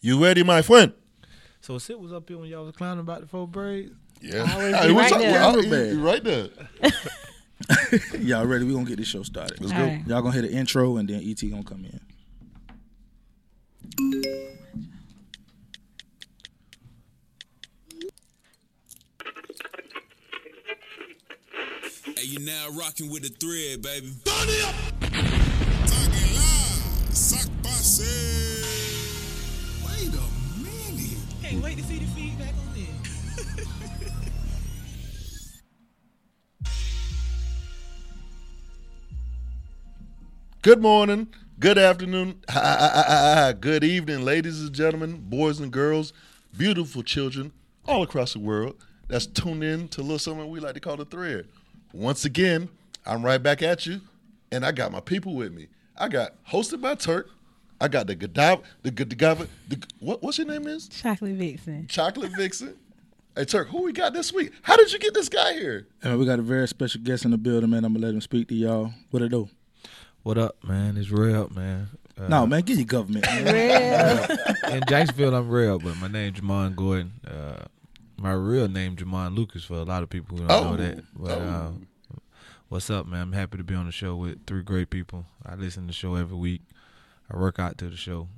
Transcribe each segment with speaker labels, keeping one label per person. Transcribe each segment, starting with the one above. Speaker 1: You ready, my friend?
Speaker 2: So Sid was up here when y'all was clowning about the four braids.
Speaker 1: Yeah.
Speaker 3: Always
Speaker 1: Hey,
Speaker 3: be
Speaker 1: what's
Speaker 3: right
Speaker 1: up?
Speaker 3: there.
Speaker 1: Well,
Speaker 4: Look
Speaker 1: you-
Speaker 4: bad.
Speaker 1: you right there.
Speaker 4: Y'all ready? We're gonna get this show started.
Speaker 1: Let's
Speaker 3: All
Speaker 1: go.
Speaker 3: right.
Speaker 4: Y'all gonna hit an intro and then ET gonna come in.
Speaker 5: Hey, you now rocking with the thread, baby.
Speaker 6: Talking live, sock bossy. Wait a minute.
Speaker 7: Can't wait to see the feedback on this.
Speaker 1: Good morning, good afternoon, ah, ah, ah, ah, ah, good evening, ladies and gentlemen, boys and girls, beautiful children all across the world that's tuned in to a little something we like to call the thread. Once again, I'm right back at you, and I got my people with me. I got hosted by Turk. I got the Godiva, the Godiva, the what, what's your name is?
Speaker 3: Chocolate Vixen.
Speaker 1: Chocolate Vixen. Hey Turk, who we got this week? How did you get this guy here?
Speaker 4: And we got a very special guest in the building, man. I'm gonna let him speak to y'all. What it do?
Speaker 2: What up, man? It's real, man. Uh,
Speaker 4: no, man, get your government. man.
Speaker 2: in Jacksonville, I'm real, but my name Jamon Gordon. Uh, my real name Jamon Lucas for a lot of people who don't
Speaker 1: Oh.
Speaker 2: know that. But um, what's up, man? I'm happy to be on the show with three great people. I listen to the show every week. I work out to the show.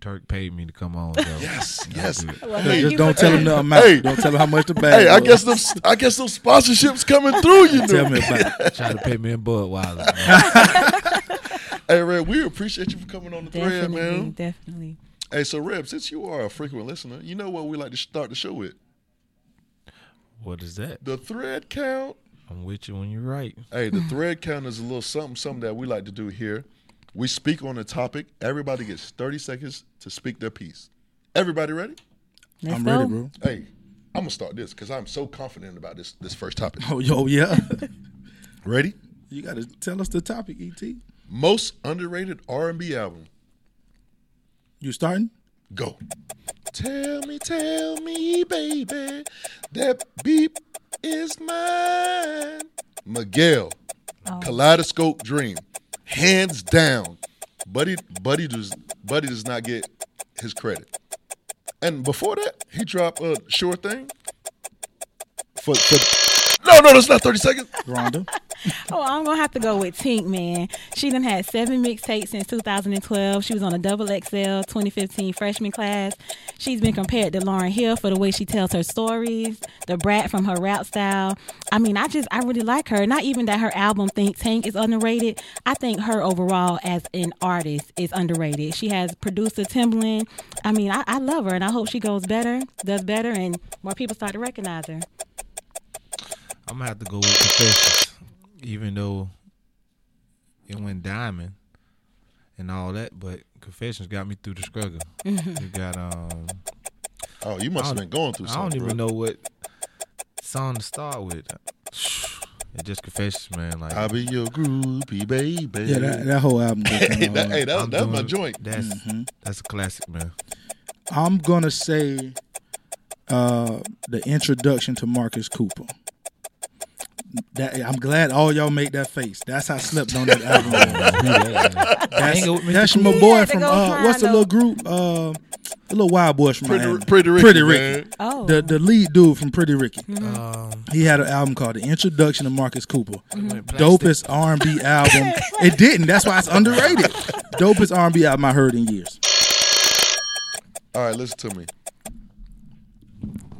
Speaker 2: Turk paid me to come on. So
Speaker 1: Yes,
Speaker 2: I
Speaker 1: yes.
Speaker 2: do it.
Speaker 3: Well,
Speaker 1: Hey,
Speaker 3: thank
Speaker 4: Just
Speaker 3: you
Speaker 4: don't
Speaker 3: for
Speaker 4: tell
Speaker 3: that.
Speaker 4: him the amount.
Speaker 1: Hey.
Speaker 4: Don't tell him how much the bag.
Speaker 1: Hey, I guess
Speaker 4: was.
Speaker 1: them I guess those sponsorships coming through, you know.
Speaker 4: Tell me about it.
Speaker 2: Try to pay me in Budweiser. man.
Speaker 1: Hey Reb, we appreciate you for coming on the thread,
Speaker 3: Definitely,
Speaker 1: man.
Speaker 3: definitely.
Speaker 1: Hey, so Reb, since you are a frequent listener, you know what we like to start the show with?
Speaker 2: what is that?
Speaker 1: The thread count.
Speaker 2: I'm with you when you're right.
Speaker 1: Hey, the thread count is a little something, something that we like to do here. We speak on a topic. Everybody gets 30 seconds to speak their piece. Everybody ready?
Speaker 3: Let's
Speaker 4: I'm
Speaker 3: go.
Speaker 4: ready, bro.
Speaker 1: Hey, I'm gonna start this because I'm so confident about this this first topic.
Speaker 4: Oh, yo, yeah.
Speaker 1: Ready?
Speaker 4: you gotta tell us the topic, E ET.
Speaker 1: Most underrated R&B album.
Speaker 4: You starting?
Speaker 1: Go. Tell me, tell me, baby, that beep is mine. Miguel,
Speaker 4: Oh.
Speaker 1: Kaleidoscope Dream, hands down. Buddy, Buddy does, Buddy does not get his credit. And before that, he dropped a uh, sure thing. For, for no, no, that's not thirty seconds.
Speaker 4: Rhonda.
Speaker 3: Oh, I'm gonna have to go with Tink, man. She done had seven mixtapes since 2012. She was on a double XL 2015 freshman class. She's been compared to Lauren Hill for the way she tells her stories, the brat from her rap style. I mean, I just I really like her. Not even that her album Think Tank is underrated. I think her overall as an artist is underrated. She has producer Timbaland. I mean, I, I love her, and I hope she goes better, does better, and more people start to recognize her.
Speaker 2: I'm gonna have to go with Confessions, even though it went diamond and all that. But Confessions got me through the struggle. you got um,
Speaker 1: Oh, you must have been going through
Speaker 2: I don't
Speaker 1: something.
Speaker 2: even
Speaker 1: bro.
Speaker 2: know what song to start with. It just Confessions, man. Like
Speaker 1: I'll be your groupie, baby.
Speaker 4: Yeah, that, that whole album. just
Speaker 1: hey,
Speaker 4: came
Speaker 1: that,
Speaker 4: out.
Speaker 1: hey, that,
Speaker 2: I'm
Speaker 1: that's my
Speaker 2: doing-
Speaker 1: joint. Mm-hmm.
Speaker 2: That's that's a classic, man.
Speaker 4: I'm gonna say uh the introduction to Marcus Cooper. That I'm glad all y'all made that face. That's how I slept on that album. that's
Speaker 2: Hanging with Mr.
Speaker 4: that's my
Speaker 3: Cooper. He
Speaker 4: boy
Speaker 3: had to
Speaker 4: from
Speaker 3: go
Speaker 4: uh,
Speaker 3: find
Speaker 4: what's the
Speaker 3: him.
Speaker 4: little group? Uh, the little wild boys from
Speaker 1: Pretty,
Speaker 4: Miami.
Speaker 1: pretty Ricky.
Speaker 4: Pretty
Speaker 1: man.
Speaker 4: Ricky.
Speaker 3: Oh,
Speaker 4: The the lead dude from Pretty Ricky.
Speaker 3: Mm-hmm.
Speaker 2: Um,
Speaker 4: He had an album called The Introduction to Marcus Cooper.
Speaker 2: went
Speaker 4: Dopest R and B album. it didn't. That's why it's underrated. Dopest R and B album I heard in years.
Speaker 1: All right, listen to me.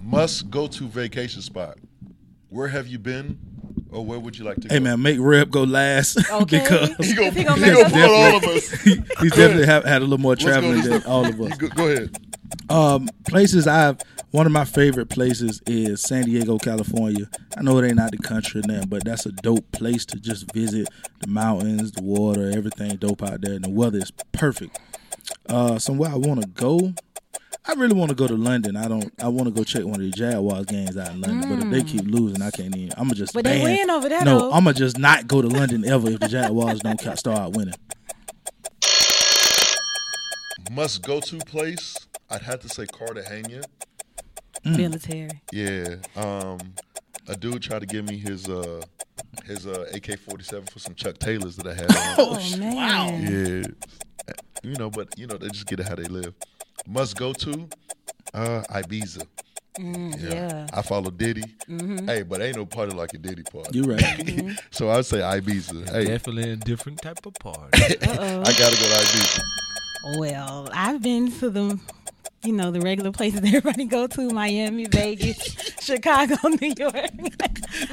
Speaker 1: Must go to vacation spot. Where have you been, or where would you like to go?
Speaker 4: Hey man, make Reb go last
Speaker 3: Okay.
Speaker 4: because
Speaker 1: he gonna,
Speaker 3: He
Speaker 1: he
Speaker 3: gonna
Speaker 1: gonna,
Speaker 3: make us-
Speaker 1: pull all of us.
Speaker 4: He- he's definitely have, had a little more
Speaker 1: go
Speaker 4: traveling
Speaker 1: this
Speaker 4: than
Speaker 1: time.
Speaker 4: all of
Speaker 1: You
Speaker 4: us.
Speaker 1: go, go ahead.
Speaker 4: Um, places I've one of my favorite places is San Diego, California. I know it ain't out the country and that, but that's a dope place to just visit. The mountains, the water, everything dope out there, and the weather is perfect. Uh, somewhere I want to go. I really want to go to London. I don't. I want to go check one of the Jaguars games out in London. But if they keep losing, I can't even. I'm gonna just.
Speaker 3: Mm. But they
Speaker 4: ban-
Speaker 3: win over there,
Speaker 4: No,
Speaker 3: though.
Speaker 4: I'm gonna just not go to London ever if the Jaguars don't ca- start winning.
Speaker 1: Must go to place. I'd have to say Cartagena.
Speaker 3: military.
Speaker 1: Yeah. Um, a dude tried to give me his uh his uh AK-47 for some Chuck Taylors that I had. on.
Speaker 3: Oh man.
Speaker 1: Eh, Yeah. You know, but you know, they just get it how they live. Must go to uh, Ibiza.
Speaker 3: Mm, yeah. Mm-hmm.
Speaker 1: I follow Diddy. Hey, but ain't no party like a Diddy party.
Speaker 4: You right.
Speaker 1: So I say Ibiza. Hey,
Speaker 2: Definitely a different type of party.
Speaker 1: I gotta go to Ibiza.
Speaker 3: Well, I've been to the, you know, the regular places everybody go to: Miami, Vegas, Chicago, New York.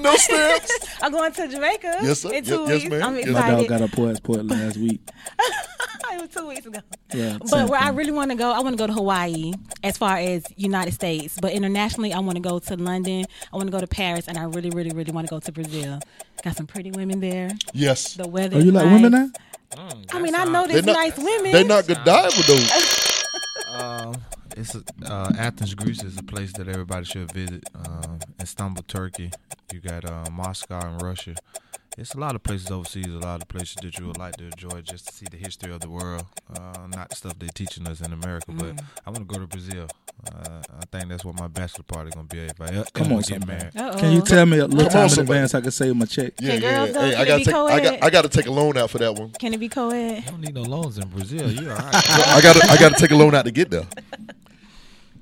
Speaker 1: No stamps.
Speaker 3: I'm going to Jamaica
Speaker 1: Yes, sir.
Speaker 3: in
Speaker 1: Ye-
Speaker 3: two
Speaker 1: yes,
Speaker 3: weeks.
Speaker 1: ma'am.
Speaker 3: I'm
Speaker 1: Yes,
Speaker 3: excited.
Speaker 1: ma'am.
Speaker 4: My dog got a passport last week.
Speaker 3: it was two weeks ago.
Speaker 4: Yeah, same
Speaker 3: But where I
Speaker 4: thing.
Speaker 3: really want to go, I want to go to Hawaii as far as United States. But internationally, I want to go to London. I want to go to Paris. And I really, really, really want to go to Brazil. Got some pretty women there.
Speaker 1: Yes.
Speaker 3: The weather.
Speaker 4: Oh,
Speaker 3: is
Speaker 4: you like
Speaker 3: nice.
Speaker 4: women now?
Speaker 2: Mm,
Speaker 3: I mean, I know
Speaker 1: They
Speaker 3: there's
Speaker 1: not-
Speaker 3: nice women.
Speaker 1: They not Godiva though.
Speaker 2: Um, it's a, uh, Athens, Greece is a place that everybody should visit. Um, Istanbul, Turkey. You got uh, Moscow in Russia. It's a lot of places overseas. A lot of places that you would like to enjoy just to see the history of the world. Uh, not the stuff they're teaching us in America. But I want to go to Brazil. Uh, I think that's what my bachelor party gonna be. If I e-
Speaker 4: Come
Speaker 2: ever
Speaker 4: on,
Speaker 2: get
Speaker 4: somebody.
Speaker 2: married.
Speaker 3: Uh-oh.
Speaker 4: Can you tell me a little
Speaker 1: on,
Speaker 4: time in
Speaker 1: somebody.
Speaker 4: advance I can save my check?
Speaker 1: Yeah,
Speaker 3: Can
Speaker 1: yeah.
Speaker 3: girls go?
Speaker 1: Hey,
Speaker 3: Can
Speaker 1: I
Speaker 3: it
Speaker 1: gotta
Speaker 3: be
Speaker 1: take. I got.
Speaker 3: co-ed?
Speaker 1: I gotta take a loan out for that one.
Speaker 3: Can it be co-ed?
Speaker 2: You don't need no loans in Brazil. You all right?
Speaker 1: I gotta. I gotta take a loan out to get there.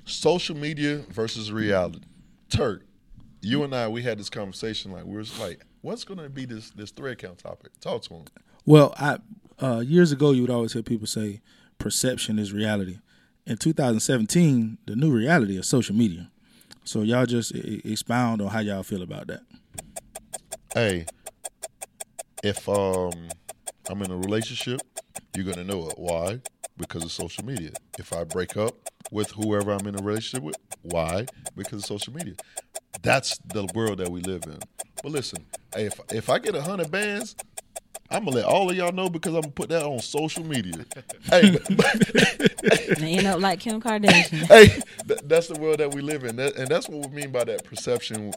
Speaker 1: Social media versus reality. Turk, you and I, we had this conversation. Like we were just like, what's gonna be this this thread count topic? Talk to him.
Speaker 4: Well, I uh, years ago you would always hear people say perception is reality. In 2017, the new reality is social media. So y'all just e- e- expound on how y'all feel about that.
Speaker 1: Hey, if um I'm in a relationship, you're gonna know it. Why? Because of social media. If I break up with whoever I'm in a relationship with, why? Because of social media. That's the world that we live in. But listen, hey, if if I get a hundred bands, I'm gonna let all of y'all know because I'm gonna put that on social media. hey,
Speaker 3: And end up like Kim Kardashian.
Speaker 1: hey, th- that's the world that we live in, That- and that's what we mean by that perception.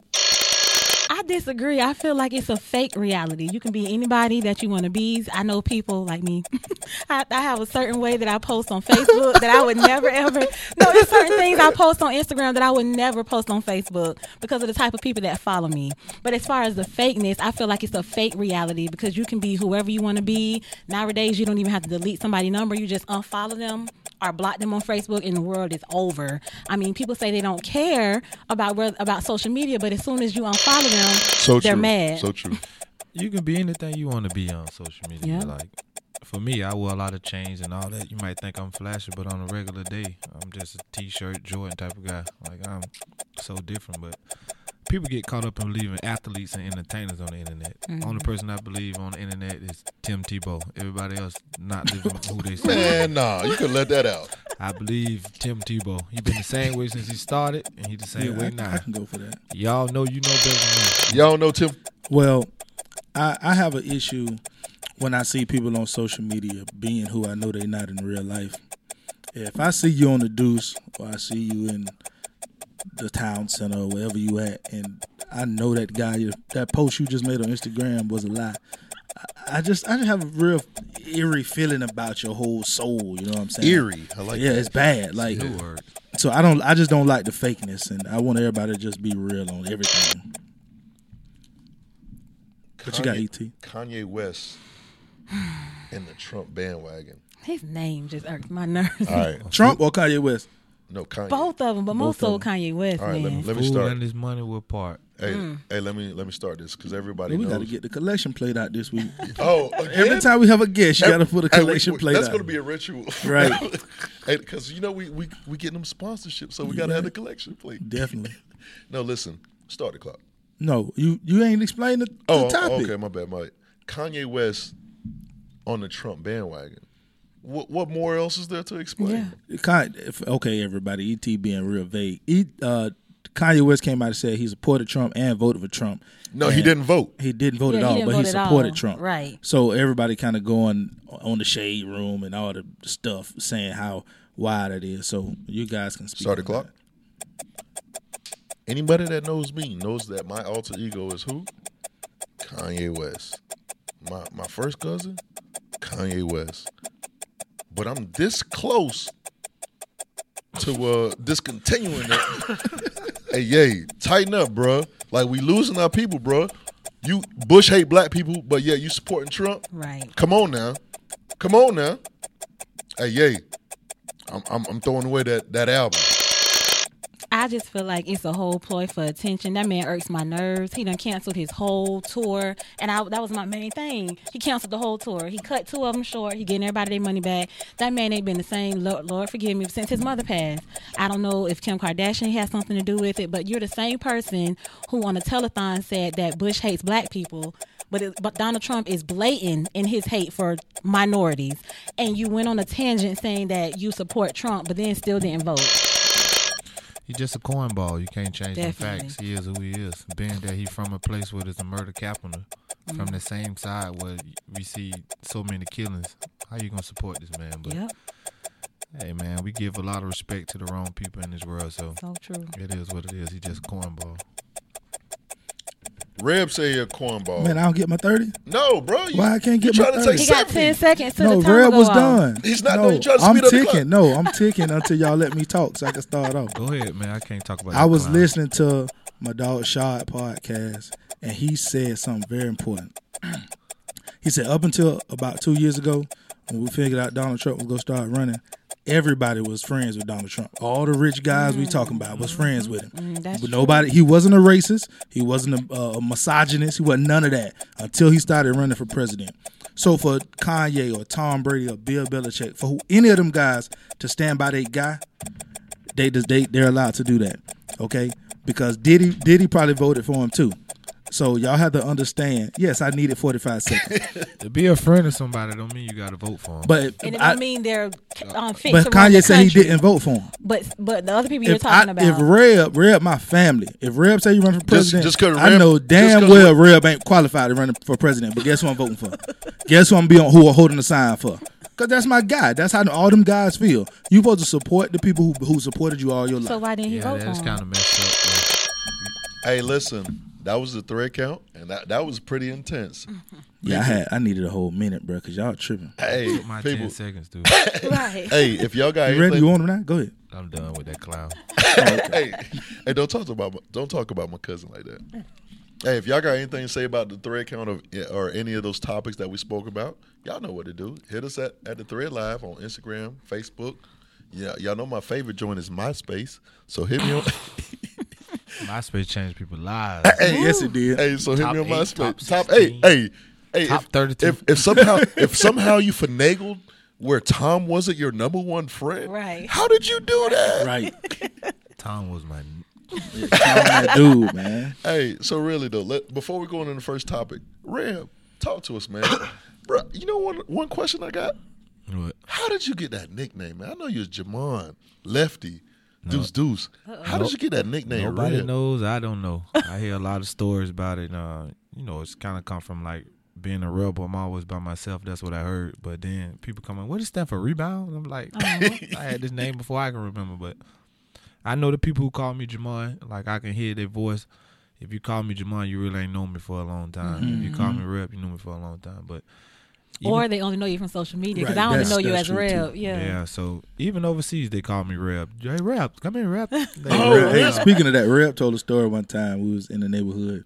Speaker 3: I disagree. I feel like it's a fake reality. You can be anybody that you want to be. I know people like me. I, I have a certain way that I post on Facebook that I would never ever. No, there's certain things I post on Instagram that I would never post on Facebook because of the type of people that follow me. But as far as the fakeness, I feel like it's a fake reality because you can be whoever you want to be. Nowadays, you don't even have to delete somebody's number. You just unfollow them or block them on Facebook and the world is over. I mean, people say they don't care about where, about social media, but as soon as you unfollow them,
Speaker 1: So
Speaker 3: they're
Speaker 1: true.
Speaker 3: mad.
Speaker 1: So true.
Speaker 2: You can be anything you want to be on social media.
Speaker 3: Yeah.
Speaker 2: Like for me, I wear a lot of chains and all that. You might think I'm flashy, but on a regular day, I'm just a t-shirt Jordan type of guy. Like I'm so different, but people get caught up in believing athletes and entertainers on the internet. Only person I believe on the internet is Tim Tebow. Everybody else not living up to who they say.
Speaker 1: Man, nah, you could let that out.
Speaker 2: I believe Tim Tebow. He been the same way since he started, and he the same
Speaker 4: Yeah,
Speaker 2: way
Speaker 4: I, I
Speaker 2: now.
Speaker 4: can go for that.
Speaker 2: Y'all know you know better than me.
Speaker 1: Y'all know Tim
Speaker 4: Well, I, I have an issue when I see people on social media being who I know they're not in real life. If I see you on the deuce or I see you in the town center or wherever you at, and I know that guy, that post you just made on Instagram was a lie. I, I just, I just have a real eerie feeling about your whole soul. You know what I'm saying?
Speaker 1: Eerie. I like
Speaker 4: yeah,
Speaker 1: that.
Speaker 4: it's bad. Like,
Speaker 2: Word.
Speaker 4: so I don't, I just don't like the fakeness, and I want everybody to just be real on everything. What you got, ET?
Speaker 1: Kanye West and the Trump bandwagon.
Speaker 3: His name just irked my nerves.
Speaker 1: All right.
Speaker 4: Trump or Kanye West?
Speaker 1: No, Kanye.
Speaker 3: Hmm. Both of them, but most
Speaker 4: Both of
Speaker 3: so Kanye West,
Speaker 1: All right, let me,
Speaker 3: man.
Speaker 1: let me
Speaker 2: Fool
Speaker 1: start.
Speaker 2: and his money were part.
Speaker 1: Hey,
Speaker 3: mm.
Speaker 1: hey, let me let me start this because everybody
Speaker 4: Hey, we
Speaker 1: knows.
Speaker 4: got to get the collection played out this week.
Speaker 1: oh,
Speaker 4: Every time we have a guest, you got to put a collection plate
Speaker 1: That's
Speaker 4: out.
Speaker 1: gonna be a ritual,
Speaker 4: Right.
Speaker 1: Because you know we we we getting them sponsorships, so we gotta have the collection plate.
Speaker 4: Definitely.
Speaker 1: No, listen, start the clock.
Speaker 4: No, you you ain't explained the, the
Speaker 1: Oh,
Speaker 4: topic.
Speaker 1: okay, my bad, my bad. Kanye West on the Trump bandwagon. What what more else is there to explain?
Speaker 3: Yeah.
Speaker 4: Con- if- okay, everybody. Et being real vague. E, uh, Kanye West came out and said he supported Trump and voted for Trump.
Speaker 1: No, he
Speaker 4: And
Speaker 1: didn't vote.
Speaker 4: He didn't vote
Speaker 3: Yeah,
Speaker 4: at
Speaker 3: he
Speaker 4: all,
Speaker 3: didn't
Speaker 4: but he
Speaker 3: vote at
Speaker 4: supported
Speaker 3: all.
Speaker 4: Trump.
Speaker 3: Right.
Speaker 4: So everybody kind of going on the shade room and all the stuff, saying how wild it is. So you guys can speak.
Speaker 1: Start the
Speaker 4: on
Speaker 1: clock.
Speaker 4: that.
Speaker 1: Anybody that knows me knows that my alter ego is who? Kanye West. My my first cousin, Kanye West. But I'm this close to uh discontinuing it. hey, yay, tighten up, bruh. Like we losing our people, bruh. You Bush hate black people, but yeah, you supporting Trump.
Speaker 3: Right.
Speaker 1: Come on now. Come on now. Hey, yay. I'm, I'm, I'm throwing away that, that album.
Speaker 3: I just feel like it's a whole ploy for attention. That man irks my nerves. He done canceled his whole tour, and I, that was my main thing. He canceled the whole tour. He cut two of them short. He getting everybody their money back. That man ain't been the same. Lord, Lord forgive me since his mother passed. I don't know if Kim Kardashian has something to do with it, but you're the same person who on a telethon said that Bush hates black people, but it, but Donald Trump is blatant in his hate for minorities, and you went on a tangent saying that you support Trump, but then still didn't vote.
Speaker 2: He's just a cornball. You can't change the
Speaker 3: Definitely.
Speaker 2: facts. He is who he is. Being that he from a place where there's a murder capital, from the same side where we see so many killings. How you gonna support this man? But
Speaker 3: Yep,
Speaker 2: hey, man, we give a lot of respect to the wrong people in this world. So
Speaker 3: so true.
Speaker 2: it is what it is. He just a cornball.
Speaker 1: Reb say you're a cornball.
Speaker 4: Man, I don't get my thirty.
Speaker 1: no, bro. You,
Speaker 4: Why I can't get
Speaker 1: you
Speaker 4: my
Speaker 1: trying to
Speaker 4: thirty?
Speaker 1: take
Speaker 3: He got
Speaker 1: 70.
Speaker 3: 10 seconds to
Speaker 4: no,
Speaker 3: the time
Speaker 4: Rev
Speaker 3: to go
Speaker 4: was
Speaker 3: off.
Speaker 4: done.
Speaker 1: He's not
Speaker 4: No,
Speaker 1: done. He tried to
Speaker 4: I'm
Speaker 1: speed up the clock.
Speaker 4: ticking. No, I'm ticking until y'all let me talk so I can start off.
Speaker 2: Go ahead, man. I can't talk about.
Speaker 4: I
Speaker 2: that
Speaker 4: was
Speaker 2: clown.
Speaker 4: listening to my dog Shad podcast, and he said something very important. he said up until about two years ago, when we figured out Donald Trump was gonna start running, everybody was friends with Donald Trump. All the rich guys we talking about was friends with him.
Speaker 3: that's
Speaker 4: but nobody, he wasn't a racist. He wasn't a, uh, a misogynist. He wasn't none of that until he started running for president. So for Kanye or Tom Brady or Bill Belichick, for who, any of them guys to stand by their guy, they just they they're allowed to do that, okay? Because Diddy Diddy probably voted for him too. So y'all have to understand. Yes, I needed forty five seconds,
Speaker 2: To be a friend of somebody don't mean you got to vote for him.
Speaker 4: but
Speaker 3: And it
Speaker 4: I,
Speaker 3: don't mean they're um, fit
Speaker 4: but
Speaker 3: to run
Speaker 4: Kanye
Speaker 3: the
Speaker 4: said he
Speaker 3: country.
Speaker 4: didn't vote for him.
Speaker 3: But but the other people you're
Speaker 4: If
Speaker 3: talking
Speaker 4: I,
Speaker 3: about,
Speaker 4: if Reb Reb my family, if Reb say you running for president,
Speaker 1: just 'cause
Speaker 4: I
Speaker 1: Reb-
Speaker 4: know
Speaker 1: just
Speaker 4: damn
Speaker 1: 'cause
Speaker 4: well Reb ain't qualified to run for president. But guess who I'm voting for? guess who I'm be on, who are holding the sign for? Cause that's my guy. That's how all them guys feel. You supposed to support the people who, who supported you all your life.
Speaker 3: so why didn't he
Speaker 2: yeah,
Speaker 3: vote for
Speaker 2: that's
Speaker 3: him?
Speaker 2: kind of messed up.
Speaker 1: Hey, listen, that was the thread count, and that, that was pretty intense.
Speaker 4: yeah, I had I needed a whole minute, bro, cause y'all tripping.
Speaker 1: Hey,
Speaker 2: though. My ten
Speaker 1: people.
Speaker 2: seconds, dude.
Speaker 3: right.
Speaker 1: Hey, if y'all got
Speaker 4: You ready?
Speaker 1: anything,
Speaker 4: You want them now? Go ahead.
Speaker 2: I'm done with that clown.
Speaker 1: hey, hey, don't talk about my, don't talk about my cousin like that. Hey, if y'all got anything to say about the thread count of or any of those topics that we spoke about, y'all know what to do. Hit us at, at the thread live on Instagram, Facebook. Yeah, y'all know my favorite joint is MySpace. So hit me on.
Speaker 2: MySpace changed people's lives.
Speaker 1: hey,
Speaker 4: Yes, it did.
Speaker 1: Hey, so hit
Speaker 2: Top
Speaker 1: me on
Speaker 2: eight,
Speaker 1: my
Speaker 2: top
Speaker 1: space. Top, eight.
Speaker 2: 16.
Speaker 1: Hey, hey.
Speaker 2: Top
Speaker 1: if,
Speaker 2: 32.
Speaker 1: If, if somehow if somehow you finagled where Tom wasn't your number one friend,
Speaker 3: Right.
Speaker 1: How did you do that?
Speaker 4: Right.
Speaker 2: Tom was my.
Speaker 4: that dude, man.
Speaker 1: Hey, so really though, let, before we go into the first topic, Ram, talk to us, man. Bruh, you know one one question I got?
Speaker 2: What?
Speaker 1: How did you get that nickname, man? I know you're Jamon, Lefty, Deuce Deuce. How did you get that nickname,
Speaker 2: Nobody
Speaker 1: Reb?
Speaker 2: knows. I don't know. I hear a lot of stories about it. and, Uh, you know, it's kind of come from like being a rebel. I'm always by myself. That's what I heard. But then people come in, what does it stand for? Rebound? I'm like, I had this name before I can remember. But I know the people who call me Jamon. Like, I can hear their voice. If you call me Jamon, you really ain't known me for a long time. If you call me Rep, you knew me for a long time. But
Speaker 3: Or they only know you from social media because
Speaker 4: Right,
Speaker 3: I only
Speaker 4: that's-
Speaker 3: know you
Speaker 4: that's
Speaker 3: as
Speaker 4: true,
Speaker 3: Rev.
Speaker 4: too.
Speaker 2: yeah.
Speaker 3: Yeah.
Speaker 2: so even overseas, they call me Rep. Hey, Rep, come in, Rep. They-
Speaker 1: Oh,
Speaker 4: Rep- hey,
Speaker 1: yeah.
Speaker 4: speaking of that, Rep told a story one time. We was in the neighborhood,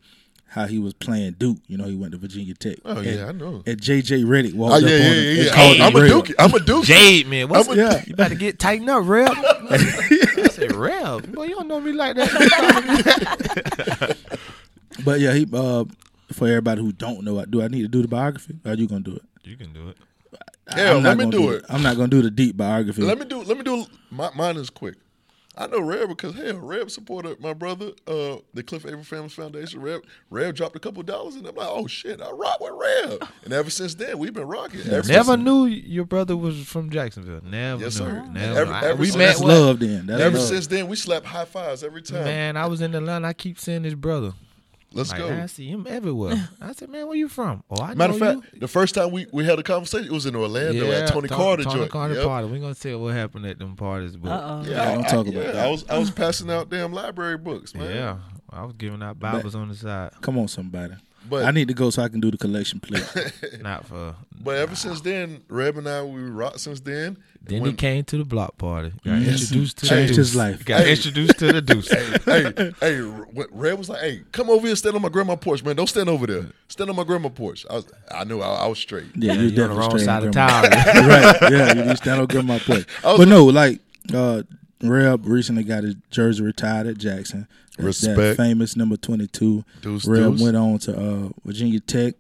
Speaker 4: how he was playing Duke. You know, he went to Virginia Tech.
Speaker 1: Oh
Speaker 4: and,
Speaker 1: yeah, I know.
Speaker 4: And JJ Reddick walked
Speaker 1: Oh
Speaker 4: up
Speaker 1: yeah,
Speaker 4: on
Speaker 1: yeah,
Speaker 4: him
Speaker 1: yeah,
Speaker 4: and
Speaker 1: yeah.
Speaker 4: called
Speaker 1: I'm
Speaker 4: him
Speaker 1: a
Speaker 4: Reb.
Speaker 1: Dookie. I'm a Dookie.
Speaker 2: Jade, man. What's
Speaker 1: I'm a-
Speaker 4: Yeah.
Speaker 2: You about to get tightened up, Reb. I said, Reb, boy, you don't know me like that.
Speaker 4: But yeah, he uh, for everybody who don't know, do I need to do the biography? Or are you gonna do it?
Speaker 2: you can do it.
Speaker 4: I-
Speaker 1: Yeah,
Speaker 4: I'm not
Speaker 1: let me
Speaker 4: gonna
Speaker 1: do it.
Speaker 4: I'm not gonna do the deep biography.
Speaker 1: Let me do. Let me do. My, mine is quick. I know Reb because hell, Reb supported my brother, uh, the Cliff Avery Family Foundation. Reb, Reb dropped a couple dollars, and I'm like, oh shit, I rock with Reb. And ever since then, we've been rocking. Ever
Speaker 2: Never
Speaker 1: since,
Speaker 2: knew your brother was from Jacksonville. Never
Speaker 1: Yes,
Speaker 2: knew.
Speaker 1: sir.
Speaker 2: Never.
Speaker 1: Every-
Speaker 2: I-
Speaker 1: every
Speaker 2: we
Speaker 1: since-
Speaker 2: met
Speaker 4: That's
Speaker 2: what?
Speaker 4: love. Then that's
Speaker 1: Ever
Speaker 4: love.
Speaker 1: since then, we slap high fives every time.
Speaker 2: Man, I was in Atlanta. I keep seeing his brother.
Speaker 1: Let's
Speaker 2: Like,
Speaker 1: go.
Speaker 2: I see him everywhere. I said, man, where you from? Oh, I
Speaker 1: Matter of
Speaker 2: know
Speaker 1: fact, the first time we, we had a conversation, it was in
Speaker 2: you.
Speaker 1: Orlando at Tony
Speaker 2: Ton-
Speaker 1: Carter
Speaker 2: Tony
Speaker 1: joint.
Speaker 2: Carter
Speaker 1: Yep.
Speaker 2: party. We're gonna tell what happened at them parties, but
Speaker 3: Uh oh.
Speaker 1: Yeah,
Speaker 4: Yeah, don't
Speaker 1: I-
Speaker 4: talk
Speaker 1: I-
Speaker 4: about
Speaker 1: yeah,
Speaker 4: that.
Speaker 1: I was I was passing out damn library books, man.
Speaker 2: yeah, I was giving out Bibles on the side.
Speaker 4: Come on, somebody.
Speaker 1: But-
Speaker 4: I need to go so I can do the collection plate.
Speaker 2: Not for.
Speaker 1: But ever since then, Reb and I we rocked since then.
Speaker 2: Then
Speaker 1: When-
Speaker 2: he came to the block party. Got
Speaker 4: Yes.
Speaker 2: introduced to the
Speaker 4: Changed
Speaker 2: deuce.
Speaker 4: his life.
Speaker 2: Got introduced to the deuce.
Speaker 1: hey, hey, when Red was like, "Hey, come over here, stand on my grandma porch, man. Don't stand over there. Stand on my grandma porch." I was, I knew I, I was straight.
Speaker 4: Yeah,
Speaker 2: Yeah,
Speaker 4: you're
Speaker 2: you on the
Speaker 4: definitely
Speaker 2: wrong
Speaker 4: straight
Speaker 2: side of
Speaker 4: grandma.
Speaker 2: town.
Speaker 4: right. Yeah, you reached down on grandma plate.
Speaker 1: was-
Speaker 4: But no, like uh Reb recently got his jersey retired at Jackson. That- That
Speaker 1: Respect.
Speaker 4: famous number twenty two.
Speaker 1: Deuce,
Speaker 4: Reb
Speaker 1: deuce.
Speaker 4: went on to uh Virginia Tech,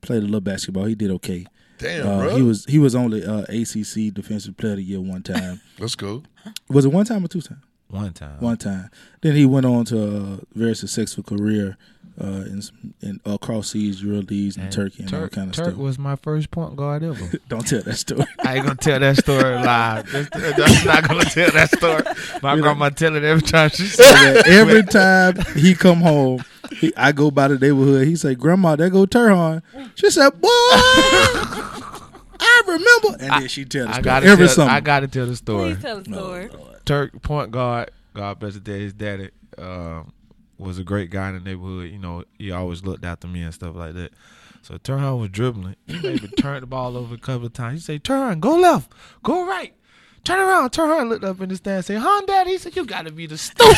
Speaker 4: played a little basketball. He did okay.
Speaker 1: Damn,
Speaker 4: Uh,
Speaker 1: bro.
Speaker 4: he was he was only uh, ACC Defensive Player of the Year one time.
Speaker 1: Let's go.
Speaker 4: was it one time or two times?
Speaker 2: One time.
Speaker 4: One time. Then he went on to a very successful career uh, in some- in across seas, Euro leagues, and,
Speaker 2: And
Speaker 4: Turkey and all
Speaker 2: Turk,
Speaker 4: that kind of
Speaker 2: Turk
Speaker 4: stuff.
Speaker 2: was my first point guard ever.
Speaker 4: Don't tell that story.
Speaker 2: I ain't gonna tell that story live. That's, that's not gonna tell that story. My grandma tell it every time she says
Speaker 4: Yeah, every time he come home, he, I go by the neighborhood. He say, "Grandma, there go Turhan." She said, "Boy, I remember." And then she tell us
Speaker 2: I
Speaker 4: about
Speaker 2: gotta
Speaker 4: every
Speaker 2: tell,
Speaker 4: summer.
Speaker 2: I gotta tell the story.
Speaker 8: Please tell the story.
Speaker 2: Turk point guard, God bless his day, his daddy um, was a great guy in the neighborhood. You know, he always looked after me and stuff like that. So Turhan was dribbling. He maybe turned the ball over a couple of times. He say, Turhan, go left, go right. Turn around. Turhan looked up in the stand and said, Hon, Dad. He said, You got to be the stupid.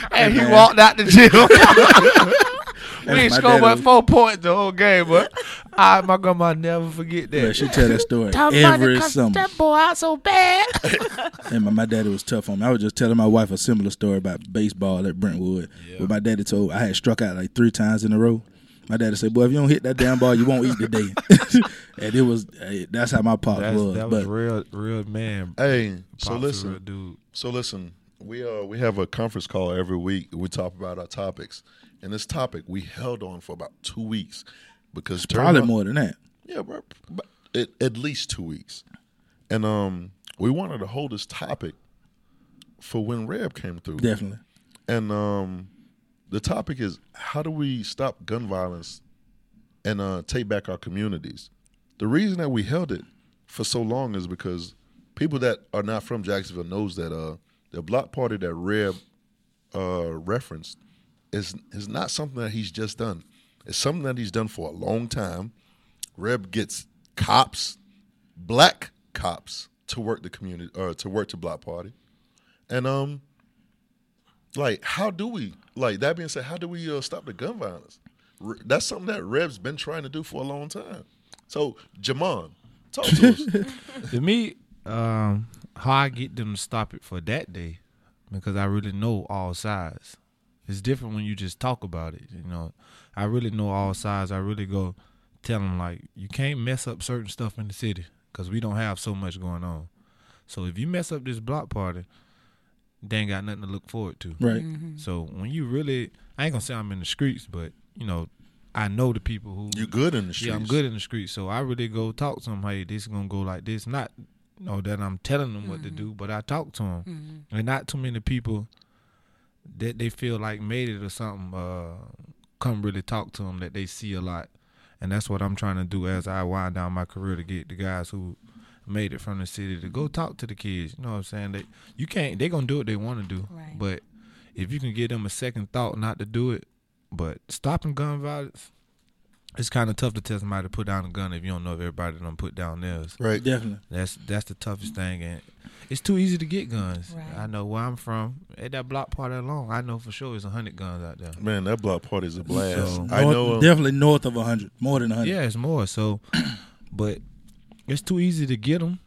Speaker 2: and he
Speaker 4: man.
Speaker 2: walked out the gym.
Speaker 4: That's
Speaker 2: we ain't
Speaker 4: my
Speaker 2: scored but
Speaker 4: daddy.
Speaker 2: four points the whole game, but I, my grandma never forget that.
Speaker 4: Yeah, she tell that story
Speaker 2: Talking about
Speaker 4: every
Speaker 2: the cus-
Speaker 4: summer.
Speaker 2: That boy out so bad.
Speaker 4: And my, my daddy was tough on me. I was just telling my wife a similar story about baseball at Brentwood. Where my daddy told I had struck out like three times in a row. My daddy said, "Boy, if you don't hit that damn ball, you won't eat today." and it was eh, that's how my pop
Speaker 2: That's,
Speaker 4: was.
Speaker 2: that was
Speaker 4: but
Speaker 2: real, real man.
Speaker 1: Hey,
Speaker 2: Pops
Speaker 1: so
Speaker 2: a
Speaker 1: listen,
Speaker 2: real dude.
Speaker 1: So listen, we uh we have a conference call every week. We talk about our topics, and this topic we held on for about two weeks because
Speaker 4: probably
Speaker 1: Turner-
Speaker 4: more than that.
Speaker 1: Yeah, bro, but at, at least two weeks, and um we wanted to hold this topic for when Reb came through,
Speaker 4: Definitely.
Speaker 1: and um the topic is how do we stop gun violence and uh take back our communities. The reason that we held it for so long is because people that are not from Jacksonville knows that uh the block party that Reb uh, referenced is is not something that he's just done. It's something that he's done for a long time. Reb gets cops, black cops, to work the community or to work the block party, and um, like how do we like that being said, how do we uh, stop the gun violence? Re- that's something that Reb's been trying to do for a long time. So Jamon, talk to us.
Speaker 2: to me, um, how I get them to stop it for that day, because I really know all sides. It's different when you just talk about it. You know, I really know all sides. I really go tell them like you can't mess up certain stuff in the city because we don't have so much going on. So if you mess up this block party, they ain't got nothing to look forward to.
Speaker 4: Right.
Speaker 2: So when you really, I ain't gonna say I'm in the streets, but you know, I know the people who
Speaker 1: You good in the streets?
Speaker 2: yeah, I'm good in the streets. So I really go talk to them. Hey, this is gonna go like this. Not, you know, that I'm telling them what to do, but I talk to them. And not too many people that they feel like made it or something uh, come really talk to them that they see a lot. And that's what I'm trying to do as I wind down my career to get the guys who made it from the city to go talk to the kids. You know what I'm saying? They you can't. They gonna do what they want to do.
Speaker 3: Right.
Speaker 2: But if you can give them a second thought not to do it, but stopping gun violence. It's kind of tough to tell somebody to put down a gun if you don't know if everybody done put down theirs.
Speaker 1: Right.
Speaker 4: Definitely.
Speaker 2: That's that's the toughest thing, and it's too easy to get guns.
Speaker 3: Right.
Speaker 2: I know where I'm from. At that block party alone, I know for sure it's hundred guns out there.
Speaker 1: Man, that block party is a blast.
Speaker 2: So-
Speaker 1: I
Speaker 4: North-
Speaker 1: know. uh,
Speaker 4: definitely north of hundred, more than hundred.
Speaker 2: Yeah, it's more. So, but it's too easy to get them,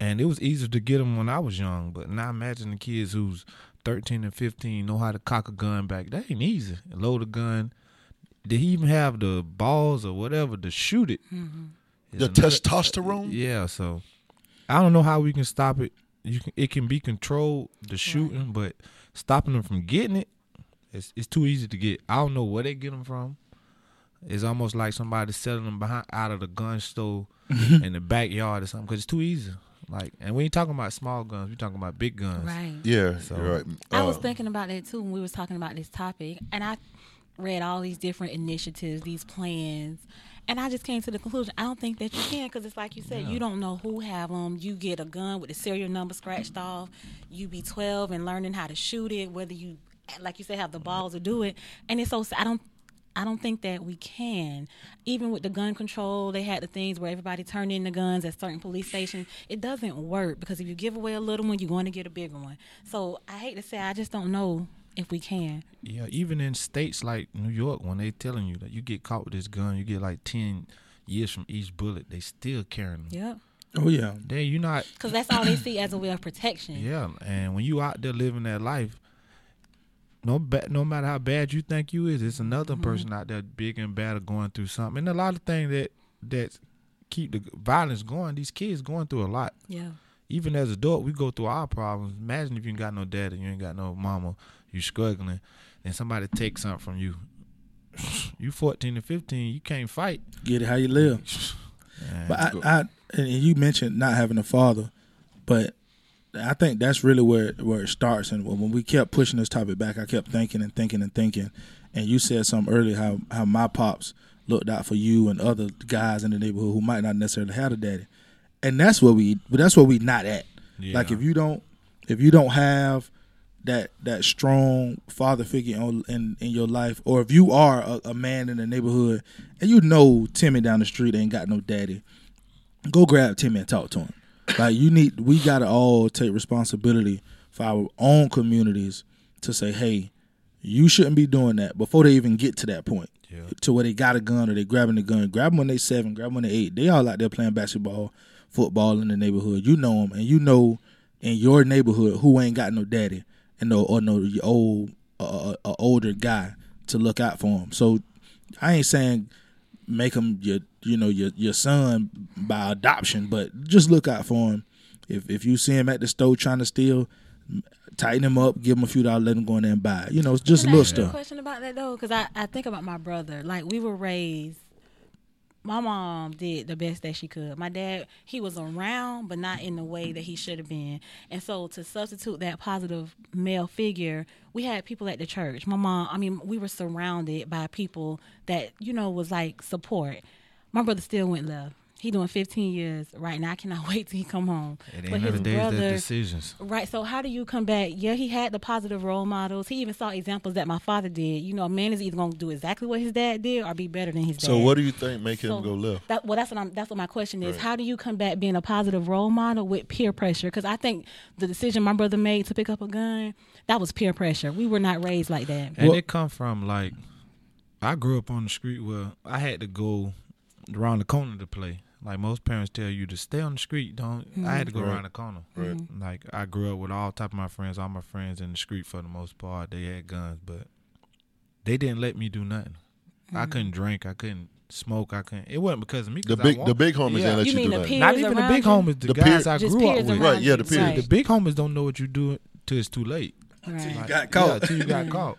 Speaker 2: and it was easier to get them when I was young. But now imagine the kids who's thirteen and fifteen know how to cock a gun back. That ain't easy. Load a gun. Did he even have the balls or whatever to shoot it? It's
Speaker 1: the
Speaker 2: another-
Speaker 1: testosterone.
Speaker 2: Yeah, so I don't know how we can stop it. You can, it can be controlled the shooting, but stopping them from getting it, it's it's too easy to get. I don't know where they get them from. It's almost like somebody selling them behind out of the gun store in the backyard or something because it's too easy. Like, and we ain't talking about small guns. We talking about big guns.
Speaker 3: Right.
Speaker 1: Yeah,
Speaker 2: So-
Speaker 1: you're right.
Speaker 3: I was
Speaker 1: Uh,
Speaker 3: thinking about that too when we was talking about this topic, and I read all these different initiatives, these plans, and I just came to the conclusion I don't think that you can because it's like you said, you don't know who have them. You get a gun with the serial number scratched off. You be twelve and learning how to shoot it, whether you like you said, have the balls to do it. And it's so I don't I don't think that we can. Even with the gun control, they had the things where everybody turned in the guns at certain police stations. It doesn't work because if you give away a little one, you're going to get a bigger one. So I hate to say, I just don't know if we can.
Speaker 2: Yeah, even in states like New York, when they telling you that you get caught with this gun, you get like ten years from each bullet. They still carrying them.
Speaker 3: Yep.
Speaker 4: Oh yeah,
Speaker 2: Then you're not.
Speaker 3: Because that's all they see as a way of protection.
Speaker 2: Yeah, and when you out there living that life, no ba- no matter how bad you think you is, it's another person out there big and bad or going through something. And a lot of things that that keep the violence going. These kids going through a lot.
Speaker 3: Yeah.
Speaker 2: Even as adult, we go through our problems. Imagine if you ain't got no daddy, you ain't got no mama, you struggling, and somebody takes something from you. you 14 to 15, you can't fight.
Speaker 4: get it how you live.
Speaker 2: Man,
Speaker 4: But I, I and and you mentioned not having a father, but I think that's really where where it starts. And when we kept pushing this topic back, I kept thinking and thinking and thinking. And you said something earlier how how my pops looked out for you and other guys in the neighborhood who might not necessarily have a daddy, and that's where we but that's where we not at. Like
Speaker 2: Yeah.
Speaker 4: if you don't if you don't have that that strong father figure on, in in your life, or if you are a, a man in the neighborhood and you know Timmy down the street ain't got no daddy, go grab Timmy and talk to him. Like you need, we gotta all take responsibility for our own communities to say, hey, you shouldn't be doing that before they even get to that point.
Speaker 2: Yeah.
Speaker 4: To where they got a gun or they grabbing the gun, grab them when they seven, grab them when they eight. They all out there playing basketball, football in the neighborhood. You know them, and you know in your neighborhood who ain't got no daddy and no or no old uh, uh, older guy to look out for him. So I ain't saying make him your you know your your son by adoption, but just look out for him. If if you see him at the store trying to steal, m- tighten him up, give him a few dollars, let him go in there and buy. it. You know, it's just
Speaker 3: Can I
Speaker 4: little
Speaker 3: ask you a
Speaker 4: stuff.
Speaker 3: question about that though, because I, I think about my brother. Like we were raised. My mom did the best that she could. My dad, he was around, but not in the way that he should have been. And so, to substitute that positive male figure, we had people at the church. My mom, I mean, we were surrounded by people that you know was like support. My brother still went left. He doing 15 years right now. I cannot wait till he come home.
Speaker 2: At the end of the day, it's their decisions.
Speaker 3: Right. So how do you come back? Yeah, he had the positive role models. He even saw examples that my father did. You know, a man is either going to do exactly what his dad did or be better than his dad.
Speaker 1: So what do you think make him
Speaker 3: So
Speaker 1: go left?
Speaker 3: That, well, that's what I'm. That's what my question is. How do you come back being a positive role model with peer pressure? Because I think the decision my brother made to pick up a gun that was peer pressure. We were not raised like that.
Speaker 2: And it come from like I grew up on the street where I had to go around the corner to play. Like most parents tell you to stay on the street, don't
Speaker 3: Mm-hmm.
Speaker 2: I had to go around the corner. Right. Like I grew up with all type of my friends, all my friends in the street for the most part. They had guns, but they didn't let me do nothing. I
Speaker 3: Mm-hmm.
Speaker 2: couldn't drink, I couldn't smoke, I couldn't it wasn't because of me.
Speaker 1: The
Speaker 2: 'cause I
Speaker 1: big the
Speaker 2: wanted-
Speaker 1: big homies
Speaker 2: Yeah.
Speaker 1: didn't let
Speaker 3: You
Speaker 1: you,
Speaker 3: mean
Speaker 1: do
Speaker 3: the
Speaker 1: that.
Speaker 3: peers
Speaker 2: not even the
Speaker 3: around
Speaker 2: big
Speaker 3: you?
Speaker 2: homies, the,
Speaker 1: The
Speaker 2: guys I
Speaker 3: Just
Speaker 2: grew up
Speaker 3: peers
Speaker 2: with.
Speaker 3: around
Speaker 1: Right, yeah,
Speaker 3: you.
Speaker 1: the peers.
Speaker 2: The big homies don't know what you do till it's too late.
Speaker 3: Right.
Speaker 2: Like,
Speaker 4: got caught.
Speaker 2: Yeah, till you got caught.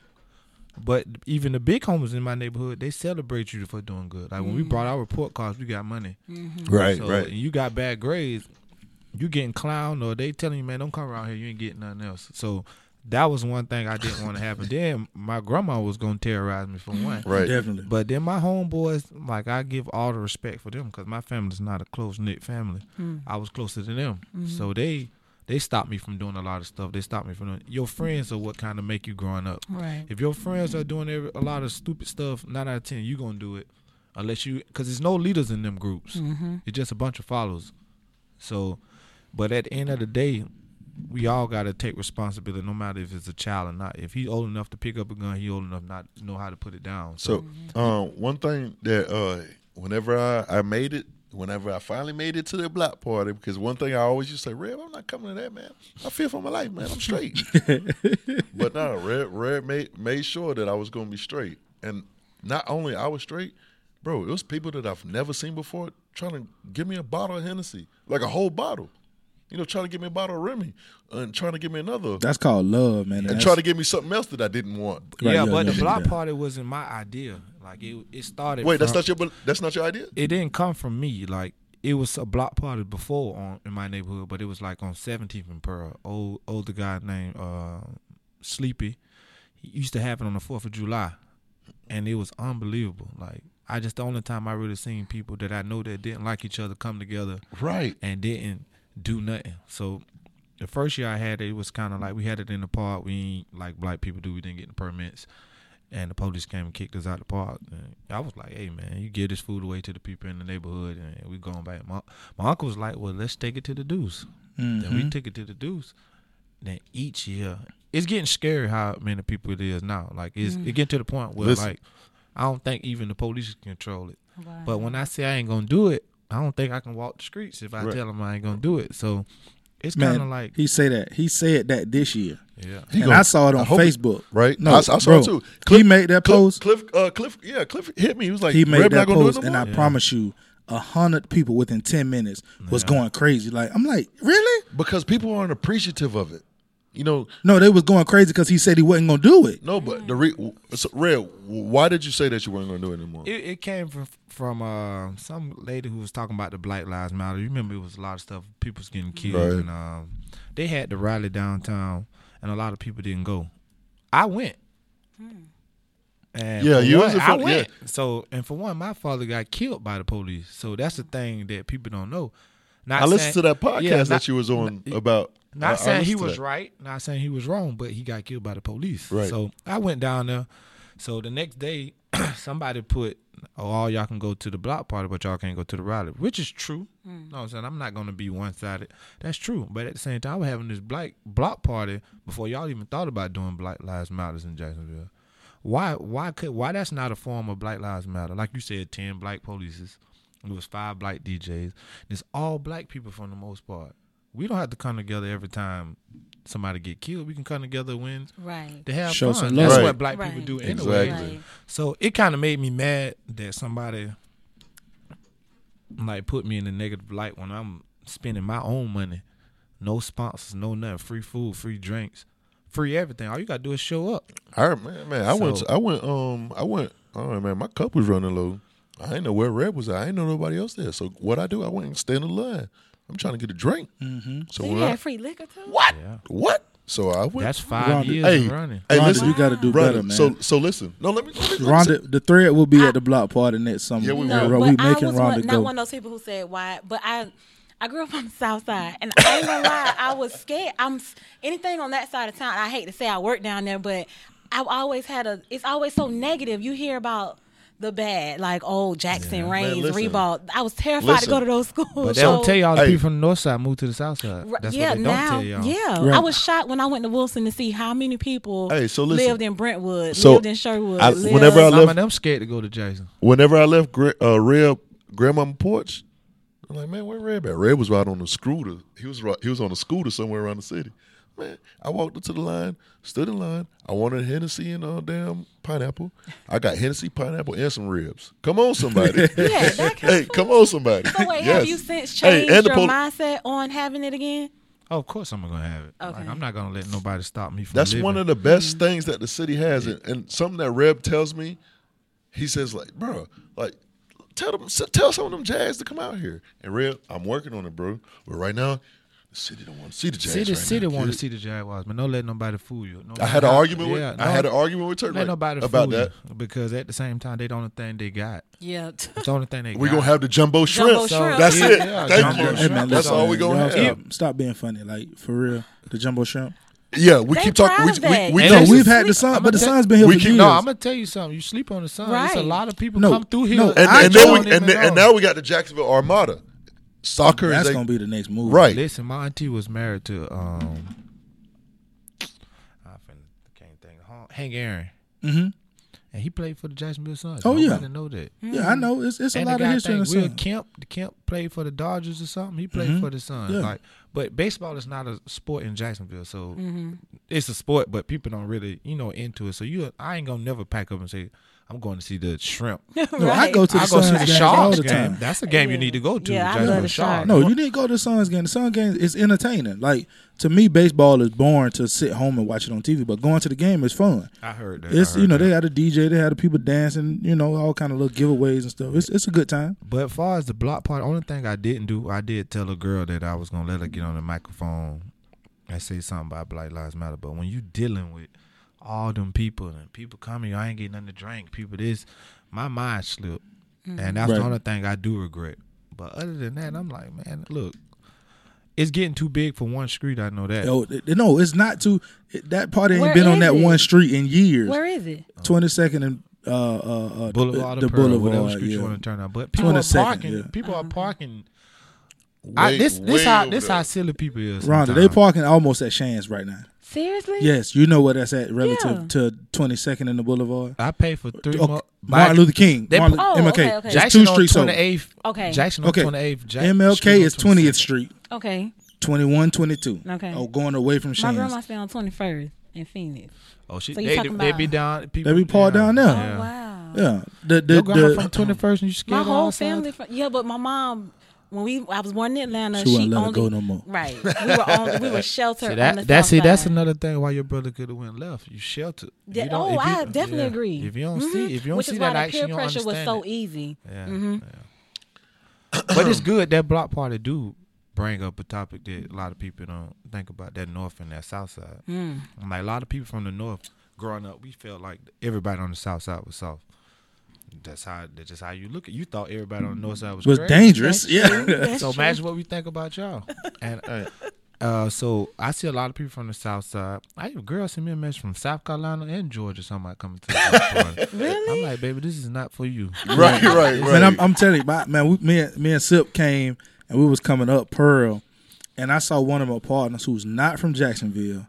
Speaker 2: But even the big homies in my neighborhood, they celebrate you for doing good. Like when we brought our report cards, we got money.
Speaker 1: Right,
Speaker 2: So,
Speaker 1: right.
Speaker 2: And you got bad grades, you getting clowned or they telling you, man, don't come around here. You ain't getting nothing else. So that was one thing I didn't want to happen. then my grandma was gonna terrorize me for one.
Speaker 1: Right.
Speaker 4: Definitely.
Speaker 2: But then my homeboys, like I give all the respect for them because my family's not a close knit family. I was closer to them, so they they stopped me from doing a lot of stuff. They stopped me from doing. Your friends are what kind of make you growing up.
Speaker 3: Right.
Speaker 2: If your friends are doing every, a lot of stupid stuff, nine out of ten you gonna do it, unless you because there's no leaders in them groups. It's just a bunch of followers. So, but at the end of the day, we all got to take responsibility, no matter if it's a child or not. If he's old enough to pick up a gun, he old enough not to know how to put it down.
Speaker 1: So, um, one thing that uh, whenever I, I made it, whenever I finally made it to the block party, because one thing I always used to say, Red, I'm not coming to that, man. I fear for my life, man. I'm straight. but no, Red, Red made, made sure that I was going to be straight. And not only I was straight, bro, it was people that I've never seen before trying to give me a bottle of Hennessy, like a whole bottle. You know, trying to give me a bottle of Remy and trying to give me another.
Speaker 4: That's called love, man.
Speaker 1: and
Speaker 4: That's-
Speaker 1: trying to give me something else that I didn't want.
Speaker 4: Right,
Speaker 2: yeah,
Speaker 4: you
Speaker 2: but the
Speaker 4: don't
Speaker 2: block
Speaker 4: do that.
Speaker 2: party wasn't my idea. Like it, it started.
Speaker 1: Wait, that's
Speaker 2: from-
Speaker 1: not your that's not your idea?
Speaker 2: It didn't come from me. Like it was a block party before on in my neighborhood, but it was like on 17th and Pearl. Old older guy named uh, Sleepy. He used to have it on the 4th of July, and it was unbelievable. Like I just the only time I really seen people that I know that didn't like each other come together
Speaker 1: Right.
Speaker 2: and didn't do nothing. So the first year I had it, it was kind of like we had it in the park. We ain't like black people do. We didn't get the permits, and the police came and kicked us out the park. And I was like, "Hey man, you give this food away to the people in the neighborhood, and we going back." My my uncle was like, "Well, let's take it to the deuce." Then we took it to the deuce. Then each year, it's getting scary how many people it is now. Like it's it getting to the point where
Speaker 1: Listen.
Speaker 2: like I don't think even the police can control it.
Speaker 3: Wow.
Speaker 2: But when I say I ain't gonna do it, I don't think I can walk the streets if I tell them I ain't gonna do it. So it's
Speaker 4: Man,
Speaker 2: kind of like
Speaker 4: he say that. He said that this year.
Speaker 2: yeah.
Speaker 1: He
Speaker 4: and
Speaker 1: gonna-
Speaker 4: I saw it on
Speaker 1: hope
Speaker 4: Facebook.
Speaker 1: right?
Speaker 4: No,
Speaker 1: I, I saw
Speaker 4: bro,
Speaker 1: it too.
Speaker 4: he made that
Speaker 1: Cliff,
Speaker 4: post.
Speaker 1: Cliff, uh, Cliff, yeah, Cliff hit me. He was like,
Speaker 4: he made
Speaker 1: "Reb
Speaker 4: that
Speaker 1: not gonna
Speaker 4: post,
Speaker 1: do it
Speaker 4: and
Speaker 1: no
Speaker 4: I
Speaker 1: more?"
Speaker 4: promise you, a hundred people within ten minutes was going crazy. Like I'm like, really?
Speaker 1: because people aren't appreciative of it. You know,
Speaker 4: No, they was going crazy because he said he wasn't gonna do it.
Speaker 1: no, but the re- so, Red, why did you say that you weren't gonna do it anymore?
Speaker 2: It, it came from from uh, some lady who was talking about the Black Lives Matter. You remember it was a lot of stuff. People's getting killed,
Speaker 1: Right.
Speaker 2: and um, they had the rally downtown, and a lot of people didn't go. I went. And
Speaker 1: Yeah,
Speaker 2: for
Speaker 1: you
Speaker 2: one,
Speaker 1: was in
Speaker 2: I
Speaker 1: front- yeah.
Speaker 2: went. So, and for one, my father got killed by the police. So that's the thing that people don't know. Not
Speaker 1: I
Speaker 2: saying-
Speaker 1: listened to that podcast
Speaker 2: yeah, not-
Speaker 1: that you was on
Speaker 2: not-
Speaker 1: about. I- I
Speaker 2: Not saying he
Speaker 1: listened to
Speaker 2: was
Speaker 1: that.
Speaker 2: right, not saying he was wrong, but he got killed by the police.
Speaker 1: Right.
Speaker 2: So I went down there. So the next day, somebody put, "Oh, all y'all can go to the block party, but y'all can't go to the rally," which is true. No, I'm saying I'm not gonna be one sided. That's true. But at the same time, I was having this black block party before y'all even thought about doing Black Lives Matters in Jacksonville. Why? Why could? Why that's not a form of Black Lives Matter? Like you said, ten black polices. It was five black DJs. It's all black people for the most part. We don't have to come together every time somebody get killed. We can come together when
Speaker 3: Right.
Speaker 2: they have
Speaker 4: Show
Speaker 2: fun.
Speaker 4: some
Speaker 2: That's
Speaker 1: love.
Speaker 2: what
Speaker 1: Right.
Speaker 2: black
Speaker 3: Right.
Speaker 2: people do anyway.
Speaker 1: Exactly.
Speaker 3: Right.
Speaker 2: So it kind of made me mad that somebody like put me in a negative light when I'm spending my own money, no sponsors, no nothing, free food, free drinks, free everything. All you gotta do is show up.
Speaker 1: I man, man, I went,
Speaker 2: So-
Speaker 1: I went, um, I went. Oh man, my cup was running low. I didn't know where Red was. At. I didn't know nobody else there. So what I do, I went and stand in line. I'm trying to get a drink. Mm-hmm. So,
Speaker 3: So you
Speaker 1: when I,
Speaker 3: had free liquor too?
Speaker 1: what?
Speaker 2: Yeah.
Speaker 1: What? So I went.
Speaker 2: That's five
Speaker 4: Rhonda,
Speaker 2: years
Speaker 1: hey,
Speaker 2: of running.
Speaker 1: hey,
Speaker 4: Rhonda,
Speaker 1: listen,
Speaker 4: you got to do
Speaker 1: Rhonda,
Speaker 4: better, man.
Speaker 1: So, so listen. No, let me. Let me let me
Speaker 4: Rhonda, the thread will be at the block party next summer.
Speaker 1: Yeah, we
Speaker 4: Bro,
Speaker 3: No,
Speaker 1: will.
Speaker 3: but
Speaker 4: we
Speaker 3: I was one,
Speaker 4: making Rhonda
Speaker 3: not
Speaker 4: go.
Speaker 3: one of those people who said why, but I. I grew up on the south side, and I ain't gonna lie, I was scared. I'm s- anything on that side of town. I hate to say I work down there, but I've always had a. It's always so negative. You hear about the bad, like oh Jackson, Rains,
Speaker 1: listen.
Speaker 3: Reebok. I was terrified to
Speaker 1: Listen.
Speaker 3: go to those schools.
Speaker 2: But they don't
Speaker 3: so-
Speaker 2: tell y'all the
Speaker 1: Hey.
Speaker 2: people from the north side move to the south side.
Speaker 3: Right,
Speaker 2: That's
Speaker 3: yeah,
Speaker 2: what they don't
Speaker 3: now,
Speaker 2: tell y'all.
Speaker 3: yeah. I
Speaker 4: Right.
Speaker 3: was shocked when I went to Wilson to see how many people
Speaker 1: Hey, so listen.
Speaker 3: lived in Brentwood,
Speaker 1: So,
Speaker 3: lived in Sherwood.
Speaker 1: I-
Speaker 3: lived,
Speaker 1: whenever I
Speaker 2: Some
Speaker 1: left-
Speaker 2: of them scared to go to Jackson.
Speaker 1: whenever I left Gra- uh, Reb grandmama porch, I'm like, man, where Reb at? Reb was right on the scooter. He was right, he was on a scooter somewhere around the city. Man, I walked into the line, stood in line. I wanted Hennessy and uh, damn pineapple. I got Hennessy, pineapple, and some ribs. Come on, somebody.
Speaker 3: yeah, that kind
Speaker 1: hey, come on, somebody.
Speaker 3: So wait,
Speaker 1: Yes.
Speaker 3: have you since
Speaker 1: Hey,
Speaker 3: changed
Speaker 1: and the
Speaker 3: your
Speaker 1: poli-
Speaker 3: mindset on having it again?
Speaker 2: Oh, of course I'm gonna have it. Like,
Speaker 3: Okay.
Speaker 2: I'm not gonna let nobody stop me from.
Speaker 1: That's
Speaker 2: living.
Speaker 1: one of the best things that the city has, and, and something that Reb tells me, he says like, bro, like tell them, s- tell some of them jazz to come out here. And Reb, I'm working on it, bro. But right now, the city don't want to see the jazz.
Speaker 2: See the
Speaker 1: right
Speaker 2: city
Speaker 1: now,
Speaker 2: want to
Speaker 1: kid.
Speaker 2: see the Jaguars, but don't let nobody fool you. No
Speaker 1: I had
Speaker 2: matter
Speaker 1: an
Speaker 2: how-
Speaker 1: argument with
Speaker 2: yeah,
Speaker 1: I
Speaker 2: no-
Speaker 1: had an argument with Turk
Speaker 2: Let nobody
Speaker 1: about
Speaker 2: fool
Speaker 1: that.
Speaker 2: you, because at the same time they the only thing they got.
Speaker 3: Yeah.
Speaker 2: It's the only thing they
Speaker 1: We're
Speaker 2: got.
Speaker 1: gonna have the jumbo shrimp.
Speaker 3: Jumbo shrimp.
Speaker 1: That's
Speaker 2: Yeah,
Speaker 1: it.
Speaker 2: yeah,
Speaker 1: Thank
Speaker 2: jumbo
Speaker 1: you.
Speaker 2: shrimp.
Speaker 4: Hey, man,
Speaker 1: That's
Speaker 4: listen,
Speaker 1: all we
Speaker 4: man,
Speaker 1: gonna
Speaker 4: y'all
Speaker 1: have.
Speaker 4: Stop, stop being funny, like for real. The jumbo shrimp.
Speaker 1: Yeah, we
Speaker 3: They
Speaker 1: keep talking.
Speaker 3: proud
Speaker 1: We,
Speaker 3: of that.
Speaker 1: we, we
Speaker 2: And
Speaker 4: No,
Speaker 2: it's
Speaker 1: keep-
Speaker 2: a
Speaker 4: we've had the
Speaker 2: sleep-
Speaker 4: sun,
Speaker 2: I'ma
Speaker 4: but the
Speaker 2: tell-
Speaker 4: sun's been here
Speaker 1: we
Speaker 4: for
Speaker 1: keep-
Speaker 4: years.
Speaker 2: No, I'm gonna tell you something. You sleep on the sun. It's a
Speaker 3: Right.
Speaker 2: lot of people
Speaker 4: No,
Speaker 2: come through here.
Speaker 4: no,
Speaker 1: and,
Speaker 4: I
Speaker 1: and then we,
Speaker 2: don't even
Speaker 1: and, and
Speaker 2: know.
Speaker 1: now we got the Jacksonville Armada. Soccer
Speaker 4: That's
Speaker 1: is a,
Speaker 4: gonna be the next move,
Speaker 1: right.
Speaker 2: Listen, my auntie was married to um, I fin- can't think. Hon- Hank Aaron,
Speaker 4: Mm-hmm.
Speaker 2: and he played for the Jacksonville Suns.
Speaker 4: Oh, yeah.
Speaker 2: Nobody know that.
Speaker 4: Yeah, I know. It's it's a
Speaker 2: and
Speaker 4: lot
Speaker 2: the
Speaker 4: of
Speaker 2: guy
Speaker 4: history in the
Speaker 2: think Will
Speaker 4: sun. Mm-hmm.
Speaker 2: Kemp, the Kemp played for the Dodgers or something. He played for the Suns.
Speaker 4: Yeah.
Speaker 2: Like, but baseball is not a sport in Jacksonville, so
Speaker 3: Mm-hmm.
Speaker 2: it's a sport, but people don't really, you know, into it. So you, I ain't gonna never pack up and say I'm going to see the shrimp.
Speaker 4: No, I go to the
Speaker 2: I go see
Speaker 4: Suns
Speaker 2: the
Speaker 4: games all
Speaker 2: Sharks
Speaker 4: the
Speaker 2: game.
Speaker 4: time.
Speaker 2: That's a game
Speaker 3: Yeah.
Speaker 2: you need to go to.
Speaker 3: Yeah, I love
Speaker 2: Jacksonville
Speaker 3: the Sharks.
Speaker 4: No, you didn't go to the Suns game. The Suns game is entertaining. Like to me, baseball is boring to sit home and watch it on TV. But going to the game is fun.
Speaker 2: I heard that. I
Speaker 4: It's you
Speaker 2: heard
Speaker 4: know
Speaker 2: that.
Speaker 4: they had a DJ, they had the people dancing, you know all kind of little giveaways and stuff. It's it's a good time.
Speaker 2: But as far as the block part, only thing I didn't do, I did tell a girl that I was gonna let her get on the microphone and say something about Black Lives Matter. But when you dealing with all them people and people coming, I ain't getting nothing to drink. People this, my mind slipped, and that's
Speaker 4: Right.
Speaker 2: the only thing I do regret. But other than that, I'm like, man, look, It's getting too big for one street. I know that.
Speaker 4: Yo, th- no, it's not too. it- That part ain't
Speaker 3: Where
Speaker 4: been on
Speaker 3: is
Speaker 4: that
Speaker 3: it?
Speaker 4: one street in years.
Speaker 3: Where is it?
Speaker 4: Twenty second and uh, uh, uh,
Speaker 2: Oh. Boulevard,
Speaker 4: the
Speaker 2: of Pearl,
Speaker 4: Boulevard.
Speaker 2: whatever street
Speaker 4: yeah.
Speaker 2: you want to turn out. But people are
Speaker 4: 22nd,
Speaker 2: parking.
Speaker 4: yeah.
Speaker 2: People are parking. I,
Speaker 1: Way-
Speaker 2: this this
Speaker 1: way
Speaker 2: how
Speaker 1: over
Speaker 2: this
Speaker 1: there.
Speaker 2: how silly people is.
Speaker 4: Rhonda, they
Speaker 2: sometimes.
Speaker 4: parking almost at Shan's right now.
Speaker 3: Seriously?
Speaker 4: Yes, you know where that's at relative
Speaker 3: Yeah.
Speaker 4: to Twenty second and the Boulevard.
Speaker 2: I pay for three.
Speaker 4: Okay,
Speaker 2: mo-
Speaker 4: Martin Luther King.
Speaker 2: They
Speaker 4: Martin,
Speaker 3: par-
Speaker 4: Lu-
Speaker 3: Oh,
Speaker 4: MLK.
Speaker 3: okay, okay.
Speaker 4: It's
Speaker 2: Jackson
Speaker 4: two
Speaker 2: on
Speaker 4: streets over.
Speaker 2: 28th.
Speaker 3: Okay.
Speaker 2: Jackson on
Speaker 4: Okay.
Speaker 2: 28th. Jack-
Speaker 4: MLK is
Speaker 2: Street on
Speaker 4: 20th Street,
Speaker 3: Okay.
Speaker 4: 21, 22.
Speaker 3: Okay.
Speaker 4: Oh, going away from
Speaker 3: My
Speaker 4: Shan's.
Speaker 3: grandma stay on 21st in Phoenix.
Speaker 2: Oh shit,
Speaker 3: So you
Speaker 2: they,
Speaker 3: talking
Speaker 2: they
Speaker 3: about-
Speaker 2: be down. People,
Speaker 4: They be parked down there.
Speaker 2: Yeah.
Speaker 4: Oh,
Speaker 3: Wow.
Speaker 4: Yeah. The the,
Speaker 2: Your grandma
Speaker 4: the
Speaker 2: from twenty first, and you scared
Speaker 3: My
Speaker 2: of
Speaker 3: whole
Speaker 2: outside?
Speaker 3: family, from, yeah, but my mom, when we, I was born in Atlanta,
Speaker 4: She
Speaker 3: she,
Speaker 4: wouldn't let her
Speaker 3: only
Speaker 4: go no more.
Speaker 3: Right, we were on, we were sheltered.
Speaker 2: See,
Speaker 3: on the
Speaker 2: that, that's
Speaker 3: south
Speaker 2: see, that's
Speaker 3: side.
Speaker 2: another thing why your brother could have went left. You sheltered. If
Speaker 3: Yeah,
Speaker 2: you don't-
Speaker 3: oh,
Speaker 2: if you-
Speaker 3: I definitely
Speaker 2: yeah.
Speaker 3: agree.
Speaker 2: If you don't
Speaker 3: Mhm.
Speaker 2: see, if you don't
Speaker 3: Which
Speaker 2: see
Speaker 3: is
Speaker 2: that
Speaker 3: why the
Speaker 2: action,
Speaker 3: peer
Speaker 2: you don't
Speaker 3: pressure was
Speaker 2: understand
Speaker 3: so
Speaker 2: it.
Speaker 3: easy.
Speaker 2: Yeah, yeah. but it's good that block party do bring up a topic that a lot of people don't think about that north and that south side. I'm Like a lot of people from the north growing up, we felt like everybody on the south side was soft. That's how that's just how you look at. You thought everybody on the north side was
Speaker 4: was
Speaker 2: crazy.
Speaker 4: dangerous. Yeah.
Speaker 2: So imagine what we think about y'all. And uh, uh, so I see a lot of people from the South Side. I have girls send me a message from South Carolina and Georgia. Somebody coming to the party. really? I'm like, baby, this is not for you.
Speaker 1: Right, right, right.
Speaker 4: Man, I'm, I'm telling you, my, man, we, me, and- me and Sip came and we was coming up Pearl, and I saw one of my partners who's not from Jacksonville.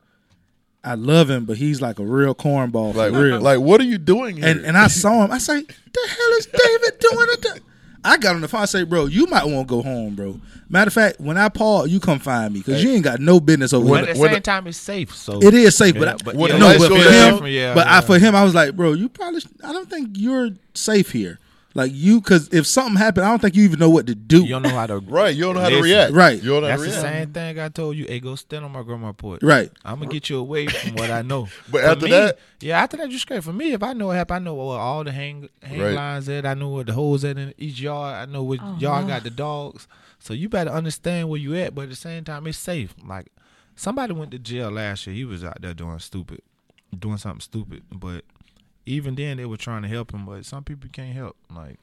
Speaker 4: I love him, but he's like a real cornball,
Speaker 1: like,
Speaker 4: for real.
Speaker 1: like, what are you doing here?
Speaker 4: and and I saw him. I say, the hell is David doing it? th-" I got on the phone. I say, bro, you might want to go home, bro. Matter of fact, when I pause, you come find me because you ain't got no business over
Speaker 2: But
Speaker 4: there.
Speaker 2: at the
Speaker 1: when
Speaker 2: same
Speaker 1: the-
Speaker 2: time, it's safe. So
Speaker 4: It is safe,
Speaker 2: Yeah,
Speaker 4: but, I,
Speaker 2: but
Speaker 1: When
Speaker 2: yeah,
Speaker 1: the
Speaker 4: no,
Speaker 1: lights
Speaker 4: but
Speaker 1: go
Speaker 4: for
Speaker 1: down-
Speaker 4: him,
Speaker 2: Yeah,
Speaker 4: but I,
Speaker 2: yeah.
Speaker 4: for him, I was like, bro, you probably, sh- I don't think you're safe here. Like you, because if something happened, I don't think you even know what to do.
Speaker 2: you don't know how to.
Speaker 1: right, you don't know how to
Speaker 2: Listen,
Speaker 1: react.
Speaker 4: Right.
Speaker 1: you don't know how
Speaker 2: That's
Speaker 1: to
Speaker 2: the
Speaker 1: react.
Speaker 2: same thing I told you. Hey, go stand on my grandma's porch.
Speaker 4: Right.
Speaker 2: I'm gonna get you away from what I know.
Speaker 1: But
Speaker 2: For
Speaker 1: after
Speaker 2: me-
Speaker 1: that-
Speaker 2: yeah, after that, you straight. For me, if I know what happened, I know where all the hang, hang
Speaker 1: Right.
Speaker 2: lines at. I know where the holes at in each yard. I know where y'all got the dogs. So you better understand where you at. But at the same time, it's safe. Like somebody went to jail last year. He was out there doing stupid, doing something stupid. But even then, they were trying to help him. But some people can't help. Like.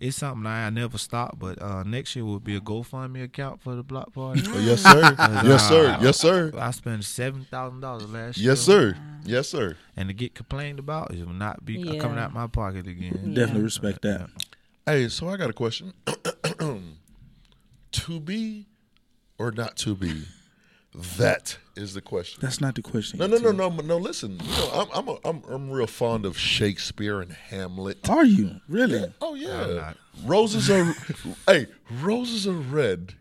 Speaker 2: It's something I I never stopped, but uh, next year will be a GoFundMe account for the block party.
Speaker 1: Yes, sir. yes, sir. Yes, sir.
Speaker 2: I spent seven thousand dollars last year.
Speaker 1: Yes, sir. Yes, sir.
Speaker 2: And to get complained about is not be
Speaker 3: Yeah.
Speaker 2: coming out my pocket again.
Speaker 4: Definitely respect that.
Speaker 1: Hey, so I got a question. to be or not to be? That is the question.
Speaker 4: That's not the question.
Speaker 1: No, no, no, no, no. Listen, you know, I'm, I'm, a, I'm, I'm real fond of Shakespeare and Hamlet.
Speaker 4: Are you really?
Speaker 1: Oh yeah,
Speaker 2: not.
Speaker 1: roses are. hey, roses are red.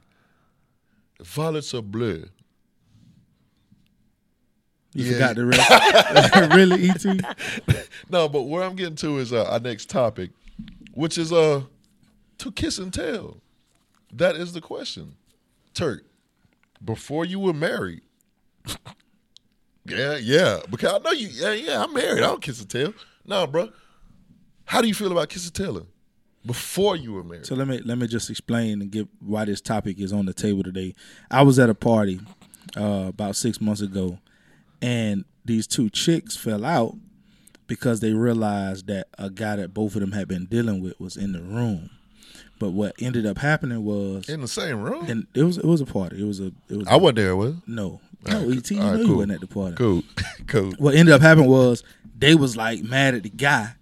Speaker 1: Violets are blue.
Speaker 4: You
Speaker 1: Yeah.
Speaker 4: forgot the rest. really, E Et?
Speaker 1: No, but where I'm getting to is uh, our next topic, which is uh, to kiss and tell. That is the question, Turk. Before you were married. Yeah, yeah. Because I know you. Yeah, yeah. I'm married. I don't kiss and tell. Nah, bro. How do you feel about kiss and telling? Before you were married.
Speaker 4: So let me let me just explain and give why this topic is on the table today. I was at a party uh, about six months ago, and these two chicks fell out because they realized that a guy that both of them had been dealing with was in the room. But what ended up happening was,
Speaker 1: in the same room.
Speaker 4: and it was it was a party. It was a it was
Speaker 1: I wasn't there. Was
Speaker 4: no no et you
Speaker 1: All right,
Speaker 4: know you
Speaker 1: cool.
Speaker 4: wasn't at the party
Speaker 1: cool, cool.
Speaker 4: what ended up happening was they was like mad at the guy.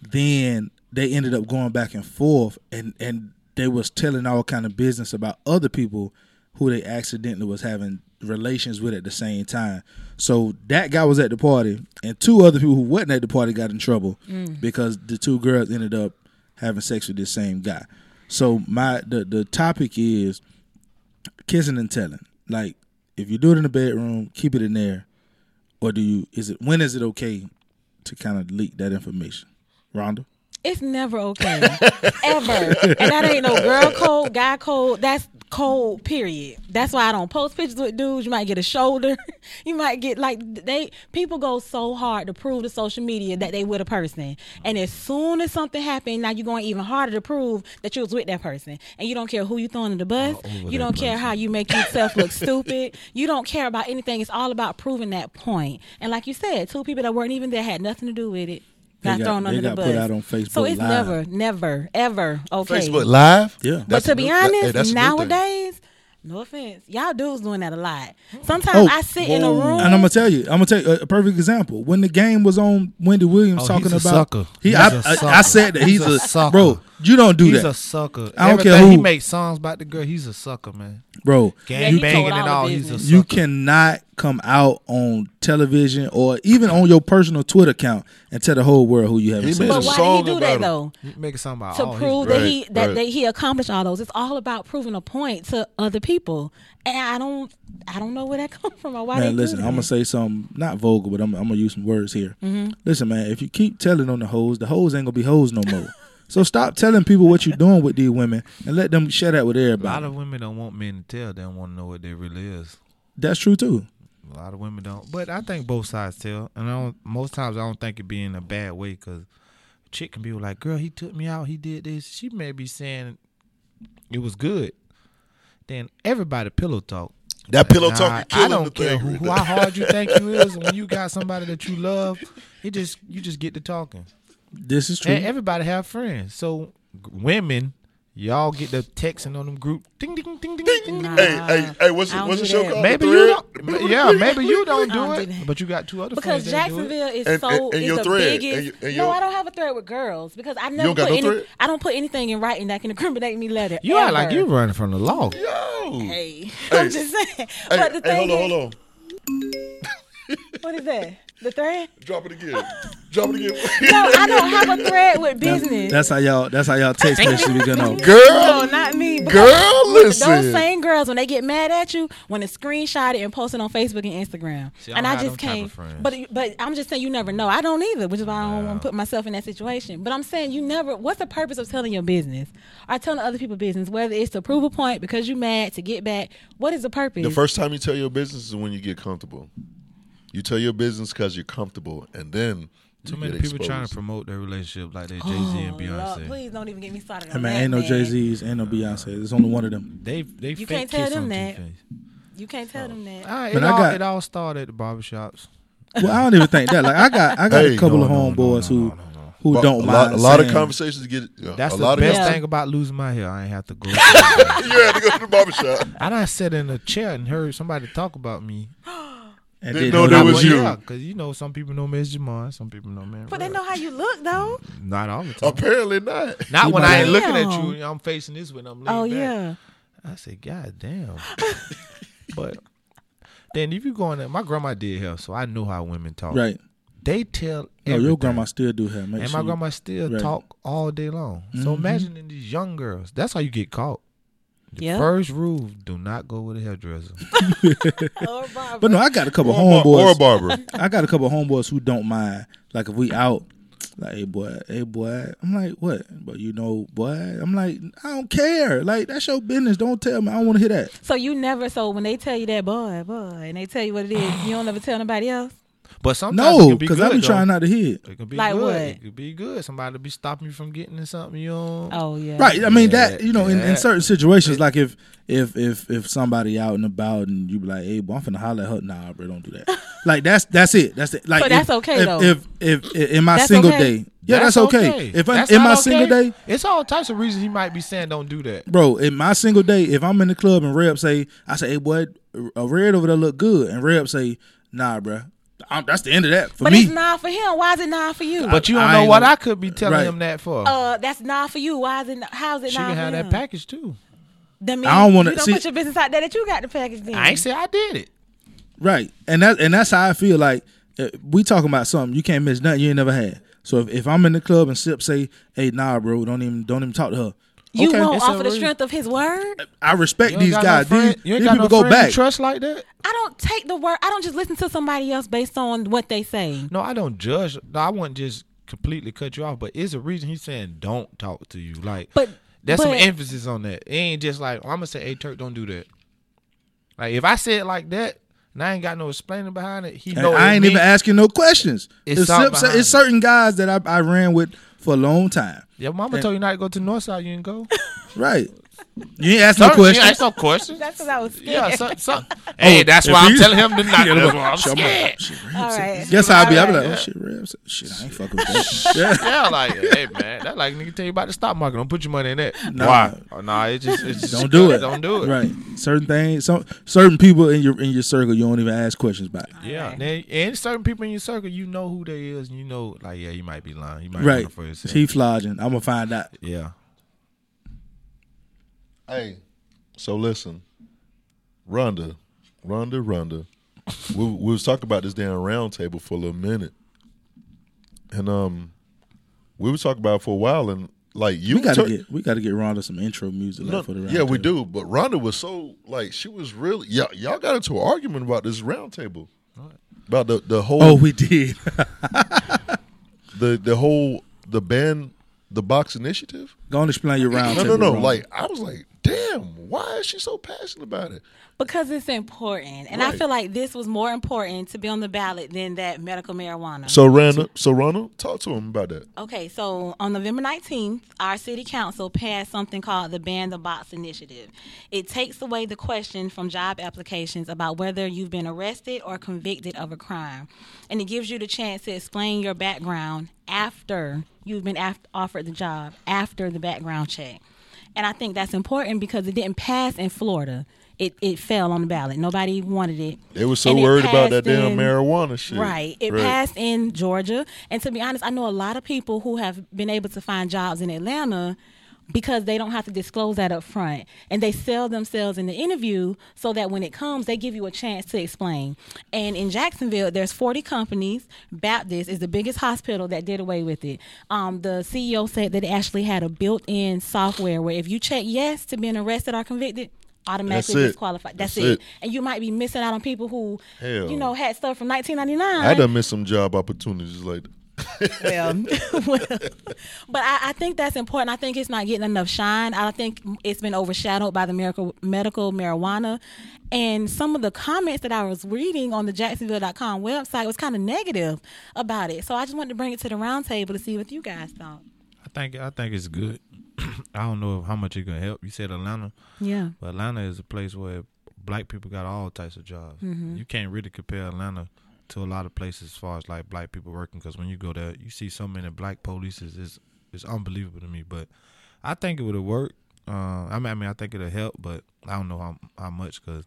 Speaker 4: Then they ended up going back and forth, and and they was telling all kind of business about other people who they accidentally was having relations with at the same time. So that guy was at the party, and two other people who wasn't at the party got in trouble because the two girls ended up having sex with this same guy. So my the the topic is kissing and telling. Like if you do it in the bedroom, keep it in there or do you is it when is it okay to kind of leak that information rhonda
Speaker 3: It's never okay, ever. And that ain't no girl code, guy code. That's cold. Period. That's why I don't post pictures with dudes. You might get a shoulder. You might get like they people go so hard to prove to social media that they with a person. And as soon as something happened, now you're going even harder to prove that you was with that person. And you don't care who you throwing in the bus. you don't care how you make yourself look stupid. You don't care about anything. It's all about proving that point. And like you said, two people that weren't even there had nothing to do with it.
Speaker 4: They
Speaker 3: Got,
Speaker 4: got-
Speaker 3: thrown
Speaker 4: they
Speaker 3: under the
Speaker 4: got
Speaker 3: bus.
Speaker 4: put out on Facebook
Speaker 3: So it's
Speaker 4: Live.
Speaker 3: never, never, ever okay.
Speaker 1: Facebook Live.
Speaker 4: Yeah.
Speaker 3: But
Speaker 1: That's
Speaker 3: to
Speaker 1: a
Speaker 3: be
Speaker 1: new- that- hey,
Speaker 3: honest,
Speaker 1: that's a new thing.
Speaker 3: nowadays No offense, y'all dudes doing that a lot.
Speaker 1: Hmm.
Speaker 3: Sometimes
Speaker 4: Oh,
Speaker 3: I sit in a
Speaker 2: whoa.
Speaker 3: room.
Speaker 4: And I'm gonna tell you, I'm gonna tell you a, a perfect example. When the game was on, Wendy Williams
Speaker 2: Oh,
Speaker 4: talking
Speaker 2: he's a
Speaker 4: about
Speaker 2: sucker.
Speaker 4: he,
Speaker 2: He's
Speaker 4: I
Speaker 2: a
Speaker 4: I-
Speaker 2: sucker.
Speaker 4: I said that he's,
Speaker 2: He's a
Speaker 4: a,
Speaker 2: sucker.
Speaker 4: bro. You don't do
Speaker 2: He's
Speaker 4: that,
Speaker 2: a sucker.
Speaker 4: I don't care
Speaker 2: Everything He
Speaker 4: who-
Speaker 2: make songs about the girl. He's a sucker, man.
Speaker 4: bro.
Speaker 2: Gang
Speaker 3: he
Speaker 2: banging
Speaker 3: told all
Speaker 2: and
Speaker 3: the
Speaker 2: all. He's a
Speaker 3: business.
Speaker 2: sucker.
Speaker 4: You cannot come out on television or even on your personal Twitter account and tell the whole world who you
Speaker 1: He
Speaker 4: have.
Speaker 1: made
Speaker 3: but
Speaker 1: a
Speaker 3: why
Speaker 1: song
Speaker 3: do you do
Speaker 1: about
Speaker 3: that
Speaker 1: him.
Speaker 3: though?
Speaker 2: You make a song about
Speaker 3: to
Speaker 2: all his girls.
Speaker 3: prove
Speaker 1: Right,
Speaker 3: that he that,
Speaker 1: right.
Speaker 3: that he accomplished all those. It's all about proving a point to other people, and I don't I don't know where that comes from or why they Mm-hmm.
Speaker 4: Man, listen,
Speaker 3: do that.
Speaker 4: I'm gonna say something not vulgar, but I'm, I'm gonna use some words here. Listen, man, if you keep telling on the hoes, the hoes ain't gonna be hoes no more. so stop telling people what you're doing with these women and let them share that with
Speaker 2: A lot
Speaker 4: everybody.
Speaker 2: of women don't want men to tell. They don't want to know what they really is.
Speaker 4: That's true too.
Speaker 2: A lot of women don't. But I think both sides tell, and I don't, most times I don't think it be in a bad way because chick can be like, "Girl, he took me out. He did this." She may be saying it was good. Then everybody pillow talk.
Speaker 1: That pillow talk
Speaker 2: Nah,
Speaker 1: is killing
Speaker 2: I don't
Speaker 1: the
Speaker 2: care
Speaker 1: thing.
Speaker 2: who, how hard you think you is. When you got somebody that you love, it just you just get to talking.
Speaker 4: This is true.
Speaker 2: And everybody have friends. So g- women, y'all get the texting on them group. Ding ding ding ding ding. ding.
Speaker 3: Nah.
Speaker 1: Hey, hey, hey, what's,
Speaker 3: I don't
Speaker 1: what's the
Speaker 3: do
Speaker 1: show
Speaker 3: that.
Speaker 1: called? The
Speaker 2: Maybe you
Speaker 1: Thread?
Speaker 2: don't. Yeah, maybe you don't do
Speaker 3: I don't
Speaker 2: it.
Speaker 3: do that.
Speaker 2: but you got two other
Speaker 3: because
Speaker 2: friends that do it.
Speaker 3: Jacksonville is
Speaker 1: And-
Speaker 3: so
Speaker 1: and- and
Speaker 3: is
Speaker 1: your
Speaker 3: the
Speaker 1: thread, and
Speaker 3: biggest.
Speaker 1: your- and
Speaker 3: no,
Speaker 1: your-
Speaker 3: I don't have a thread with girls because I never
Speaker 1: don't got
Speaker 3: put
Speaker 1: no
Speaker 3: any.
Speaker 1: thread?
Speaker 3: I don't put anything in writing that can incriminate me later.
Speaker 2: You
Speaker 3: ever.
Speaker 2: act like you running from the law.
Speaker 1: Yo. Hey,
Speaker 3: Hey, I'm just saying. but the
Speaker 1: hey, hold
Speaker 3: thing
Speaker 1: on,
Speaker 3: is,
Speaker 1: hold on.
Speaker 3: what is that? The thread?
Speaker 1: Drop it again. Drop it again.
Speaker 3: No, I don't have a thread with
Speaker 4: That-
Speaker 3: business.
Speaker 4: That's how y'all. That's how y'all text messages be going on.
Speaker 1: Girl,
Speaker 3: no, not me. because-
Speaker 1: girl,
Speaker 3: Those
Speaker 1: listen.
Speaker 3: same girls when they get mad at you, when to screenshot it and post it on Facebook and Instagram.
Speaker 2: See, I
Speaker 3: and
Speaker 2: don't
Speaker 3: I
Speaker 2: have them
Speaker 3: just
Speaker 2: type
Speaker 3: can't.
Speaker 2: of friends.
Speaker 3: But but I'm just saying you never know. I don't either, which is why I don't want to put myself in that situation. But I'm saying you never. What's the purpose of telling your business or telling other people business? Whether it's to prove a point because you mad to get back. What is the purpose?
Speaker 1: The first time you tell your business is when you get comfortable. You tell your business because you're comfortable, and then
Speaker 2: Too
Speaker 1: you
Speaker 2: many
Speaker 1: get
Speaker 2: people trying to
Speaker 1: exposed.
Speaker 2: promote their relationship like they Jay Z
Speaker 3: Oh,
Speaker 2: and
Speaker 3: Lord,
Speaker 2: Beyonce.
Speaker 3: please don't even get me started.
Speaker 4: Hey,
Speaker 3: on
Speaker 4: man,
Speaker 3: that,
Speaker 4: ain't no Jay Z's, ain't no Beyonce. There's only one of them.
Speaker 2: They they fake
Speaker 3: can't tell
Speaker 2: kiss
Speaker 3: them
Speaker 2: on
Speaker 3: that.
Speaker 2: Two-Face.
Speaker 3: You can't tell them that.
Speaker 2: Ah, it,
Speaker 4: But I
Speaker 2: all,
Speaker 4: got-
Speaker 2: it all started at the barbershops.
Speaker 4: Well, I don't even think that. Like I got, I got
Speaker 1: Hey,
Speaker 4: a couple
Speaker 2: no,
Speaker 4: of
Speaker 2: no,
Speaker 4: homeboys
Speaker 2: no, no,
Speaker 4: who,
Speaker 2: no, no.
Speaker 4: who
Speaker 1: But
Speaker 4: don't
Speaker 1: a
Speaker 4: mind.
Speaker 1: lot, a lot of
Speaker 4: saying-
Speaker 1: conversations get. uh,
Speaker 2: That's
Speaker 1: a
Speaker 2: the
Speaker 1: lot
Speaker 2: best
Speaker 1: of
Speaker 2: thing about losing my hair. I ain't have to go. I
Speaker 1: You had to go to the barbershop.
Speaker 2: done sat in a chair and heard somebody talk about me.
Speaker 4: and
Speaker 1: Didn't
Speaker 4: didn't
Speaker 1: know
Speaker 4: know
Speaker 1: that
Speaker 4: I
Speaker 1: was
Speaker 4: was
Speaker 1: you.
Speaker 2: because you know some people know Miss Jamar, some people know man.
Speaker 3: But they know how you look though.
Speaker 2: Not all the time.
Speaker 1: Apparently not.
Speaker 2: Not
Speaker 4: You
Speaker 2: when
Speaker 4: might
Speaker 2: I ain't
Speaker 3: not.
Speaker 2: looking at
Speaker 3: Damn.
Speaker 2: you. I'm facing this when I'm. leaning
Speaker 3: Oh
Speaker 2: back.
Speaker 3: yeah.
Speaker 2: I said, God damn. but then if you go in there, my grandma did hair, so I know how women talk.
Speaker 4: right.
Speaker 2: They tell
Speaker 4: No,
Speaker 2: everything.
Speaker 4: your grandma still do have. Make
Speaker 2: and
Speaker 4: sure
Speaker 2: my
Speaker 4: you-
Speaker 2: grandma still
Speaker 4: Right. Mm-hmm.
Speaker 2: talk all day long. So imagine in these young girls, that's how you get caught. The
Speaker 3: Yep.
Speaker 2: first rule, do not go with a hairdresser.
Speaker 3: Or Barbara.
Speaker 4: But no, I got a couple
Speaker 1: Or, a bar- or a
Speaker 4: homeboys.
Speaker 1: barber.
Speaker 4: I got a couple homeboys who don't mind. Like if we out, like hey boy, hey boy. I'm like what? But you know, boy. I'm like I don't care. Like that's your business. Don't tell me. I don't want to hear that.
Speaker 3: So you never so when they tell you that boy, boy, and they tell you what it is, you don't ever tell nobody else.
Speaker 2: But sometimes it
Speaker 4: No,
Speaker 2: can be
Speaker 4: because I
Speaker 2: good,
Speaker 4: be
Speaker 2: though.
Speaker 4: trying not to hear. it.
Speaker 2: It can be
Speaker 3: Like
Speaker 2: good.
Speaker 3: what?
Speaker 2: It could be good. Somebody be stopping you from getting in something you don't.
Speaker 3: Oh yeah.
Speaker 4: Right. I mean
Speaker 2: Yeah,
Speaker 4: that you know in,
Speaker 2: yeah.
Speaker 4: in certain situations like if if if if somebody out and about and you be like hey boy I'm finna holler at her nah bro don't do that like that's that's it that's it like
Speaker 3: So that's
Speaker 4: if-
Speaker 3: okay,
Speaker 4: if,
Speaker 3: though?
Speaker 4: if, if if in my
Speaker 3: That's
Speaker 4: single
Speaker 3: okay?
Speaker 4: day yeah that's, okay. if I,
Speaker 2: That's
Speaker 4: in
Speaker 2: not
Speaker 4: my
Speaker 2: okay.
Speaker 4: single day
Speaker 2: it's all types of reasons he might be saying don't do that.
Speaker 4: bro in my single day if I'm in the club and Reb say I say hey boy a red over there look good and Reb say nah bro I'm, that's the end of that for
Speaker 3: But
Speaker 4: me
Speaker 3: it's not for him. Why is it not for you?
Speaker 2: But you don't
Speaker 4: I
Speaker 2: know
Speaker 4: ain't
Speaker 2: what
Speaker 4: gonna-
Speaker 2: I could be telling
Speaker 4: Right.
Speaker 2: him that for.
Speaker 3: uh, that's not for you. Why is it? Not, how's it
Speaker 2: she
Speaker 3: not
Speaker 2: can
Speaker 3: for
Speaker 2: have
Speaker 3: him?
Speaker 2: that package too.
Speaker 3: That means
Speaker 4: I don't wanna-
Speaker 3: you
Speaker 4: see-
Speaker 3: put your business out there that you got the package. Then
Speaker 2: I ain't say I did it.
Speaker 4: Right, and that and that's how I feel. Like uh, we talking about something you can't miss nothing you ain't never had. So if, if I'm in the club and Sip say, "Hey, nah, bro, don't even don't even talk to her."
Speaker 3: you
Speaker 4: okay,
Speaker 3: won't
Speaker 2: it's a
Speaker 3: offer the
Speaker 2: reason.
Speaker 3: strength of his word.
Speaker 4: I respect
Speaker 2: You ain't
Speaker 4: these
Speaker 2: got
Speaker 4: guys.
Speaker 2: No friend-
Speaker 4: these
Speaker 2: you ain't
Speaker 4: these
Speaker 2: got no
Speaker 4: people go
Speaker 2: friend you
Speaker 4: back.
Speaker 2: Trust like that?
Speaker 3: I don't take the word. I don't just listen to somebody else based on what they say.
Speaker 2: No, I don't judge. No, I wouldn't just completely cut you off. But it's a reason he's saying don't talk to you. Like,
Speaker 3: But-
Speaker 2: there's some
Speaker 3: but-
Speaker 2: emphasis on that. It ain't just like I'm gonna say, "Hey, Turk, don't do that." Like if I say it like that, and I ain't got no explaining behind it, he
Speaker 4: And
Speaker 2: know
Speaker 4: I
Speaker 2: it
Speaker 4: ain't
Speaker 2: mean-
Speaker 4: even asking no questions.
Speaker 2: It's
Speaker 4: If
Speaker 2: something
Speaker 4: Sip say-
Speaker 2: behind
Speaker 4: it's
Speaker 2: it.
Speaker 4: certain guys that I, I ran with for a long time.
Speaker 2: Your mama told you not to go to Northside. You didn't go.
Speaker 4: Right. You ain't ask no
Speaker 8: Some, you
Speaker 4: questions.
Speaker 8: ask no questions.
Speaker 3: That's what I was scared.
Speaker 8: Yeah, some, some. Hey, that's
Speaker 4: Oh, if
Speaker 8: why I'm
Speaker 4: you-
Speaker 8: telling him to not.
Speaker 4: Yeah,
Speaker 8: that's
Speaker 4: but-
Speaker 8: why I'm
Speaker 4: shit, I'm
Speaker 8: scared.
Speaker 4: like, shit,
Speaker 3: All right.
Speaker 4: Yes, I'll be.
Speaker 3: All
Speaker 4: I'll be
Speaker 3: right.
Speaker 4: like, oh shit, Rams. Shit, I ain't fucking with that. yeah.
Speaker 8: Yeah, like, hey man, that like nigga tell you about the stock market. Don't put your money in that.
Speaker 4: Nah.
Speaker 8: Why? Oh, nah, it just, it's just
Speaker 4: Don't do it.
Speaker 8: Don't do it.
Speaker 4: Right. Certain things. Some certain people in your in your circle, you don't even ask questions about.
Speaker 8: Yeah, and, and certain people in your circle, you know who they is, and you know, like, yeah, you might be lying. You might
Speaker 4: Right.
Speaker 8: be for yourself.
Speaker 4: He flogging. I'm gonna find out.
Speaker 8: yeah,
Speaker 1: Hey, so listen, Rhonda, Rhonda, Rhonda. we we was talking about this damn round table for a little minute, and um, we were talking about it for a while, and like you
Speaker 4: We gotta
Speaker 1: took-
Speaker 4: get we gotta get Rhonda some intro music like,
Speaker 1: No,
Speaker 4: for the round
Speaker 1: yeah, we
Speaker 4: table.
Speaker 1: do. But Rhonda was so like she was really yeah. Y'all got into an argument about this round table, about the the whole
Speaker 4: Oh, we did.
Speaker 1: the the whole the ban the box initiative.
Speaker 4: Go and explain your round
Speaker 1: No, no,
Speaker 4: table.
Speaker 1: no.
Speaker 4: Rhonda.
Speaker 1: Like I was like, damn, why is she so passionate about it?
Speaker 3: Because it's important. And I
Speaker 1: Right.
Speaker 3: feel like this was more important to be on the ballot than that medical marijuana.
Speaker 1: So Rhonda, so Rhonda, talk to him about that.
Speaker 3: Okay, so on November 19th, our city council passed something called the Ban the Box Initiative. It takes away the question from job applications about whether you've been arrested or convicted of a crime. And it gives you the chance to explain your background after you've been af- offered the job, after the background check. And I think that's important because it didn't pass in Florida. It, it fell on the ballot. Nobody wanted it.
Speaker 1: They were so
Speaker 3: And it
Speaker 1: worried about that
Speaker 3: passed
Speaker 1: damn
Speaker 3: in-
Speaker 1: marijuana shit.
Speaker 3: Right. It passed in Georgia. And to be honest, I know a lot of people who have been able to find jobs in Atlanta because they don't have to disclose that up front. And they sell themselves in the interview so that when it comes, they give you a chance to explain. And in Jacksonville, there's 40 companies. Baptist is the biggest hospital that did away with it. Um, the CEO said that it actually had a built-in software where if you check yes to being arrested or convicted, automatically
Speaker 1: That's it.
Speaker 3: disqualified. That's,
Speaker 1: That's
Speaker 3: it.
Speaker 1: it.
Speaker 3: And you might be missing out on people who,
Speaker 1: Hell.
Speaker 3: you know, had stuff from 1999.
Speaker 1: I done missed some job opportunities like that.
Speaker 3: Well, well, but I, I think that's important. I think it's not getting enough shine. I think it's been overshadowed by the miracle, medical marijuana. And some of the comments that I was reading on the Jacksonville.com website was kind of negative about it. So I just wanted to bring it to the roundtable to see what you guys thought.
Speaker 2: I think I think it's good. I don't know how much it gonna help. You said Atlanta,
Speaker 3: Yeah.
Speaker 2: but Atlanta is a place where black people got all types of jobs.
Speaker 3: Mm-hmm.
Speaker 2: You can't really compare Atlanta to a lot of places as far as like black people working. Because when you go there, you see so many black police. It's it's, it's unbelievable to me. But I think it would have worked. Uh, I mean, I mean, I think it'll help, but I don't know how how much because.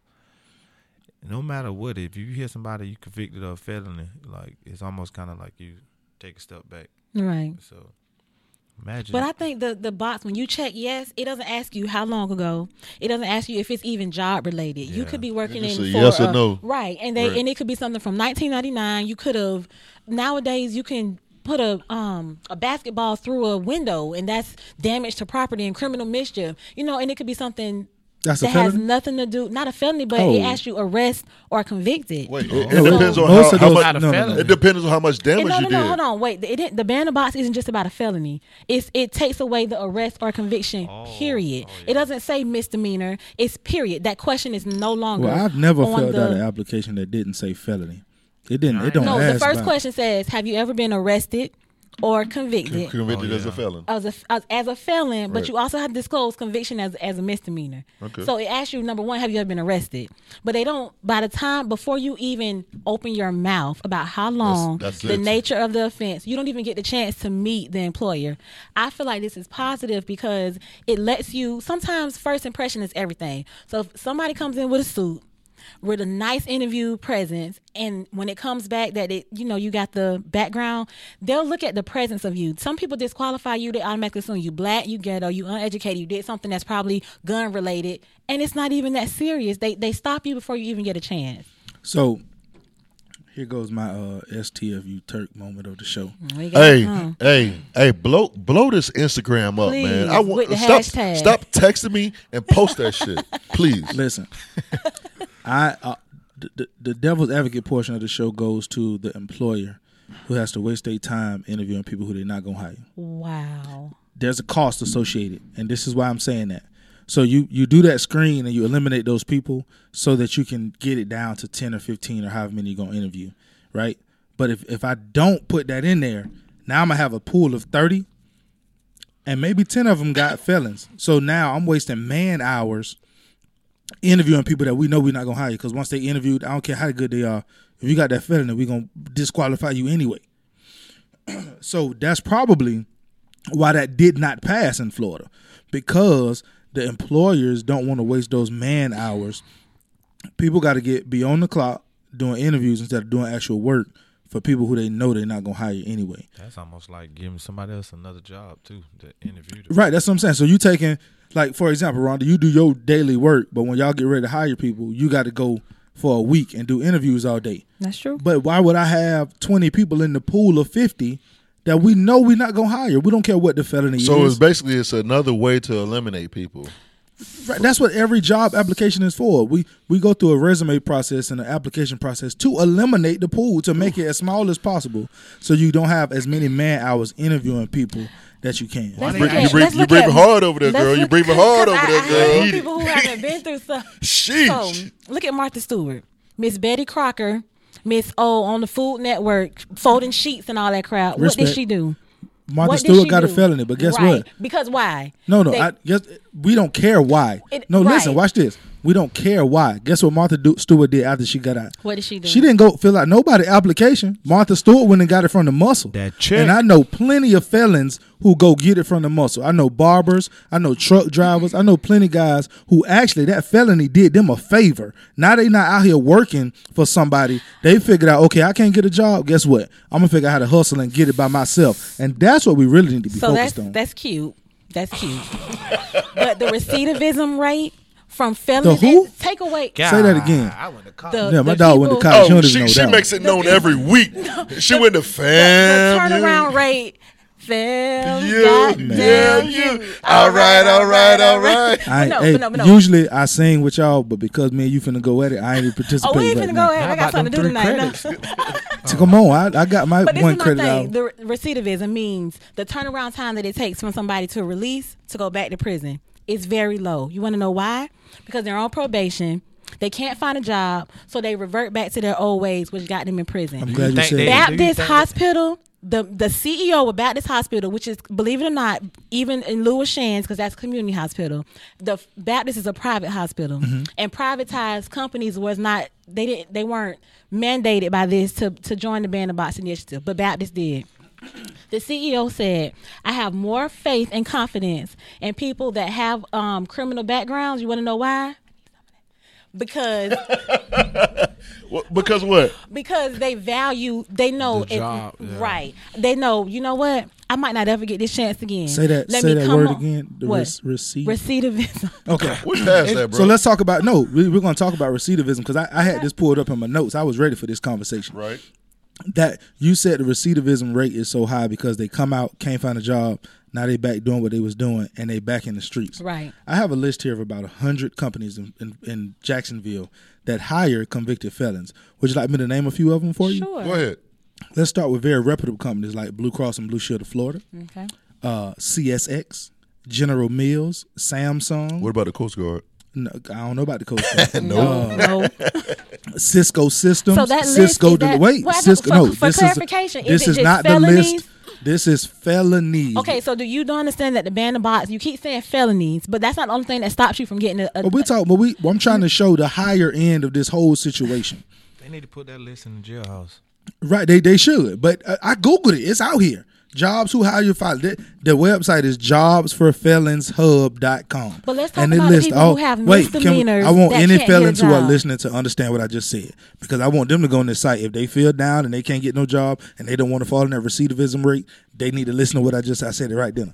Speaker 2: No matter what, if you hear somebody you convicted of felony, like it's almost kind of like you take a step back.
Speaker 3: Right.
Speaker 2: So imagine.
Speaker 3: But I think the the box when you check yes, it doesn't ask you how long ago. It doesn't ask you if it's even job related. You
Speaker 2: Yeah.
Speaker 3: could be working in
Speaker 1: just
Speaker 3: for
Speaker 1: say yes or
Speaker 3: a-
Speaker 1: no.
Speaker 3: right? And they
Speaker 1: Right.
Speaker 3: and it could be something from 1999. You could have nowadays you can put a um a basketball through a window and that's damage to property and criminal mischief. You know, and it could be something.
Speaker 4: That's a
Speaker 3: that has
Speaker 4: felony?
Speaker 3: nothing to do, not a felony, but
Speaker 4: Oh.
Speaker 3: it asks you arrest or convicted.
Speaker 1: Wait, it, it depends on
Speaker 4: Most
Speaker 1: how,
Speaker 4: of
Speaker 1: how
Speaker 4: those-
Speaker 1: much.
Speaker 8: Not a
Speaker 4: no, no,
Speaker 8: felony.
Speaker 4: no.
Speaker 1: It depends on how much damage
Speaker 3: And no,
Speaker 1: you
Speaker 3: no,
Speaker 1: did.
Speaker 3: no, hold on, wait. It didn't, the ban the box isn't just about a felony. It's it takes away the arrest or conviction.
Speaker 4: Oh,
Speaker 3: Period. It doesn't say misdemeanor. It's period. That question is no longer.
Speaker 4: Well, I've never
Speaker 3: on
Speaker 4: filled
Speaker 3: the,
Speaker 4: out an application that didn't say felony. It didn't. It don't
Speaker 3: No,
Speaker 4: ask.
Speaker 3: the first
Speaker 4: about-
Speaker 3: question says, "Have you ever been arrested or convicted?"
Speaker 1: Convicted
Speaker 4: Oh,
Speaker 1: as a felon.
Speaker 3: as a as, as a felon, but
Speaker 1: Right.
Speaker 3: you also have to disclose conviction as as a misdemeanor.
Speaker 1: Okay.
Speaker 3: So it asks you number one, have you ever been arrested? But they don't. By the time before you even open your mouth about how long
Speaker 1: that's
Speaker 3: the
Speaker 1: it.
Speaker 3: nature of the offense, you don't even get the chance to meet the employer. I feel like this is positive because it lets you. Sometimes first impression is everything. So if somebody comes in with a suit. With a nice interview presence, and when it comes back that it, you know, you got the background, they'll look at the presence of you. Some people disqualify you; they automatically assume you black, you ghetto, you uneducated, you did something that's probably gun related, and it's not even that serious. They they stop you before you even get a chance.
Speaker 4: So here goes my uh, STFU Turk moment of the show.
Speaker 3: We got-
Speaker 1: Hey,
Speaker 3: huh.
Speaker 1: hey, hey! Blow, blow this Instagram up, man! I
Speaker 3: Please,
Speaker 1: want
Speaker 3: with the
Speaker 1: stop,
Speaker 3: hashtag.
Speaker 1: stop texting me and post that shit, please.
Speaker 4: Listen, I uh, the, the the devil's advocate portion of the show goes to the employer who has to waste their time interviewing people who they're not gonna hire.
Speaker 3: wow.
Speaker 4: there's a cost associated and this is why i'm saying that so you you do that screen and you eliminate those people so that you can get it down to 10 or 15 or however many you're going to interview right but if, if i don't put that in there now i'm going to have a pool of 30 and maybe 10 of them got felons. So now I'm wasting man hours interviewing people that we know we're not going to hire because once they interviewed, I don't care how good they are, if you got that felony, we're going to disqualify you anyway. so that's probably why that did not pass in Florida because the employers don't want to waste those man hours. People got to get be on the clock doing interviews instead of doing actual work for people who they know they're not going to hire anyway.
Speaker 2: That's almost like giving somebody else another job too. That interview. them.
Speaker 4: Right, that's what I'm saying. So you taking like for example, Rhonda, you do your daily work, but when y'all get ready to hire people, you got to go for a week and do interviews all day.
Speaker 3: That's true.
Speaker 4: But why would I have 20 people in the pool of 50 that we know we're not going to hire? We don't care what the felony
Speaker 1: So it's
Speaker 4: is.
Speaker 1: basically it's another way to eliminate people.
Speaker 4: Right, that's what every job application is for. We we go through a resume process and an application process to eliminate the pool to make it as small as possible, so you don't have as many man hours interviewing people that you can.
Speaker 3: Let's
Speaker 1: You
Speaker 3: look
Speaker 1: breathe- you
Speaker 3: at-
Speaker 1: breathe-
Speaker 3: let's
Speaker 1: you
Speaker 3: look
Speaker 1: breathing
Speaker 3: at-
Speaker 1: hard over there,
Speaker 3: let's
Speaker 1: girl. You
Speaker 3: look-
Speaker 1: breathing hard
Speaker 3: 'cause
Speaker 1: over
Speaker 3: I-
Speaker 1: there, girl.
Speaker 3: I hate
Speaker 1: Eat it.
Speaker 3: people who haven't been through stuff.
Speaker 1: Sheesh.
Speaker 3: So look at Martha Stewart, Miss Betty Crocker, Miss O on the Food Network, folding sheets and all that crowd. What
Speaker 4: Respect.
Speaker 3: did she do?
Speaker 4: Martha
Speaker 3: What did
Speaker 4: Stewart
Speaker 3: she
Speaker 4: got a
Speaker 3: do?
Speaker 4: felony, but guess
Speaker 3: Right.
Speaker 4: what?
Speaker 3: Because why?
Speaker 4: No, no.
Speaker 3: They-
Speaker 4: I guess we don't care why.
Speaker 3: It-
Speaker 4: no, listen.
Speaker 3: right.
Speaker 4: Watch this. We don't care why. Guess what Martha du- Stewart did after she got out?
Speaker 3: What did she do?
Speaker 4: She didn't go fill out nobody application. Martha Stewart went and got it from the muscle.
Speaker 2: That check.
Speaker 4: And I know plenty of felons who go get it from the muscle. I know barbers. I know truck drivers. I know plenty guys who actually that felony did them a favor. Now they not out here working for somebody. They figured out, okay, I can't get a job. Guess what? I'm gonna figure out how to hustle and get it by myself. And that's what we really need to be
Speaker 3: so that's
Speaker 4: focused on.
Speaker 3: that's cute. That's cute. but the recidivism rate from
Speaker 4: The
Speaker 3: felonies
Speaker 4: who?
Speaker 3: take away
Speaker 4: Say that again.
Speaker 2: Ah, I went to college.
Speaker 3: the
Speaker 4: Yeah, my
Speaker 3: the
Speaker 4: dog went to
Speaker 3: people-
Speaker 4: college.
Speaker 1: Oh,
Speaker 4: don't even
Speaker 1: she,
Speaker 4: know
Speaker 1: she
Speaker 4: that
Speaker 1: makes it known every week. she went to
Speaker 3: The, the
Speaker 1: fam.
Speaker 3: turnaround rate. Fam,
Speaker 1: You,
Speaker 3: goddamn
Speaker 1: yeah, you. All right, all right, all right.
Speaker 4: I,
Speaker 3: no,
Speaker 4: hey,
Speaker 3: but no, but no.
Speaker 4: Usually I sing with y'all, but because me and you finna go at it, I ain't even
Speaker 3: Oh,
Speaker 4: participate.
Speaker 3: we ain't
Speaker 4: right
Speaker 3: finna
Speaker 4: now.
Speaker 3: go ahead. I
Speaker 2: about
Speaker 3: got
Speaker 2: them
Speaker 3: something to do
Speaker 2: three
Speaker 3: tonight.
Speaker 2: credits?
Speaker 3: No.
Speaker 4: So Come on, I, I got my
Speaker 3: But this
Speaker 4: one
Speaker 3: is my
Speaker 4: credit out.
Speaker 3: thing. The re- recidivism means the turnaround time that it takes from somebody to release to go back to prison is very low. You want to know why? Because they're on probation. They can't find a job, so they revert back to their old ways, which got them in prison.
Speaker 4: I'm glad you,
Speaker 2: think
Speaker 4: said
Speaker 2: they-
Speaker 4: that.
Speaker 2: do you
Speaker 3: Baptist
Speaker 2: think-
Speaker 3: Hospital, the the CEO of Baptist Hospital, which is believe it or not, even in Lewis Shands, because that's community hospital. The f- Baptist is a private hospital,
Speaker 2: Mm-hmm.
Speaker 3: and privatized companies was not they didn't they weren't mandated by this to to join the Band of Box initiative, but Baptist did. The CEO said, I have more faith and confidence in people that have um, criminal backgrounds. You want to know why? Because
Speaker 1: Well, because what?
Speaker 3: because they value they know
Speaker 2: The
Speaker 3: it-
Speaker 2: job, yeah.
Speaker 3: right they know you know what i might not ever get this chance again
Speaker 4: Say that-
Speaker 3: Let
Speaker 4: say
Speaker 3: me
Speaker 4: that
Speaker 3: come
Speaker 4: word
Speaker 3: on-
Speaker 4: again. The
Speaker 3: what?
Speaker 4: rec- receive.
Speaker 3: recidivism
Speaker 4: Okay.
Speaker 1: We passed that, bro.
Speaker 4: So let's talk about no. We, we're going to talk about recidivism because I, I had this pulled up in my notes. I was ready for this conversation.
Speaker 1: right.
Speaker 4: That you said the recidivism rate is so high because they come out, can't find a job, now they back doing what they was doing, and they back in the streets.
Speaker 3: Right.
Speaker 4: I have a list here of about hundred companies in, in, in Jacksonville that hire convicted felons. Would you like me to name a few of them for you?
Speaker 3: sure
Speaker 1: Go ahead.
Speaker 4: Let's start with very reputable companies like Blue Cross and Blue Shield of Florida,
Speaker 3: okay
Speaker 4: uh, CSX, General Mills, Samsung.
Speaker 1: What about the Coast Guard?
Speaker 4: No, I don't know about the Coast Guard.
Speaker 3: no, no.
Speaker 4: Cisco Systems.
Speaker 3: So that list
Speaker 4: Cisco.
Speaker 3: is that-
Speaker 4: wait,
Speaker 3: Well, I
Speaker 4: Cisco.
Speaker 3: thought-
Speaker 4: no,
Speaker 3: for- for
Speaker 4: this
Speaker 3: clarification, is
Speaker 4: is this
Speaker 3: it
Speaker 4: is
Speaker 3: just
Speaker 4: not the
Speaker 3: felonies?
Speaker 4: list. This is felonies.
Speaker 3: okay so do you do understand that the ban the box you keep saying felonies but that's not the only thing that stops you from getting a, a
Speaker 4: But we talk. But we. well, I'm trying to show the higher end of this whole situation.
Speaker 2: They need to put that list in the jailhouse.
Speaker 4: Right, they they should. But uh, I googled it. It's out here. Jobs who hire you file. The, the website is jobsforfelonshub.com.
Speaker 3: But let's talk about the people who have
Speaker 4: can we,
Speaker 3: misdemeanors
Speaker 4: I want
Speaker 3: that
Speaker 4: any
Speaker 3: can't get a
Speaker 4: felons who are
Speaker 3: job.
Speaker 4: listening to understand what I just said because I want them to go on this site. If they feel down and they can't get no job and they don't want to fall in that recidivism rate, they need to listen to what I just I said it right then.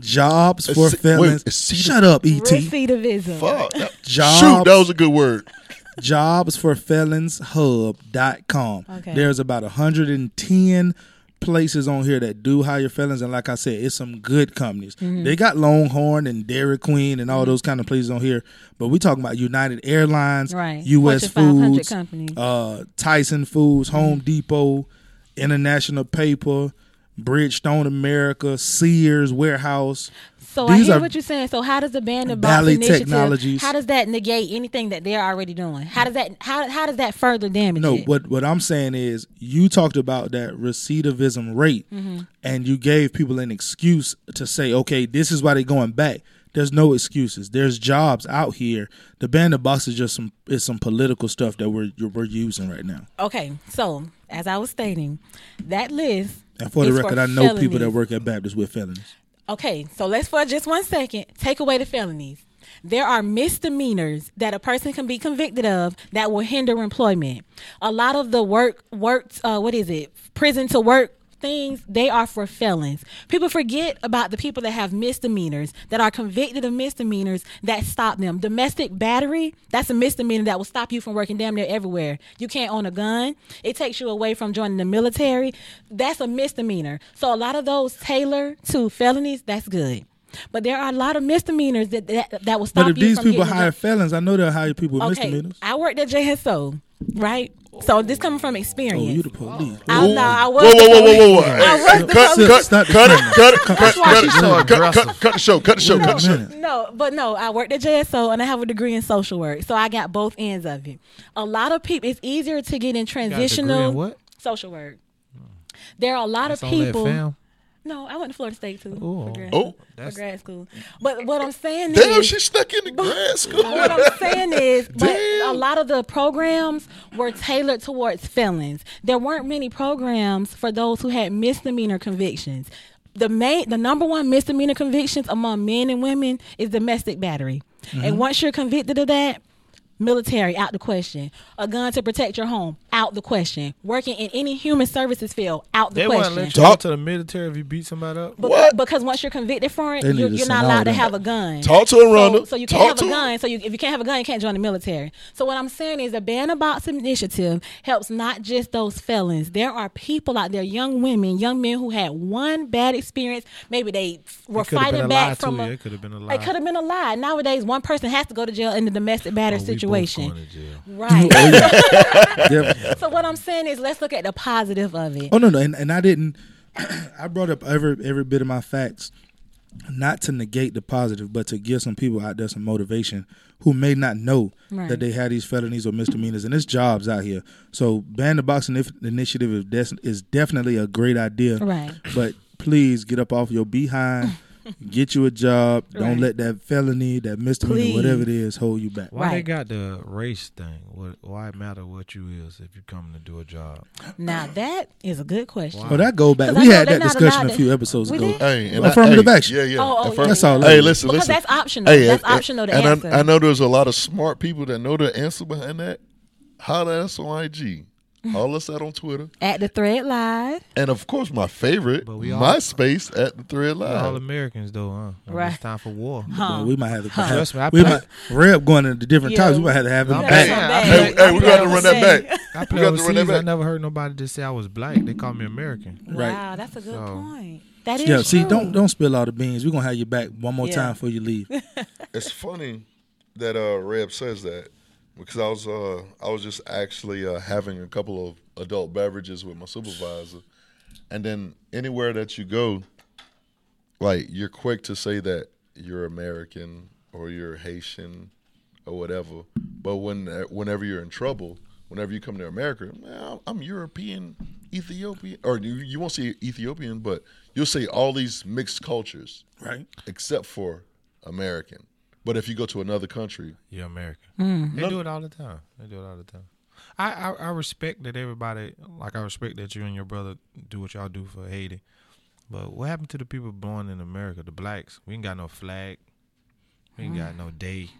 Speaker 4: Jobs for
Speaker 1: Reci-
Speaker 4: felons.
Speaker 1: wait, recidiv-
Speaker 4: Shut up, ET.
Speaker 3: recidivism
Speaker 1: Fuck. that-
Speaker 4: Jobs
Speaker 1: Shoot, that was a good word.
Speaker 4: jobsforfelonshub.com.
Speaker 3: Okay.
Speaker 4: There's about 110 places on here that do hire felons and like I said, it's some good companies.
Speaker 3: Mm-hmm.
Speaker 4: They got Longhorn and Dairy Queen and all those kind of places on here, but we talking about United Airlines,
Speaker 3: Right.
Speaker 4: US
Speaker 3: Fortune 500
Speaker 4: Foods,
Speaker 3: companies. Mm-hmm.
Speaker 4: uh Tyson Foods, Home Depot, International Paper, Bridgestone America, Sears Warehouse.
Speaker 3: So I
Speaker 4: These
Speaker 3: hear
Speaker 4: are
Speaker 3: what you're saying. So how does the band of
Speaker 4: Valley
Speaker 3: Box initiative?
Speaker 4: Technologies.
Speaker 3: How does that negate anything that they're already doing? How does that how how does that further damage?
Speaker 4: No,
Speaker 3: it?
Speaker 4: what what I'm saying is you talked about that recidivism rate,
Speaker 3: Mm-hmm.
Speaker 4: and you gave people an excuse to say, okay, this is why they're going back. There's no excuses. There's jobs out here. The band of box is just some is some political stuff that we're you're- we're using right now.
Speaker 3: Okay, so as I was stating, that list.
Speaker 4: And for the
Speaker 3: is
Speaker 4: record, I know people that
Speaker 3: felonies.
Speaker 4: work at Baptist with felonies.
Speaker 3: Okay, so let's for just one second take away the felonies. There are misdemeanors that a person can be convicted of that will hinder employment. A lot of the work work uh, what is it? Prison to work things they are for felons. People forget about the people that have misdemeanors that are convicted of misdemeanors that stop them. Domestic battery, that's a misdemeanor that will stop you from working damn near everywhere. You can't own a gun. It takes you away from joining the military. That's a misdemeanor. So a lot of those tailor to felonies, that's good. But there are a lot of misdemeanors that that, that will stop
Speaker 4: But if
Speaker 3: you
Speaker 4: these
Speaker 3: from
Speaker 4: people
Speaker 3: getting a
Speaker 4: hire
Speaker 3: job.
Speaker 4: felons, I know they'll hire people with misdemeanors.
Speaker 3: I worked at JSO, right? So this coming from experience.
Speaker 4: Oh, you the police.
Speaker 3: I know I was
Speaker 1: Whoa, whoa, whoa, whoa, whoa, whoa!
Speaker 3: I was the
Speaker 1: cut,
Speaker 3: police.
Speaker 1: cut,
Speaker 4: It's not
Speaker 1: cut,
Speaker 4: the
Speaker 1: cut it,
Speaker 4: same.
Speaker 1: cut it, cut,
Speaker 3: That's why
Speaker 1: cut,
Speaker 3: she's
Speaker 1: it,
Speaker 3: so
Speaker 1: cut, cut, cut, cut the show, cut the show, cut the
Speaker 4: Wait a
Speaker 1: show.
Speaker 4: minute.
Speaker 3: No, but no, I worked at JSO and I have a degree in social work, so I got both ends of it. A lot of people, it's easier to get in transitional
Speaker 2: in what?
Speaker 3: social work. There are a lot
Speaker 2: That's
Speaker 3: of
Speaker 2: all that
Speaker 3: people.
Speaker 2: fam.
Speaker 3: No, I went to Florida State too for grad,
Speaker 1: Oh.
Speaker 3: for grad school. But what I'm saying
Speaker 1: Damn,
Speaker 3: is,
Speaker 1: she stuck in the grad
Speaker 3: what
Speaker 1: school.
Speaker 3: I'm saying is, but a
Speaker 1: Damn.
Speaker 3: lot of the programs were tailored towards felons. There weren't many programs for those who had misdemeanor convictions. The main, the number one misdemeanor convictions among men and women is domestic battery, and once you're convicted of that. Military out the question. A gun to protect your home out the question. Working in any human services field out the
Speaker 8: They wouldn't
Speaker 3: question.
Speaker 8: let you go to the military if you beat somebody up.
Speaker 3: Bec-
Speaker 1: What?
Speaker 3: Because once you're convicted for it,
Speaker 4: They need
Speaker 3: you're,
Speaker 4: to
Speaker 3: you're
Speaker 4: send
Speaker 3: not
Speaker 4: all
Speaker 3: allowed to
Speaker 4: them
Speaker 3: have a gun.
Speaker 1: Talk to her,
Speaker 3: so,
Speaker 1: Rhonda.
Speaker 3: so you
Speaker 1: Talk
Speaker 3: can't
Speaker 1: to
Speaker 3: have a
Speaker 1: her.
Speaker 3: gun. So you, if you can't have a gun, you can't join the military. So what I'm saying is the Ban a Box initiative helps not just those felons. There are people out there, young women, young men who had one bad experience. Maybe they were
Speaker 2: could've
Speaker 3: fighting
Speaker 2: been a lie,
Speaker 3: back from
Speaker 2: too.
Speaker 3: a.
Speaker 2: It could've been a
Speaker 3: It
Speaker 2: lie.
Speaker 3: could have been a lie. Nowadays, one person has to go to jail in the domestic battery
Speaker 2: Oh, we both
Speaker 3: situation.
Speaker 2: going to jail.
Speaker 3: Right.
Speaker 4: Definitely.
Speaker 3: so what I'm saying is, let's look at the positive of it.
Speaker 4: Oh no, no, and, and I didn't. I brought up every every bit of my facts, not to negate the positive, but to give some people out there some motivation who may not know
Speaker 3: Right.
Speaker 4: that they have these felonies or misdemeanors, and it's jobs out here. So ban the box inif- initiative is, des- is definitely a great idea.
Speaker 3: Right.
Speaker 4: But please get up off your behind. Get you a job. Don't
Speaker 3: Right.
Speaker 4: let that felony, that misdemeanor,
Speaker 3: Please.
Speaker 4: whatever it is, hold you back.
Speaker 2: Why they
Speaker 3: Right.
Speaker 2: got the race thing? What? Why it matter what you is if you coming to do a job?
Speaker 3: Now that is a good question.
Speaker 4: Well, that go back.
Speaker 3: 'Cause I
Speaker 4: We
Speaker 3: know
Speaker 4: had
Speaker 3: they
Speaker 4: that
Speaker 3: not
Speaker 4: discussion
Speaker 3: allowed
Speaker 4: a
Speaker 3: to-
Speaker 4: few episodes
Speaker 3: We
Speaker 4: ago.
Speaker 3: did?
Speaker 1: Hey, and
Speaker 4: Affirmative
Speaker 1: I, hey,
Speaker 4: action.
Speaker 1: Yeah, yeah.
Speaker 3: Oh, oh,
Speaker 1: affirm-
Speaker 4: That's all it
Speaker 1: Hey,
Speaker 4: is.
Speaker 1: listen,
Speaker 3: Because
Speaker 1: listen.
Speaker 3: that's optional. That's
Speaker 1: and-
Speaker 3: optional to
Speaker 1: and I-
Speaker 3: answer.
Speaker 1: I, know there's a lot of smart people that know the answer behind that. Holler at us on IG. Holler us out on Twitter.
Speaker 3: At the thread live.
Speaker 1: And of course, my favorite,
Speaker 2: But we all-
Speaker 1: MySpace at the Thread
Speaker 2: We're
Speaker 1: Live.
Speaker 2: All Americans though, huh? When
Speaker 3: Right.
Speaker 2: It's time for war.
Speaker 3: Uh,
Speaker 4: Well, we might have to.
Speaker 2: Trust me, I
Speaker 4: we
Speaker 2: play-
Speaker 4: might. Reb going into different
Speaker 3: Yeah.
Speaker 4: topics. We might have to have him
Speaker 2: I'm
Speaker 1: Hey,
Speaker 3: That's
Speaker 4: back.
Speaker 3: not
Speaker 1: hey,
Speaker 3: bad.
Speaker 1: hey, we
Speaker 3: That's
Speaker 1: got to
Speaker 3: not
Speaker 1: run that
Speaker 3: bad.
Speaker 1: back.
Speaker 2: I
Speaker 1: We got
Speaker 2: play
Speaker 1: to run
Speaker 2: overseas.
Speaker 1: that
Speaker 2: I
Speaker 1: back.
Speaker 2: never heard nobody just say I was black. They call me American.
Speaker 4: Right.
Speaker 3: Um, Wow, that's a good
Speaker 2: So-
Speaker 3: point. That is
Speaker 4: Yeah, see,
Speaker 3: true.
Speaker 4: don't don't spill all the beans. We're gonna have you back one more
Speaker 3: Yeah.
Speaker 4: time before you leave.
Speaker 1: It's funny that uh, Reb says that because I was uh, I was just actually uh, having a couple of adult beverages with my supervisor, and then anywhere that you go, like you're quick to say that you're American or you're Haitian or whatever, but when uh, whenever you're in trouble, whenever you come to America, "Man, I'm European, Ethiopian, or you, you won't say Ethiopian, but you'll say all these mixed cultures
Speaker 4: Right.
Speaker 1: except for American. But if you go to another country,
Speaker 2: You're American.
Speaker 3: Hmm.
Speaker 2: They do it all the time. They do it all the time. I, I I respect that everybody like I respect that you and your brother do what y'all do for Haiti. But what happened to the people born in America, the blacks? We ain't got no flag. We ain't got
Speaker 3: Hmm.
Speaker 2: no day.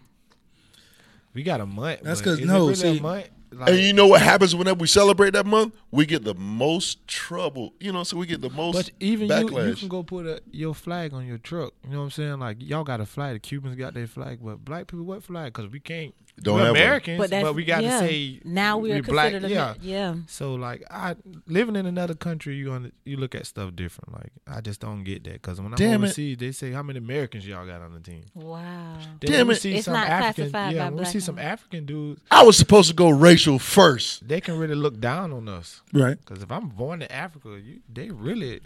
Speaker 2: We got a month.
Speaker 4: That's
Speaker 2: but
Speaker 4: 'cause
Speaker 2: is it
Speaker 4: no,
Speaker 2: really
Speaker 4: see-
Speaker 2: a month? Like,
Speaker 1: and you know what happens whenever we celebrate that month, we get the most trouble. You know, so we get the most
Speaker 2: But even you, you
Speaker 1: backlash.
Speaker 2: can go put a, your flag on your truck. You know what I'm saying? Like y'all got a flag. The Cubans got their flag, but black people what flag? Because we can't.
Speaker 1: Don't
Speaker 2: we're
Speaker 1: have one.
Speaker 2: Americans,
Speaker 3: But
Speaker 2: but,
Speaker 3: that's-
Speaker 2: we got
Speaker 3: yeah.
Speaker 2: to say
Speaker 3: Now we are
Speaker 2: we're black.
Speaker 3: considered
Speaker 2: yeah,
Speaker 3: Amer- yeah.
Speaker 2: So like I living in another country, you on you look at stuff different. Like I just don't get that because when I'm
Speaker 1: Damn it.
Speaker 2: overseas, they say how many Americans y'all got on the team.
Speaker 3: Wow.
Speaker 1: Damn
Speaker 2: Then when we
Speaker 1: it.
Speaker 2: see
Speaker 3: It's
Speaker 2: some
Speaker 3: not
Speaker 2: African,
Speaker 3: classified by
Speaker 2: yeah, when we
Speaker 3: black
Speaker 2: see some
Speaker 3: and white.
Speaker 2: African dudes,
Speaker 1: I was supposed to go racial first.
Speaker 2: they can really look down on us.
Speaker 4: Right.
Speaker 2: Because if I'm born in Africa, you, they really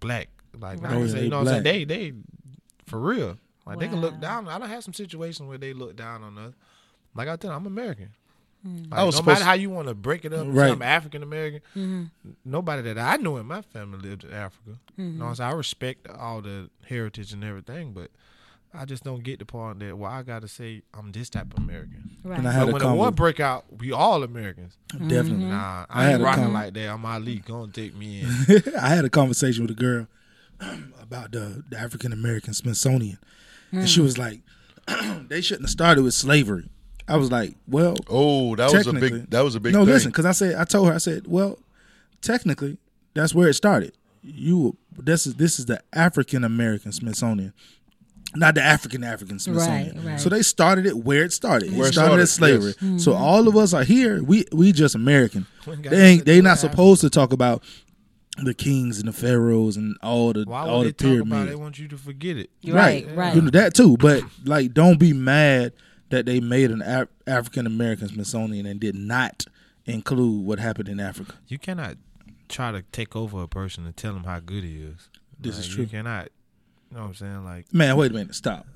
Speaker 2: black. Like
Speaker 3: Right.
Speaker 2: now,
Speaker 4: Oh,
Speaker 2: say,
Speaker 4: yeah,
Speaker 2: you know what I'm
Speaker 4: black.
Speaker 2: saying? They they for real. Like they can
Speaker 3: Wow.
Speaker 2: look down. I don't have some situations where they look down on us. Like I tell you, I'm American. Like,
Speaker 1: I was
Speaker 2: no
Speaker 1: supposed
Speaker 2: matter how you want to break it up,
Speaker 4: Oh, Right.
Speaker 2: I'm African American. Nobody that I knew in my family lived in Africa. You know, what I'm saying? I respect all the heritage and everything, but I just don't get the part that well, I gotta say I'm this type of American.
Speaker 4: And I
Speaker 3: Right.
Speaker 4: had
Speaker 2: But
Speaker 4: a
Speaker 2: when the war
Speaker 4: convo.
Speaker 2: break out, we all Americans.
Speaker 3: Mm-hmm.
Speaker 4: Definitely.
Speaker 2: Nah,
Speaker 4: I
Speaker 2: I,
Speaker 4: had
Speaker 2: ain't
Speaker 4: a
Speaker 2: rocking
Speaker 4: comment.
Speaker 2: like that. I'm Ali. Gonna take me in.
Speaker 4: I had a conversation with a girl about the, the African American Smithsonian, and
Speaker 3: Mm.
Speaker 4: she was like, "They shouldn't have started with slavery." I was like, "Well,
Speaker 1: Oh, that was a
Speaker 4: technically-
Speaker 1: big. That was a big.
Speaker 4: No,
Speaker 1: thing.
Speaker 4: listen, because I said I told her I said, well, technically, that's where it started. You this is this is the African American Smithsonian, not the African African Smithsonian.
Speaker 3: right.
Speaker 4: So they started it where it started.
Speaker 1: Where
Speaker 4: it
Speaker 1: it
Speaker 4: started as
Speaker 1: started,
Speaker 4: slavery.
Speaker 1: yes.
Speaker 4: So all of us are here. We we just American.
Speaker 2: Mm-hmm. got
Speaker 4: They
Speaker 2: nothing to
Speaker 4: ain't they
Speaker 2: do
Speaker 4: not
Speaker 2: with
Speaker 4: supposed to talk about the kings and the pharaohs and all the
Speaker 2: Why
Speaker 4: all
Speaker 2: would
Speaker 4: the
Speaker 2: they talk about it?
Speaker 4: pyramids.
Speaker 2: They want you to forget it.
Speaker 3: Right, right.
Speaker 4: You know, that too, but like, don't be mad that they made an Af- African American Smithsonian and did not include what happened in Africa.
Speaker 2: You cannot try to take over a person and tell him how good he is.
Speaker 4: This
Speaker 2: Like,
Speaker 4: is true.
Speaker 2: You cannot. You know what I'm saying? Like,
Speaker 4: Man, wait a minute, stop.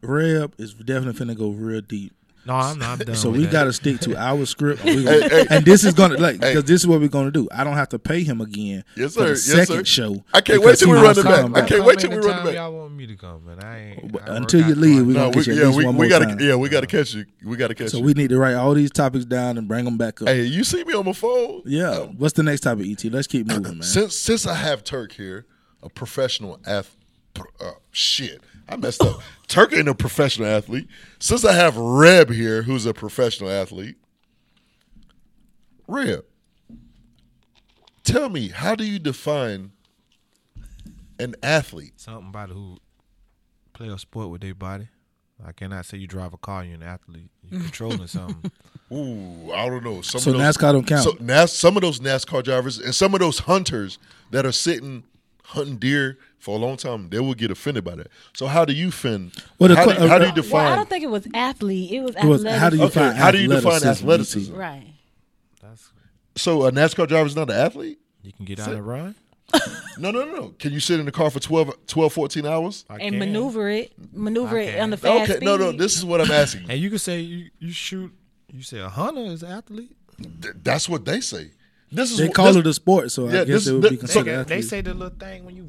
Speaker 4: Reb is definitely finna go real deep.
Speaker 2: no, I'm not I'm
Speaker 1: Oh,
Speaker 2: done.
Speaker 4: So
Speaker 2: with
Speaker 4: we
Speaker 2: that.
Speaker 4: got to stick to our script, and, we gonna- and this is gonna like because this is what we're gonna do. I don't have to pay him again
Speaker 1: Yes,
Speaker 4: for the
Speaker 1: sir. Yes, sir.
Speaker 4: second show.
Speaker 1: I can't wait
Speaker 4: because
Speaker 1: till
Speaker 4: he
Speaker 1: we
Speaker 4: won't
Speaker 1: run it
Speaker 4: come
Speaker 1: back. I can't
Speaker 2: Come
Speaker 1: wait till
Speaker 2: in
Speaker 1: we
Speaker 2: the
Speaker 1: run it
Speaker 2: time
Speaker 1: back.
Speaker 2: Y'all want me to come, and I ain't.
Speaker 4: But
Speaker 2: I work
Speaker 4: until you
Speaker 2: out
Speaker 4: leave,
Speaker 2: twice.
Speaker 4: we
Speaker 1: No,
Speaker 4: gonna
Speaker 1: we,
Speaker 4: catch you at
Speaker 1: yeah,
Speaker 4: least
Speaker 1: we,
Speaker 4: one
Speaker 1: we
Speaker 4: more
Speaker 1: gotta,
Speaker 4: time. Uh,
Speaker 1: yeah, we gotta catch you. We gotta catch
Speaker 4: So
Speaker 1: you.
Speaker 4: we need to write all these topics down and bring them back up.
Speaker 1: hey, you see me on my phone?
Speaker 4: yeah. What's the next topic, Et? Let's keep moving, man.
Speaker 1: Since since I have Turk here, a professional ath, uh, shit, I messed up. Turk ain't a professional athlete. Since I have Reb here, who's a professional athlete, Reb, tell me how do you define an athlete?
Speaker 2: Something about who play a sport with their body. I cannot say you drive a car. You're an athlete. You're controlling something.
Speaker 1: Ooh, I don't know. Some
Speaker 4: So
Speaker 1: of those,
Speaker 4: NASCAR don't count.
Speaker 1: So Nas, some of those NASCAR drivers and some of those hunters that are sitting hunting deer for a long time, they will get offended by that. So how do you fin?
Speaker 4: Well, the
Speaker 1: how,
Speaker 4: que-
Speaker 1: do, you- how do you
Speaker 4: uh,
Speaker 1: define?
Speaker 3: Well, I don't think it was athlete. It was
Speaker 4: It was,
Speaker 3: athletic.
Speaker 4: how do you
Speaker 1: Okay,
Speaker 4: find
Speaker 1: how do you define
Speaker 4: athleticism,
Speaker 1: athleticism?
Speaker 4: ET?
Speaker 3: Right.
Speaker 2: That's
Speaker 1: so a NASCAR driver is not an athlete?
Speaker 2: you can get out and run.
Speaker 1: No, no, no, no. Can you sit in the car for 12, 12 14 hours?
Speaker 2: I
Speaker 3: And
Speaker 2: can.
Speaker 3: maneuver it, maneuver it
Speaker 2: Okay.
Speaker 3: on the fast
Speaker 1: Okay, no, no.
Speaker 3: speed.
Speaker 1: This is what I'm asking.
Speaker 2: And you can say you, you shoot. You say a hunter is an athlete.
Speaker 1: Th- That's what they say. This is
Speaker 4: They
Speaker 1: wh-
Speaker 4: call
Speaker 1: this,
Speaker 4: it a sport, so I
Speaker 1: Yeah,
Speaker 4: guess
Speaker 1: this-
Speaker 4: it would
Speaker 1: this-
Speaker 4: be
Speaker 1: they-
Speaker 4: considered athlete.
Speaker 2: They say the little thing when you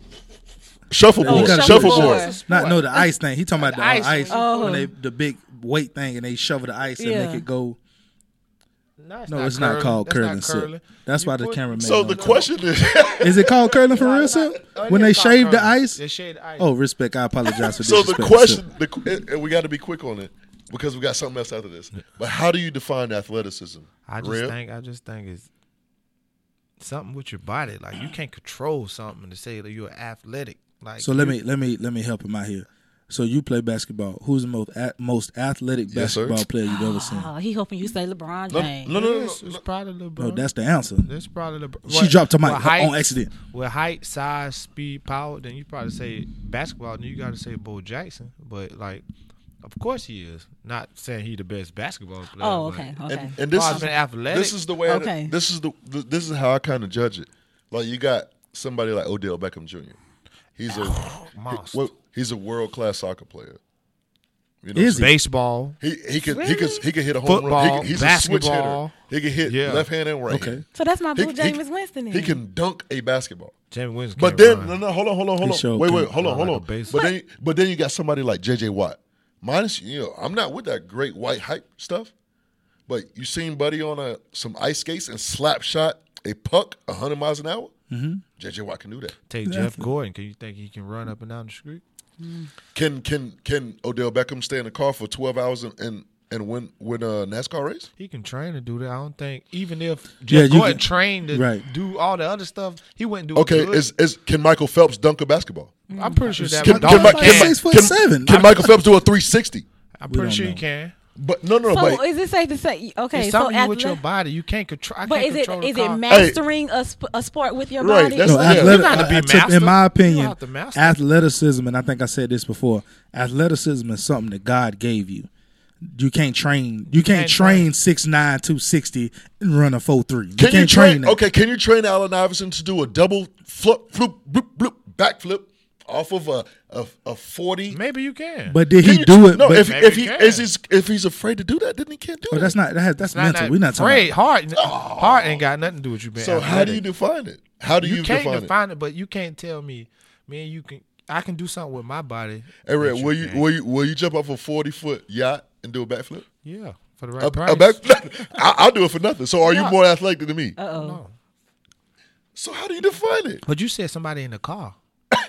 Speaker 1: shuffleboard.
Speaker 4: Oh,
Speaker 1: shuffleboard.
Speaker 3: shuffleboard.
Speaker 4: Not no the ice thing. He talking about the ice,
Speaker 2: ice
Speaker 4: ice
Speaker 3: one.
Speaker 4: when
Speaker 3: Oh.
Speaker 4: they the big weight thing and they shovel the ice
Speaker 3: Yeah.
Speaker 4: and make it go.
Speaker 2: No, it's,
Speaker 4: No,
Speaker 2: not,
Speaker 4: it's
Speaker 2: curling.
Speaker 4: not called
Speaker 2: That's
Speaker 4: curling.
Speaker 2: Not
Speaker 4: sip.
Speaker 2: curling.
Speaker 4: That's
Speaker 2: You
Speaker 4: why the
Speaker 2: put-
Speaker 4: cameraman.
Speaker 1: So
Speaker 4: don't
Speaker 1: the
Speaker 4: know.
Speaker 1: question is
Speaker 4: is it called curling for real? Sip?
Speaker 2: Oh, it
Speaker 4: When
Speaker 2: is
Speaker 4: they
Speaker 2: called
Speaker 4: shave the
Speaker 2: curling.
Speaker 4: ice.
Speaker 2: They shave the ice.
Speaker 4: Oh, respect. I apologize for
Speaker 1: So the
Speaker 4: disrespect,
Speaker 1: question,
Speaker 4: Sip.
Speaker 1: the, qu- and- and we got to be quick on it because we got something else after this. But how do you define athleticism?
Speaker 2: I just
Speaker 1: Real?
Speaker 2: think I just think it's something with your body. Like you can't control something to say that you're athletic. Like
Speaker 4: So let me let me let me help him out here. So you play basketball. Who's the most a- most athletic
Speaker 1: Yes, sir.
Speaker 4: basketball player you've ever seen?
Speaker 3: Oh, he hoping you say LeBron
Speaker 1: No,
Speaker 3: James.
Speaker 1: no, no, no,
Speaker 2: It's,
Speaker 1: no,
Speaker 2: it's
Speaker 1: no.
Speaker 2: probably LeBron.
Speaker 4: No, that's the answer.
Speaker 2: that's probably LeBron.
Speaker 4: She dropped her mic
Speaker 2: with height,
Speaker 4: on accident.
Speaker 2: With height, size, speed, power, then you probably say basketball. Then you got to say Bo Jackson. But like, of course he is. Not saying he the best basketball player.
Speaker 3: Oh,
Speaker 2: but
Speaker 3: okay,
Speaker 1: And,
Speaker 3: okay.
Speaker 1: and this
Speaker 2: Well,
Speaker 1: is
Speaker 2: I've been athletic.
Speaker 1: This is the way.
Speaker 3: Okay.
Speaker 1: I, this is the th- this is how I kind of judge it. Like you got somebody like Odell Beckham Jr. He's a
Speaker 2: Monster.
Speaker 1: well, he's a world class soccer player. You
Speaker 4: Is
Speaker 1: so
Speaker 4: he?
Speaker 2: Baseball.
Speaker 1: He he could he could he could hit a home run. He
Speaker 2: Football,
Speaker 1: could, he's a switch hitter.
Speaker 2: basketball.
Speaker 1: He can hit
Speaker 2: Yeah.
Speaker 1: left hand and right.
Speaker 4: Okay.
Speaker 1: hand.
Speaker 3: So that's my
Speaker 1: He-
Speaker 3: boo
Speaker 1: he-
Speaker 3: James Winston.
Speaker 1: He can dunk a basketball.
Speaker 2: Jamie Winston.
Speaker 1: But
Speaker 2: can't
Speaker 1: then
Speaker 2: run.
Speaker 1: no, no, hold on, hold on,
Speaker 4: He
Speaker 1: hold on.
Speaker 4: sure
Speaker 1: wait, wait,
Speaker 4: can
Speaker 1: hold on,
Speaker 2: run
Speaker 1: hold
Speaker 2: like a
Speaker 1: on.
Speaker 2: bass.
Speaker 1: But then, but then you got somebody like JJ Watt. Minus, you know, I'm not with that great white hype stuff. But you seen Buddy on a, some ice skates and slap shot a puck 100 miles an hour? Mm-hmm. JJ Watt can do that.
Speaker 2: Take Jeff Gordon. Can you think he can run up and down the street?
Speaker 1: Can can can Odell Beckham stay in the car for 12 hours and and, and win win a NASCAR race?
Speaker 2: He can train to do that. I don't think even if
Speaker 4: Yeah,
Speaker 2: Jeff
Speaker 4: you
Speaker 2: Gordon
Speaker 4: can-
Speaker 2: trained to
Speaker 4: right.
Speaker 2: do all the other stuff, he wouldn't do
Speaker 1: Okay,
Speaker 2: it. good.
Speaker 1: is is can Michael Phelps dunk a basketball?
Speaker 2: I'm pretty sure that
Speaker 4: Can-
Speaker 2: Dalton
Speaker 4: can-
Speaker 2: can.
Speaker 4: six foot
Speaker 1: can,
Speaker 4: seven.
Speaker 1: Can Michael Phelps do a 360?
Speaker 2: I'm
Speaker 4: don't
Speaker 2: pretty sure he
Speaker 4: know.
Speaker 2: can.
Speaker 1: But no, no, no.
Speaker 3: so
Speaker 1: but
Speaker 3: is it safe to say okay?
Speaker 2: it's
Speaker 3: So
Speaker 2: something
Speaker 3: athlete,
Speaker 2: with your body. You can't control. I
Speaker 3: but
Speaker 2: can't
Speaker 3: is it
Speaker 2: control
Speaker 3: is
Speaker 2: the
Speaker 3: it
Speaker 2: car.
Speaker 3: mastering a, sp- a sport with your
Speaker 1: Right,
Speaker 3: body?
Speaker 1: that's-
Speaker 4: No,
Speaker 1: Yeah.
Speaker 4: athletic,
Speaker 2: You don't have to
Speaker 4: I- I
Speaker 2: be
Speaker 4: took- in
Speaker 2: master.
Speaker 4: my
Speaker 2: You
Speaker 4: opinion,
Speaker 2: don't have to master.
Speaker 4: athleticism, and I think I said this before, athleticism is something that God gave you. You can't train. You can't,
Speaker 2: can't
Speaker 4: train six nine two sixty and run a four three. You
Speaker 1: Can
Speaker 4: can't
Speaker 1: you train?
Speaker 4: that.
Speaker 1: Okay, can you train Allen Iverson to do a double flip, floop, bloop, bloop, backflip off of a a, a forty.
Speaker 2: Maybe you can.
Speaker 4: But did
Speaker 1: Can
Speaker 4: he
Speaker 1: you-
Speaker 4: do it?
Speaker 1: No,
Speaker 4: but,
Speaker 1: if
Speaker 2: Maybe
Speaker 1: if
Speaker 2: he
Speaker 1: he
Speaker 2: can.
Speaker 1: is he's, if he's afraid to do that, then he can't do
Speaker 4: but
Speaker 1: it.
Speaker 4: that's not that, that's
Speaker 2: It's not
Speaker 4: mental.
Speaker 2: that-
Speaker 4: We're not talking.
Speaker 2: Fred,
Speaker 4: About,
Speaker 2: Hard, hard ain't got nothing to do with you being.
Speaker 1: so how do you
Speaker 2: athletic.
Speaker 1: define it? How do you,
Speaker 2: You can't
Speaker 1: define,
Speaker 2: define it? but you can't tell me, man. You can. I can do something with my body.
Speaker 1: it? Hey, Red,
Speaker 2: that
Speaker 1: will you
Speaker 2: can't.
Speaker 1: will you will you jump off a forty foot yacht and do a backflip?
Speaker 2: Yeah, for the right
Speaker 1: A, a
Speaker 2: price.
Speaker 1: backflip? I, I'll do it for nothing. So are you more athletic than me?
Speaker 3: Uh oh.
Speaker 2: No.
Speaker 1: So how do you define it?
Speaker 2: But you said somebody in the car.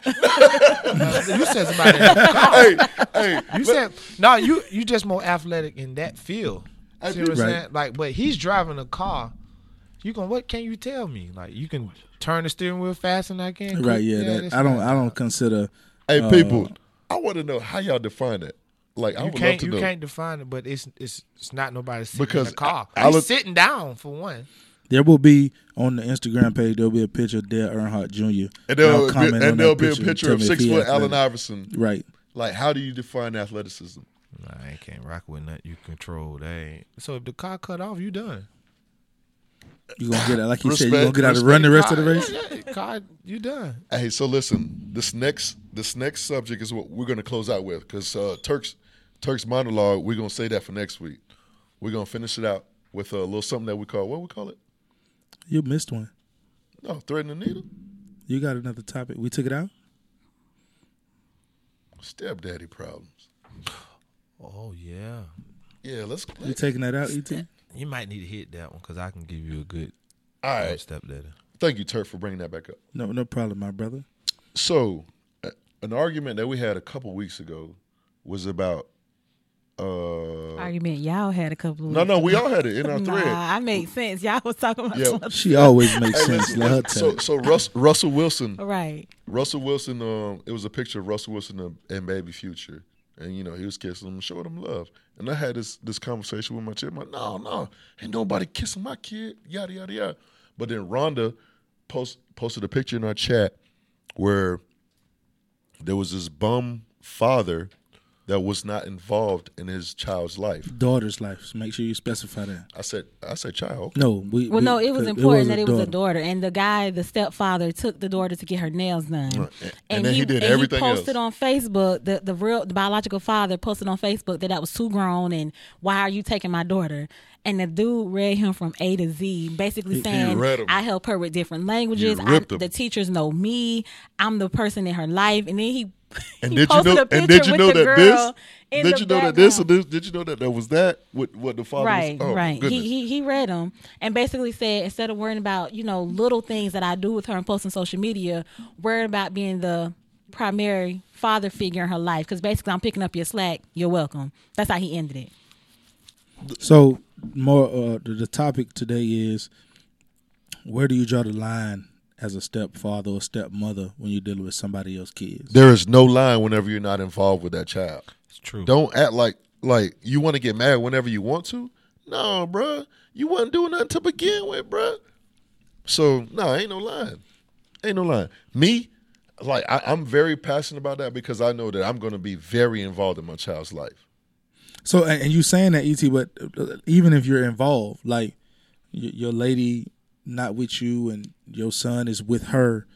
Speaker 2: you said somebody. In the car.
Speaker 1: hey, hey,
Speaker 2: You
Speaker 1: let-
Speaker 2: said no. You you just more athletic in that field. See what I'm
Speaker 4: Right.
Speaker 2: saying? Like, but he's driving a car. You can what can you tell me? Like, you can turn the steering wheel faster than I can.
Speaker 4: right? Yeah,
Speaker 2: that's
Speaker 4: that, I don't.
Speaker 2: right.
Speaker 4: I don't consider.
Speaker 1: hey, people,
Speaker 4: Uh.
Speaker 1: I want to know how y'all define that. Like, I
Speaker 2: You
Speaker 1: would love
Speaker 2: can't
Speaker 1: to
Speaker 2: you
Speaker 1: know.
Speaker 2: can't define it, but it's it's it's not nobody sitting in
Speaker 1: Because
Speaker 2: the car.
Speaker 1: I- I
Speaker 2: He's
Speaker 1: look-
Speaker 2: sitting down for one.
Speaker 4: There will be on the Instagram page. There'll be a picture of Dale Earnhardt Jr.
Speaker 1: and
Speaker 4: Y'all
Speaker 1: there'll, be,
Speaker 4: comment on
Speaker 1: and there'll
Speaker 4: that
Speaker 1: be a
Speaker 4: and
Speaker 1: picture
Speaker 4: tell
Speaker 1: of
Speaker 4: me if
Speaker 1: six
Speaker 4: he
Speaker 1: foot
Speaker 4: athletic.
Speaker 1: Allen Iverson.
Speaker 4: Right.
Speaker 1: Like, how do you define athleticism?
Speaker 2: Nah, I can't rock with nothing you control. That ain't. So if the car cut off, you done.
Speaker 4: You gonna get out, like you said. You
Speaker 1: Respect-
Speaker 4: gonna get out and run the rest of the
Speaker 2: Car-
Speaker 4: race.
Speaker 2: yeah, yeah, car, you done.
Speaker 1: Hey, so listen, this next this next subject is what we're gonna close out with because uh, Turk's Turk's monologue. We're gonna say that for next week. We're gonna finish it out with a little something that we call what we call it.
Speaker 4: You missed one.
Speaker 1: No, threading the needle.
Speaker 4: You got another topic. We took it out.
Speaker 1: Stepdaddy problems.
Speaker 2: Oh yeah.
Speaker 1: Yeah, let's.
Speaker 4: You taking that out, E ET?
Speaker 2: You might need to hit that one because I can give you a good
Speaker 1: all
Speaker 2: right.
Speaker 1: right. Thank you, Turk, for bringing that back up.
Speaker 4: No, no problem, my brother.
Speaker 1: So, uh, an argument that we had a couple weeks ago was about. uh
Speaker 3: Argument y'all had a couple of
Speaker 1: No,
Speaker 3: weeks
Speaker 1: no, we all had it in our
Speaker 3: Nah,
Speaker 1: thread.
Speaker 3: I made sense. Y'all was talking about
Speaker 1: Yeah.
Speaker 3: something.
Speaker 4: She always makes
Speaker 1: Hey,
Speaker 4: sense. Let her
Speaker 1: listen, so,
Speaker 4: tell. it.
Speaker 1: so Russ, Russell Wilson.
Speaker 3: Right.
Speaker 1: Russell Wilson, um, it was a picture of Russell Wilson and, and Baby Future. And you know, he was kissing them, showing them love. And I had this this conversation with my chick. I'm like, no, no, ain't nobody kissing my kid, yada yada yada. But then Rhonda post, posted a picture in our chat where there was this bum father that was not involved in his child's life.
Speaker 4: Daughter's life. So make sure you specify that.
Speaker 1: I said, I said, child.
Speaker 4: No, we.
Speaker 3: Well,
Speaker 4: we-
Speaker 3: no, it was
Speaker 4: it
Speaker 3: important
Speaker 4: a
Speaker 3: that it was a
Speaker 4: daughter.
Speaker 3: daughter, and the guy, the stepfather, took the daughter to get her nails done,
Speaker 1: And- and then he did
Speaker 3: and
Speaker 1: everything
Speaker 3: He posted
Speaker 1: else.
Speaker 3: on Facebook the the real the biological father posted on Facebook that that was too grown, and why are you taking my daughter? And the dude read him from A to Z, basically saying,
Speaker 1: read him.
Speaker 3: "I help her with different languages. I,
Speaker 1: ripped him.
Speaker 3: the teachers know me. I'm the person in her life." And then he.
Speaker 1: And
Speaker 3: he
Speaker 1: did you
Speaker 3: posted
Speaker 1: know?
Speaker 3: a
Speaker 1: And
Speaker 3: picture
Speaker 1: did you
Speaker 3: with
Speaker 1: know
Speaker 3: the
Speaker 1: that
Speaker 3: girl
Speaker 1: this?
Speaker 3: in
Speaker 1: Did
Speaker 3: the
Speaker 1: you know that this?
Speaker 3: background.
Speaker 1: Or this? Did you know that that was that? What what the father?
Speaker 3: Right,
Speaker 1: was, oh,
Speaker 3: right. He,
Speaker 1: goodness.
Speaker 3: he he read them and basically said instead of worrying about you know little things that I do with her and posting social media, worrying about being the primary father figure in her life because basically I'm picking up your slack. You're welcome. That's how he ended it.
Speaker 4: So more uh, the, the topic today is where do you draw the line as a stepfather or stepmother when you're dealing with somebody else's kids?
Speaker 1: There is no line whenever you're not involved with that child.
Speaker 2: It's true.
Speaker 1: Don't act like like you want to get mad whenever you want to. No, bruh. You wasn't doing nothing to begin with, bruh. So no, ain't no line. Ain't no line. Me, like I, I'm very passionate about that because I know that I'm going to be very involved in my child's life.
Speaker 4: So and, and you saying that et, but uh, even if you're involved, like y- your lady not with you and your son is with her,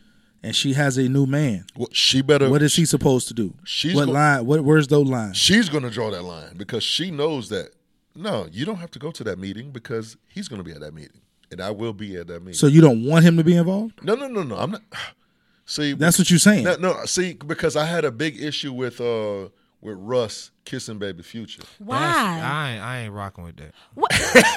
Speaker 4: and she has a new man.
Speaker 1: Well, she better.
Speaker 4: What is he supposed to do?
Speaker 1: She's
Speaker 4: what
Speaker 1: go-
Speaker 4: line? What where's those lines?
Speaker 1: she's going to draw that line because she knows that no, you don't have to go to that meeting because he's going to be at that meeting and I will be at that meeting.
Speaker 4: So you don't want him to be involved?
Speaker 1: no, no, no, no. I'm not. See,
Speaker 4: That's what you're saying.
Speaker 1: no, no. See, because I had a big issue with uh with Russ kissing baby Future.
Speaker 3: Why?
Speaker 2: I ain't, I ain't rocking with that.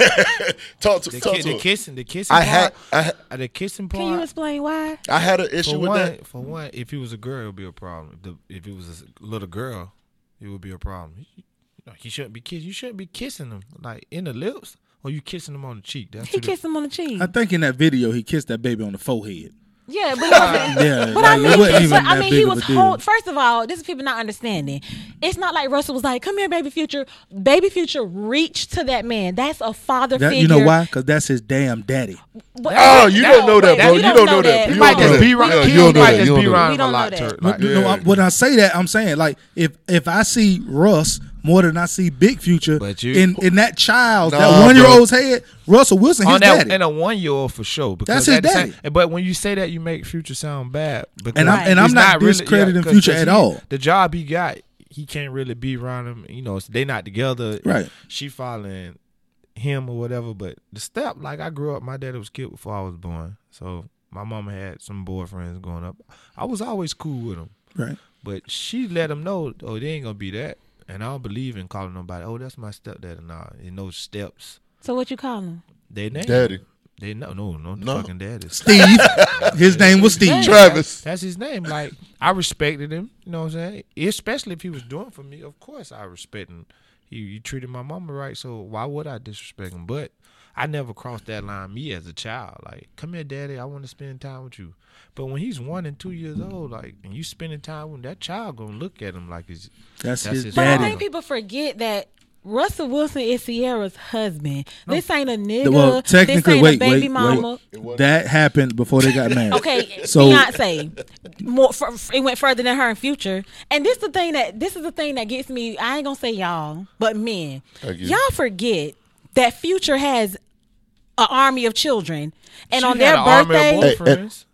Speaker 1: Talk to
Speaker 2: The,
Speaker 1: talk
Speaker 2: ki-
Speaker 1: to.
Speaker 2: the
Speaker 1: her.
Speaker 2: kissing, the kissing.
Speaker 1: I
Speaker 2: part,
Speaker 1: had I had,
Speaker 2: uh, the kissing part.
Speaker 3: Can you explain why?
Speaker 1: I had an
Speaker 2: for
Speaker 1: issue with
Speaker 2: one,
Speaker 1: that.
Speaker 2: for one, if he was a girl, it would be a problem. If, the, if it was a s- little girl, it would be a problem. He, no, he shouldn't be kissing. You shouldn't be kissing him like in the lips, or you kissing him on the cheek. That's
Speaker 3: He
Speaker 2: two different-
Speaker 3: kissed him on the cheek.
Speaker 4: I think in that video he kissed that baby on the forehead.
Speaker 3: yeah, but. he wasn't-
Speaker 4: Yeah,
Speaker 3: But
Speaker 4: like,
Speaker 3: I mean,
Speaker 4: it wasn't
Speaker 3: he-
Speaker 4: even
Speaker 3: I
Speaker 4: that
Speaker 3: mean,
Speaker 4: big
Speaker 3: he
Speaker 4: of
Speaker 3: was
Speaker 4: a deal.
Speaker 3: hold. First of all, this is people not understanding. It's not like Russell was like, "Come here, baby future." Baby future reached to that man. That's a father
Speaker 4: That-
Speaker 3: figure.
Speaker 4: you know why? Because that's his damn daddy.
Speaker 9: What,
Speaker 1: Oh, you
Speaker 9: that-
Speaker 1: don't know that,
Speaker 9: wait,
Speaker 1: bro.
Speaker 9: you
Speaker 1: You
Speaker 9: don't
Speaker 1: don't
Speaker 9: know
Speaker 1: know that.
Speaker 9: that.
Speaker 1: You
Speaker 9: Might
Speaker 1: don't know
Speaker 9: just
Speaker 1: that.
Speaker 9: be right-
Speaker 1: Yeah,
Speaker 9: kids
Speaker 1: you don't know
Speaker 9: might
Speaker 1: that.
Speaker 9: just
Speaker 1: You
Speaker 9: be
Speaker 1: don't know
Speaker 9: right.
Speaker 1: that.
Speaker 9: We
Speaker 2: a
Speaker 9: don't
Speaker 2: lot,
Speaker 9: know
Speaker 2: Turk.
Speaker 9: that.
Speaker 4: No,
Speaker 2: Like,
Speaker 4: no, I-
Speaker 1: Yeah.
Speaker 4: when I say that, I'm saying like if if I see Russ more than I see Big Future
Speaker 10: But you-
Speaker 4: in in that child,
Speaker 1: Nah,
Speaker 4: that one year old's head, Russell Wilson, his
Speaker 2: on that,
Speaker 4: daddy,
Speaker 2: and a one year old for sure. Because
Speaker 4: That's his
Speaker 2: at the same-
Speaker 4: daddy.
Speaker 2: but when you say that, you make Future sound bad. Because
Speaker 4: And I'm- and
Speaker 2: he's
Speaker 4: I'm not discrediting
Speaker 2: yeah, 'cause-
Speaker 4: Future
Speaker 2: 'cause
Speaker 4: at
Speaker 2: he-
Speaker 4: all.
Speaker 2: The job he got, he can't really be around him. You know, they not together.
Speaker 4: Right.
Speaker 2: She following him or whatever. But the step, like I grew up, my daddy was killed before I was born, so my mama had some boyfriends growing up. I was always cool with them.
Speaker 4: right?
Speaker 2: But she let him know, oh, they ain't gonna be that. And I don't believe in calling nobody, oh, that's my stepdad. Nah, in those steps,
Speaker 3: So what you call him?
Speaker 2: they name.
Speaker 1: Daddy.
Speaker 2: They no, no, no,
Speaker 1: No.
Speaker 2: fucking daddy.
Speaker 4: Steve, his name was Steve.
Speaker 1: Travis.
Speaker 2: That's his name. Like I respected him. You know what I'm saying? Especially if he was doing for me. Of course, I respect him. He, he treated my mama right, so why would I disrespect him? But I never crossed that line. Me as a child, like, come here, daddy. I want to spend time with you. But when he's one and two years old, like, and you spending time with him, that child gonna look at him like he's
Speaker 4: That's,
Speaker 2: That's
Speaker 4: his,
Speaker 2: his
Speaker 3: But I
Speaker 2: Daddy.
Speaker 3: think
Speaker 4: daddy.
Speaker 3: people forget that Russell Wilson is Sierra's husband. This ain't a nigga.
Speaker 4: Well,
Speaker 3: this
Speaker 4: technically,
Speaker 3: ain't
Speaker 4: wait,
Speaker 3: a baby
Speaker 4: wait,
Speaker 3: mama.
Speaker 4: wait. That happened before they got married.
Speaker 3: Okay,
Speaker 4: so
Speaker 3: Beyonce. More, f f- it went further than her in future. And this the thing that this is the thing that gets me. I ain't gonna say y'all, but men.
Speaker 1: Thank you.
Speaker 3: Y'all forget that future has an army of children, and
Speaker 2: She
Speaker 3: on
Speaker 2: had
Speaker 3: their
Speaker 2: an army of
Speaker 3: birthday,
Speaker 2: boyfriends.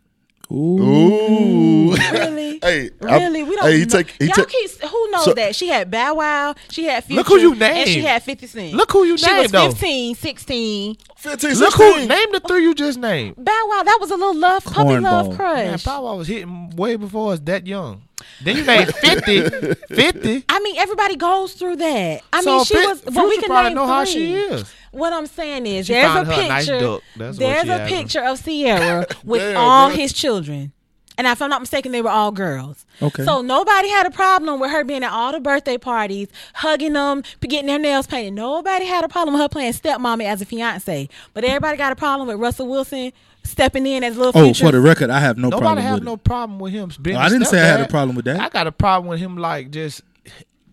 Speaker 1: Ooh.
Speaker 3: really,
Speaker 1: hey, I'm-
Speaker 3: really, we don't.
Speaker 1: Hey, he
Speaker 3: know.
Speaker 1: take. He
Speaker 3: y'all
Speaker 1: take.
Speaker 3: keep. Who knows
Speaker 1: So-
Speaker 3: that she had Bow Wow, she had future,
Speaker 2: Look who you
Speaker 3: and she
Speaker 2: named.
Speaker 3: had Fifty Cent.
Speaker 2: Look who you
Speaker 3: she
Speaker 2: named,
Speaker 3: was
Speaker 2: though.
Speaker 3: 15, 16.
Speaker 1: 15,
Speaker 2: Look who
Speaker 1: 16.
Speaker 2: name the three you just named.
Speaker 3: Bow Wow, that was a little love, puppy love
Speaker 4: Cornball.
Speaker 2: Man,
Speaker 3: crush.
Speaker 2: Pow Wow was hitting way before us that young. Then you named 50, 50.
Speaker 3: I mean, everybody goes through that. I
Speaker 2: So
Speaker 3: mean, she
Speaker 2: Fit-
Speaker 3: was. But we
Speaker 2: Future
Speaker 3: can
Speaker 2: probably
Speaker 3: name
Speaker 2: know
Speaker 3: three.
Speaker 2: how she is.
Speaker 3: What I'm saying is,
Speaker 2: She
Speaker 3: there's a
Speaker 2: found her a nice
Speaker 3: picture.
Speaker 2: duck. That's what
Speaker 3: there's
Speaker 2: she
Speaker 3: a
Speaker 2: had.
Speaker 3: picture of Sierra with
Speaker 1: Damn,
Speaker 3: all
Speaker 1: bro.
Speaker 3: his children, and if I'm not mistaken, they were all girls.
Speaker 4: Okay.
Speaker 3: So nobody had a problem with her being at all the birthday parties, hugging them, p- getting their nails painted. Nobody had a problem with her playing stepmommy as a fiance. But everybody got a problem with Russell Wilson stepping in as little.
Speaker 4: oh,
Speaker 3: Future.
Speaker 4: for the record, I have no
Speaker 2: Nobody
Speaker 4: problem
Speaker 2: have
Speaker 4: with
Speaker 2: no
Speaker 4: it.
Speaker 2: problem with him. Being
Speaker 4: No,
Speaker 2: a
Speaker 4: I didn't say I had a
Speaker 2: stepdad.
Speaker 4: problem with that.
Speaker 2: I got a problem with him. Like just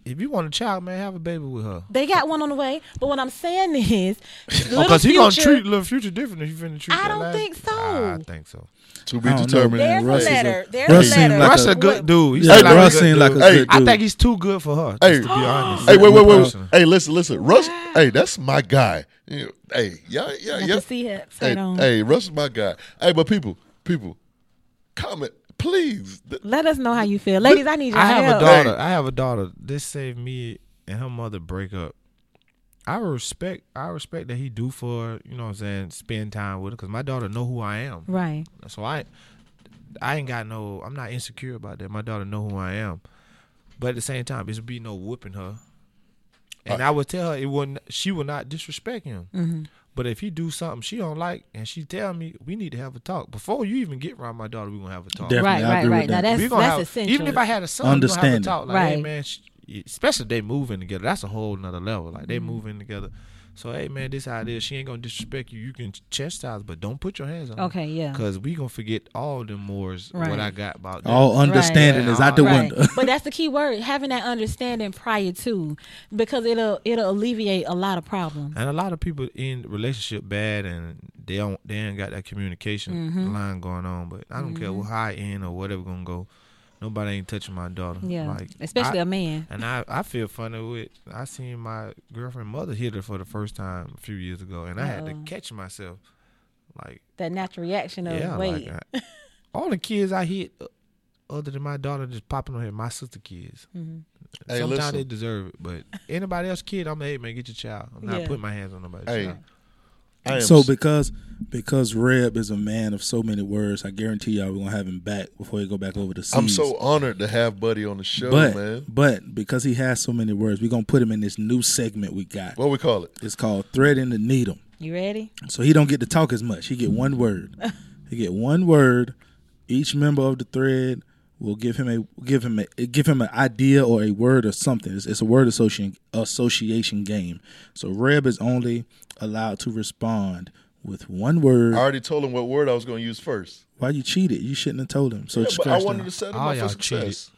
Speaker 2: if you want a child, man, have a baby with her.
Speaker 3: They got one on the way. But what I'm saying is, little
Speaker 2: Because Oh, he gonna
Speaker 3: Future-
Speaker 2: treat little future different if you finna treat.
Speaker 3: I
Speaker 2: that
Speaker 3: don't
Speaker 2: last-
Speaker 3: think so.
Speaker 2: I think so.
Speaker 1: To be
Speaker 4: I don't know,
Speaker 1: determined.
Speaker 3: There's a
Speaker 4: Russ is a-
Speaker 3: letter. There's
Speaker 4: Russ
Speaker 3: a
Speaker 4: seemed
Speaker 3: letter.
Speaker 4: like
Speaker 2: Russ a
Speaker 3: What-
Speaker 2: good dude. He
Speaker 4: Yeah,
Speaker 2: seemed like a
Speaker 4: Russ
Speaker 2: good
Speaker 4: seemed like a
Speaker 2: dude.
Speaker 1: Hey,
Speaker 4: good dude.
Speaker 2: I think he's too good for her.
Speaker 1: Hey.
Speaker 2: just to be honest.
Speaker 1: Hey, wait, wait, wait, wait.
Speaker 2: Personally.
Speaker 1: Hey, listen, listen. Russ, hey, that's my guy. You know, Hey, yeah, yeah,
Speaker 3: Got
Speaker 1: yeah.
Speaker 3: the Seahawks
Speaker 1: Hey,
Speaker 3: hat on.
Speaker 1: hey, Russ is my guy. Hey, but people, people, comment, please. Th-
Speaker 3: Let us know how you feel, ladies. I need your
Speaker 2: I have
Speaker 3: help.
Speaker 2: a daughter. I have a daughter. This saved me and her mother break up. I respect. I respect that he do for her, you know what I'm saying. Spend time with her because my daughter know who I am.
Speaker 3: Right.
Speaker 2: So I, I ain't got no. I'm not insecure about that. My daughter know who I am, but at the same time, it would be no whooping her. And I would tell her it wouldn't. She would not disrespect him. But if he do something she don't like, and she tell me, we need to have a talk before you even get around my daughter. We gonna have a talk.
Speaker 4: Definitely,
Speaker 3: Right,
Speaker 4: I
Speaker 3: right,
Speaker 4: agree with
Speaker 3: right. Now
Speaker 4: that.
Speaker 3: that's
Speaker 2: We gonna
Speaker 3: that's
Speaker 2: have-
Speaker 3: essential.
Speaker 2: Even if I had a son, we gonna have
Speaker 4: Understanding.
Speaker 2: to talk like, hey
Speaker 3: Right.
Speaker 2: man, sh- especially if they moving together. That's a whole nother level. Like
Speaker 3: Mm-hmm.
Speaker 2: they moving together. So hey man, this how it is. She ain't gonna disrespect you. You can chastise, but don't put your hands on. her.
Speaker 3: Okay, yeah.
Speaker 2: Cause we gonna forget all the mores
Speaker 3: Right.
Speaker 2: what I got about. them.
Speaker 4: All understanding
Speaker 2: Right.
Speaker 4: is out the
Speaker 2: Right.
Speaker 4: window.
Speaker 3: but that's the key word: having that understanding prior to, because it'll it'll alleviate a lot of problems.
Speaker 2: and a lot of people in relationship bad, and they don't they ain't got that communication
Speaker 3: Mm-hmm.
Speaker 2: line going on. But I don't care how high end or whatever gonna go. Nobody ain't touching my daughter.
Speaker 3: Yeah,
Speaker 2: Like,
Speaker 3: especially
Speaker 2: I-
Speaker 3: a man.
Speaker 2: And I, I feel funny with I seen my girlfriend mother hit her for the first time a few years ago, and I had to
Speaker 3: Uh-oh.
Speaker 2: catch myself. Like
Speaker 3: That natural reaction of
Speaker 2: yeah,
Speaker 3: wait,
Speaker 2: like I, all the kids I hit, uh, other than my daughter, just popping on here, my sister kids.
Speaker 1: Hey,
Speaker 2: Sometimes
Speaker 1: listen.
Speaker 2: they deserve it, but anybody else kid, I'm like, hey man, get your child. I'm not
Speaker 3: Yeah.
Speaker 2: putting my hands on nobody's
Speaker 1: Hey,
Speaker 2: child.
Speaker 1: I am
Speaker 4: So because because Reb is a man of so many words, I guarantee y'all we're gonna have him back before he go back over the seas.
Speaker 1: I'm so honored to have Buddy on the show,
Speaker 4: but
Speaker 1: man.
Speaker 4: but because he has so many words, we're gonna put him in this new segment we got.
Speaker 1: What we call it?
Speaker 4: It's called threading the needle.
Speaker 3: you ready?
Speaker 4: So he don't get to talk as much. He get one word. he get one word. Each member of the thread will give him a give him a give him an idea or a word or something. It's, it's a word association association game. So Reb is only allowed to respond with one word.
Speaker 1: I already told him what word I was going to use first.
Speaker 4: Why you cheated? You shouldn't have told him. So
Speaker 1: Yeah,
Speaker 4: it's
Speaker 1: but I
Speaker 4: scratched
Speaker 1: wanted
Speaker 4: out.
Speaker 1: to set him
Speaker 2: All
Speaker 1: up for
Speaker 2: y'all cheated.
Speaker 1: success.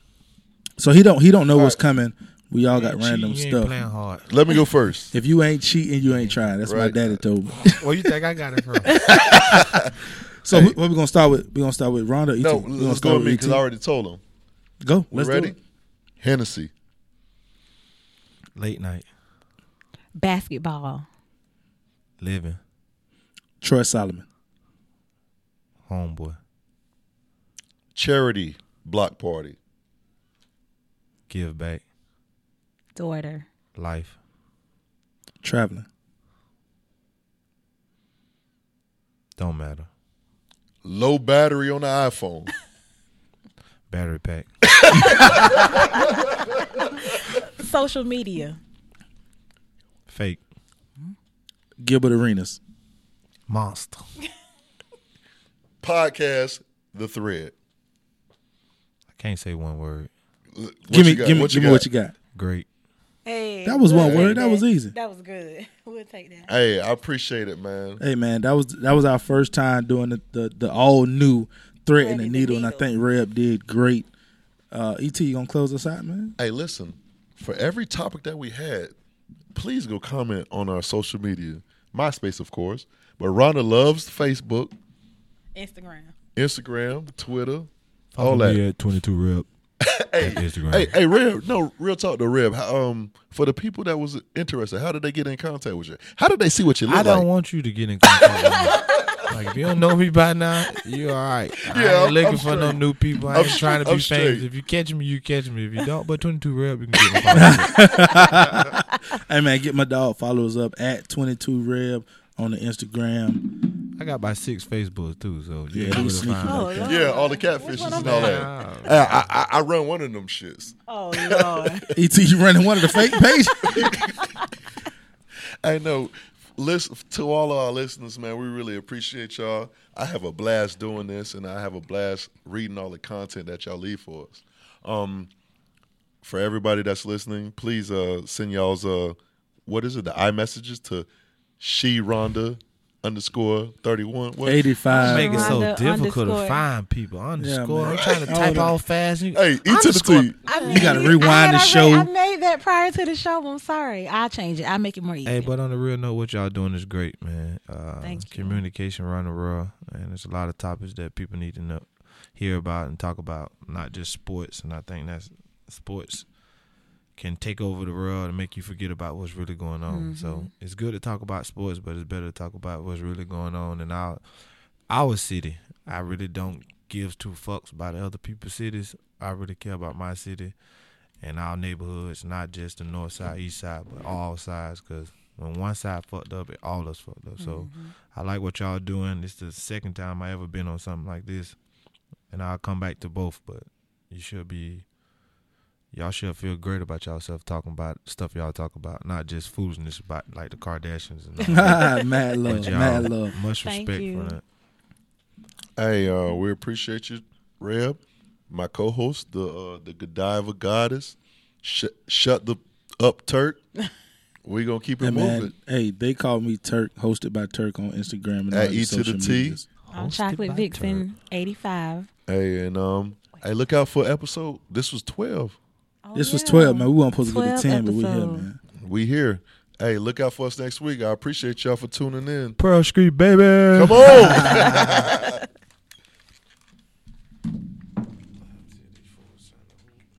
Speaker 4: So he don't he don't know what's coming. We all got
Speaker 8: Ain't
Speaker 4: random
Speaker 8: cheating, you Ain't playing
Speaker 4: stuff.
Speaker 8: hard.
Speaker 1: Let me go first.
Speaker 4: If you ain't cheating, you ain't trying. That's what my
Speaker 1: Right.
Speaker 4: daddy told me.
Speaker 8: Well, you think I got it from?
Speaker 4: So who, what we gonna start with? We gonna start with Ronda.
Speaker 1: No, let's go with me because I already told him.
Speaker 4: go.
Speaker 1: We
Speaker 4: let's do
Speaker 1: ready?
Speaker 4: it.
Speaker 1: Hennessy.
Speaker 8: Late night
Speaker 3: Basketball.
Speaker 8: living,
Speaker 4: Troy Solomon,
Speaker 8: homeboy,
Speaker 1: Charity block party.
Speaker 8: give back,
Speaker 3: Daughter.
Speaker 8: life,
Speaker 4: traveling,
Speaker 8: don't matter,
Speaker 1: Low battery on the iPhone.
Speaker 8: battery pack,
Speaker 3: Social media.
Speaker 8: fake,
Speaker 4: Gilbert Arenas,
Speaker 8: monster,
Speaker 1: Podcast The Thread.
Speaker 8: I can't say one word.
Speaker 1: L- what
Speaker 4: give me,
Speaker 1: you got?
Speaker 4: give me,
Speaker 1: What you
Speaker 4: give me
Speaker 1: got?
Speaker 4: what you got.
Speaker 8: Great.
Speaker 3: Hey.
Speaker 4: That was
Speaker 3: we'll
Speaker 4: one
Speaker 3: take
Speaker 4: word. That was easy.
Speaker 3: That was good. We'll take that.
Speaker 1: Hey, I appreciate it, man.
Speaker 4: Hey man, that was that was our first time doing the the, the all new thread and the
Speaker 3: Threading the
Speaker 4: needle, and I
Speaker 3: needle.
Speaker 4: think Reb did great. Uh, Et, you gonna close us out, man?
Speaker 1: Hey, listen, for every topic that we had, please go comment on our social media. MySpace, of course. But Rhonda loves Facebook,
Speaker 3: Instagram.
Speaker 1: Instagram, Twitter, all that.
Speaker 2: Yeah, 22 rep. At Instagram.
Speaker 1: Hey, hey, Reb, no, real talk to Reb. How, um, for the people that was interested, how did they get in contact with you? How did they see what you look
Speaker 2: I don't
Speaker 1: like?
Speaker 2: want you to get in contact with me. Like, if you don't know me by now, you all right.
Speaker 1: Yeah,
Speaker 2: I ain't
Speaker 1: I'm-
Speaker 2: looking
Speaker 1: I'm
Speaker 2: for no
Speaker 1: straight.
Speaker 2: new people. I
Speaker 1: I'm
Speaker 2: ain't trying to be
Speaker 1: straight- I'm
Speaker 2: famous.
Speaker 1: straight.
Speaker 2: If you catch me, you catch me. If you don't, but 22 rep, you can get my
Speaker 4: Hey man, get my dog followers up at twenty two Reb on the Instagram.
Speaker 2: I got my six Facebooks, too, so
Speaker 4: Yeah,
Speaker 2: you
Speaker 4: he
Speaker 2: able to
Speaker 4: sneaky.
Speaker 2: find
Speaker 3: Oh,
Speaker 2: out.
Speaker 3: Lord.
Speaker 1: Yeah, all the catfishes and all that.
Speaker 2: Yeah.
Speaker 1: I, I, I- I run one of them shits.
Speaker 3: Oh, Lord.
Speaker 4: Et, E you running one of the fake pages?
Speaker 1: I know. Listen to all of our listeners, man. We really appreciate y'all. I have a blast doing this, and I have a blast reading all the content that y'all leave for us. Um, for everybody that's listening, please uh, send y'all's uh, what is it? The iMessages to she Rhonda underscore thirty one. What?
Speaker 4: Eighty
Speaker 2: Make
Speaker 4: five.
Speaker 2: it so
Speaker 3: Rhonda
Speaker 2: difficult
Speaker 3: underscore.
Speaker 2: to find people. Underscore.
Speaker 4: man.
Speaker 2: I'm trying to
Speaker 4: Hold
Speaker 2: type
Speaker 4: on.
Speaker 2: all fast. You,
Speaker 1: Hey, E to the
Speaker 2: underscore.
Speaker 1: T.
Speaker 4: You gotta rewind the show.
Speaker 3: I made that prior to the show. I'm sorry. I'll change it. I'll make it more easy.
Speaker 2: Hey, but on the real note, what y'all doing is great, man. Uh,
Speaker 3: Thank you.
Speaker 2: Communication around the world, and there's a lot of topics that people need to know, hear about, and talk about. Not just sports, and I think that's sports can take over the world and make you forget about what's really going on.
Speaker 3: Mm-hmm.
Speaker 2: So it's good to talk about sports, but it's better to talk about what's really going on in our our city. I really don't give two fucks about other people's cities. I really care about my city and our neighborhoods, not just the north
Speaker 4: Mm-hmm.
Speaker 2: side, east side, but all sides. Because when one side fucked up, it all of us fucked up. So
Speaker 4: Mm-hmm.
Speaker 2: I like what y'all doing. It's the second time I ever been on something like this, and I'll come back to both. But you should be, y'all should feel great about yourself talking about stuff y'all talk about, not just foolishness about like the Kardashians and all that.
Speaker 4: mad
Speaker 2: But
Speaker 4: love,
Speaker 2: y'all,
Speaker 4: mad love.
Speaker 2: Much
Speaker 3: Thank
Speaker 2: respect
Speaker 3: you.
Speaker 2: for that.
Speaker 1: Hey, uh, we appreciate you, Reb, my co-host, the uh, the Godiva goddess. Sh- shut the up, Turk. We gonna keep it
Speaker 4: Hey,
Speaker 1: moving.
Speaker 4: man, hey, they call me Turk, hosted by Turk on Instagram and
Speaker 1: At
Speaker 4: all
Speaker 1: E to
Speaker 4: the
Speaker 1: the
Speaker 4: social
Speaker 1: T.
Speaker 4: medias.
Speaker 3: I'm
Speaker 2: Hosted
Speaker 3: Chocolate
Speaker 2: by
Speaker 3: Vixen,
Speaker 2: Turk.
Speaker 3: 85.
Speaker 1: Hey, and um, hey, look out for episode. This was twelve.
Speaker 3: Oh,
Speaker 4: This was
Speaker 3: yeah.
Speaker 4: twelve, man. We weren't supposed to get
Speaker 3: 12
Speaker 4: to ten, but we here,
Speaker 3: episodes.
Speaker 4: man.
Speaker 1: We here. Hey, look out for us next week. I appreciate y'all for tuning in.
Speaker 2: Pearl Street, baby.
Speaker 1: Come on.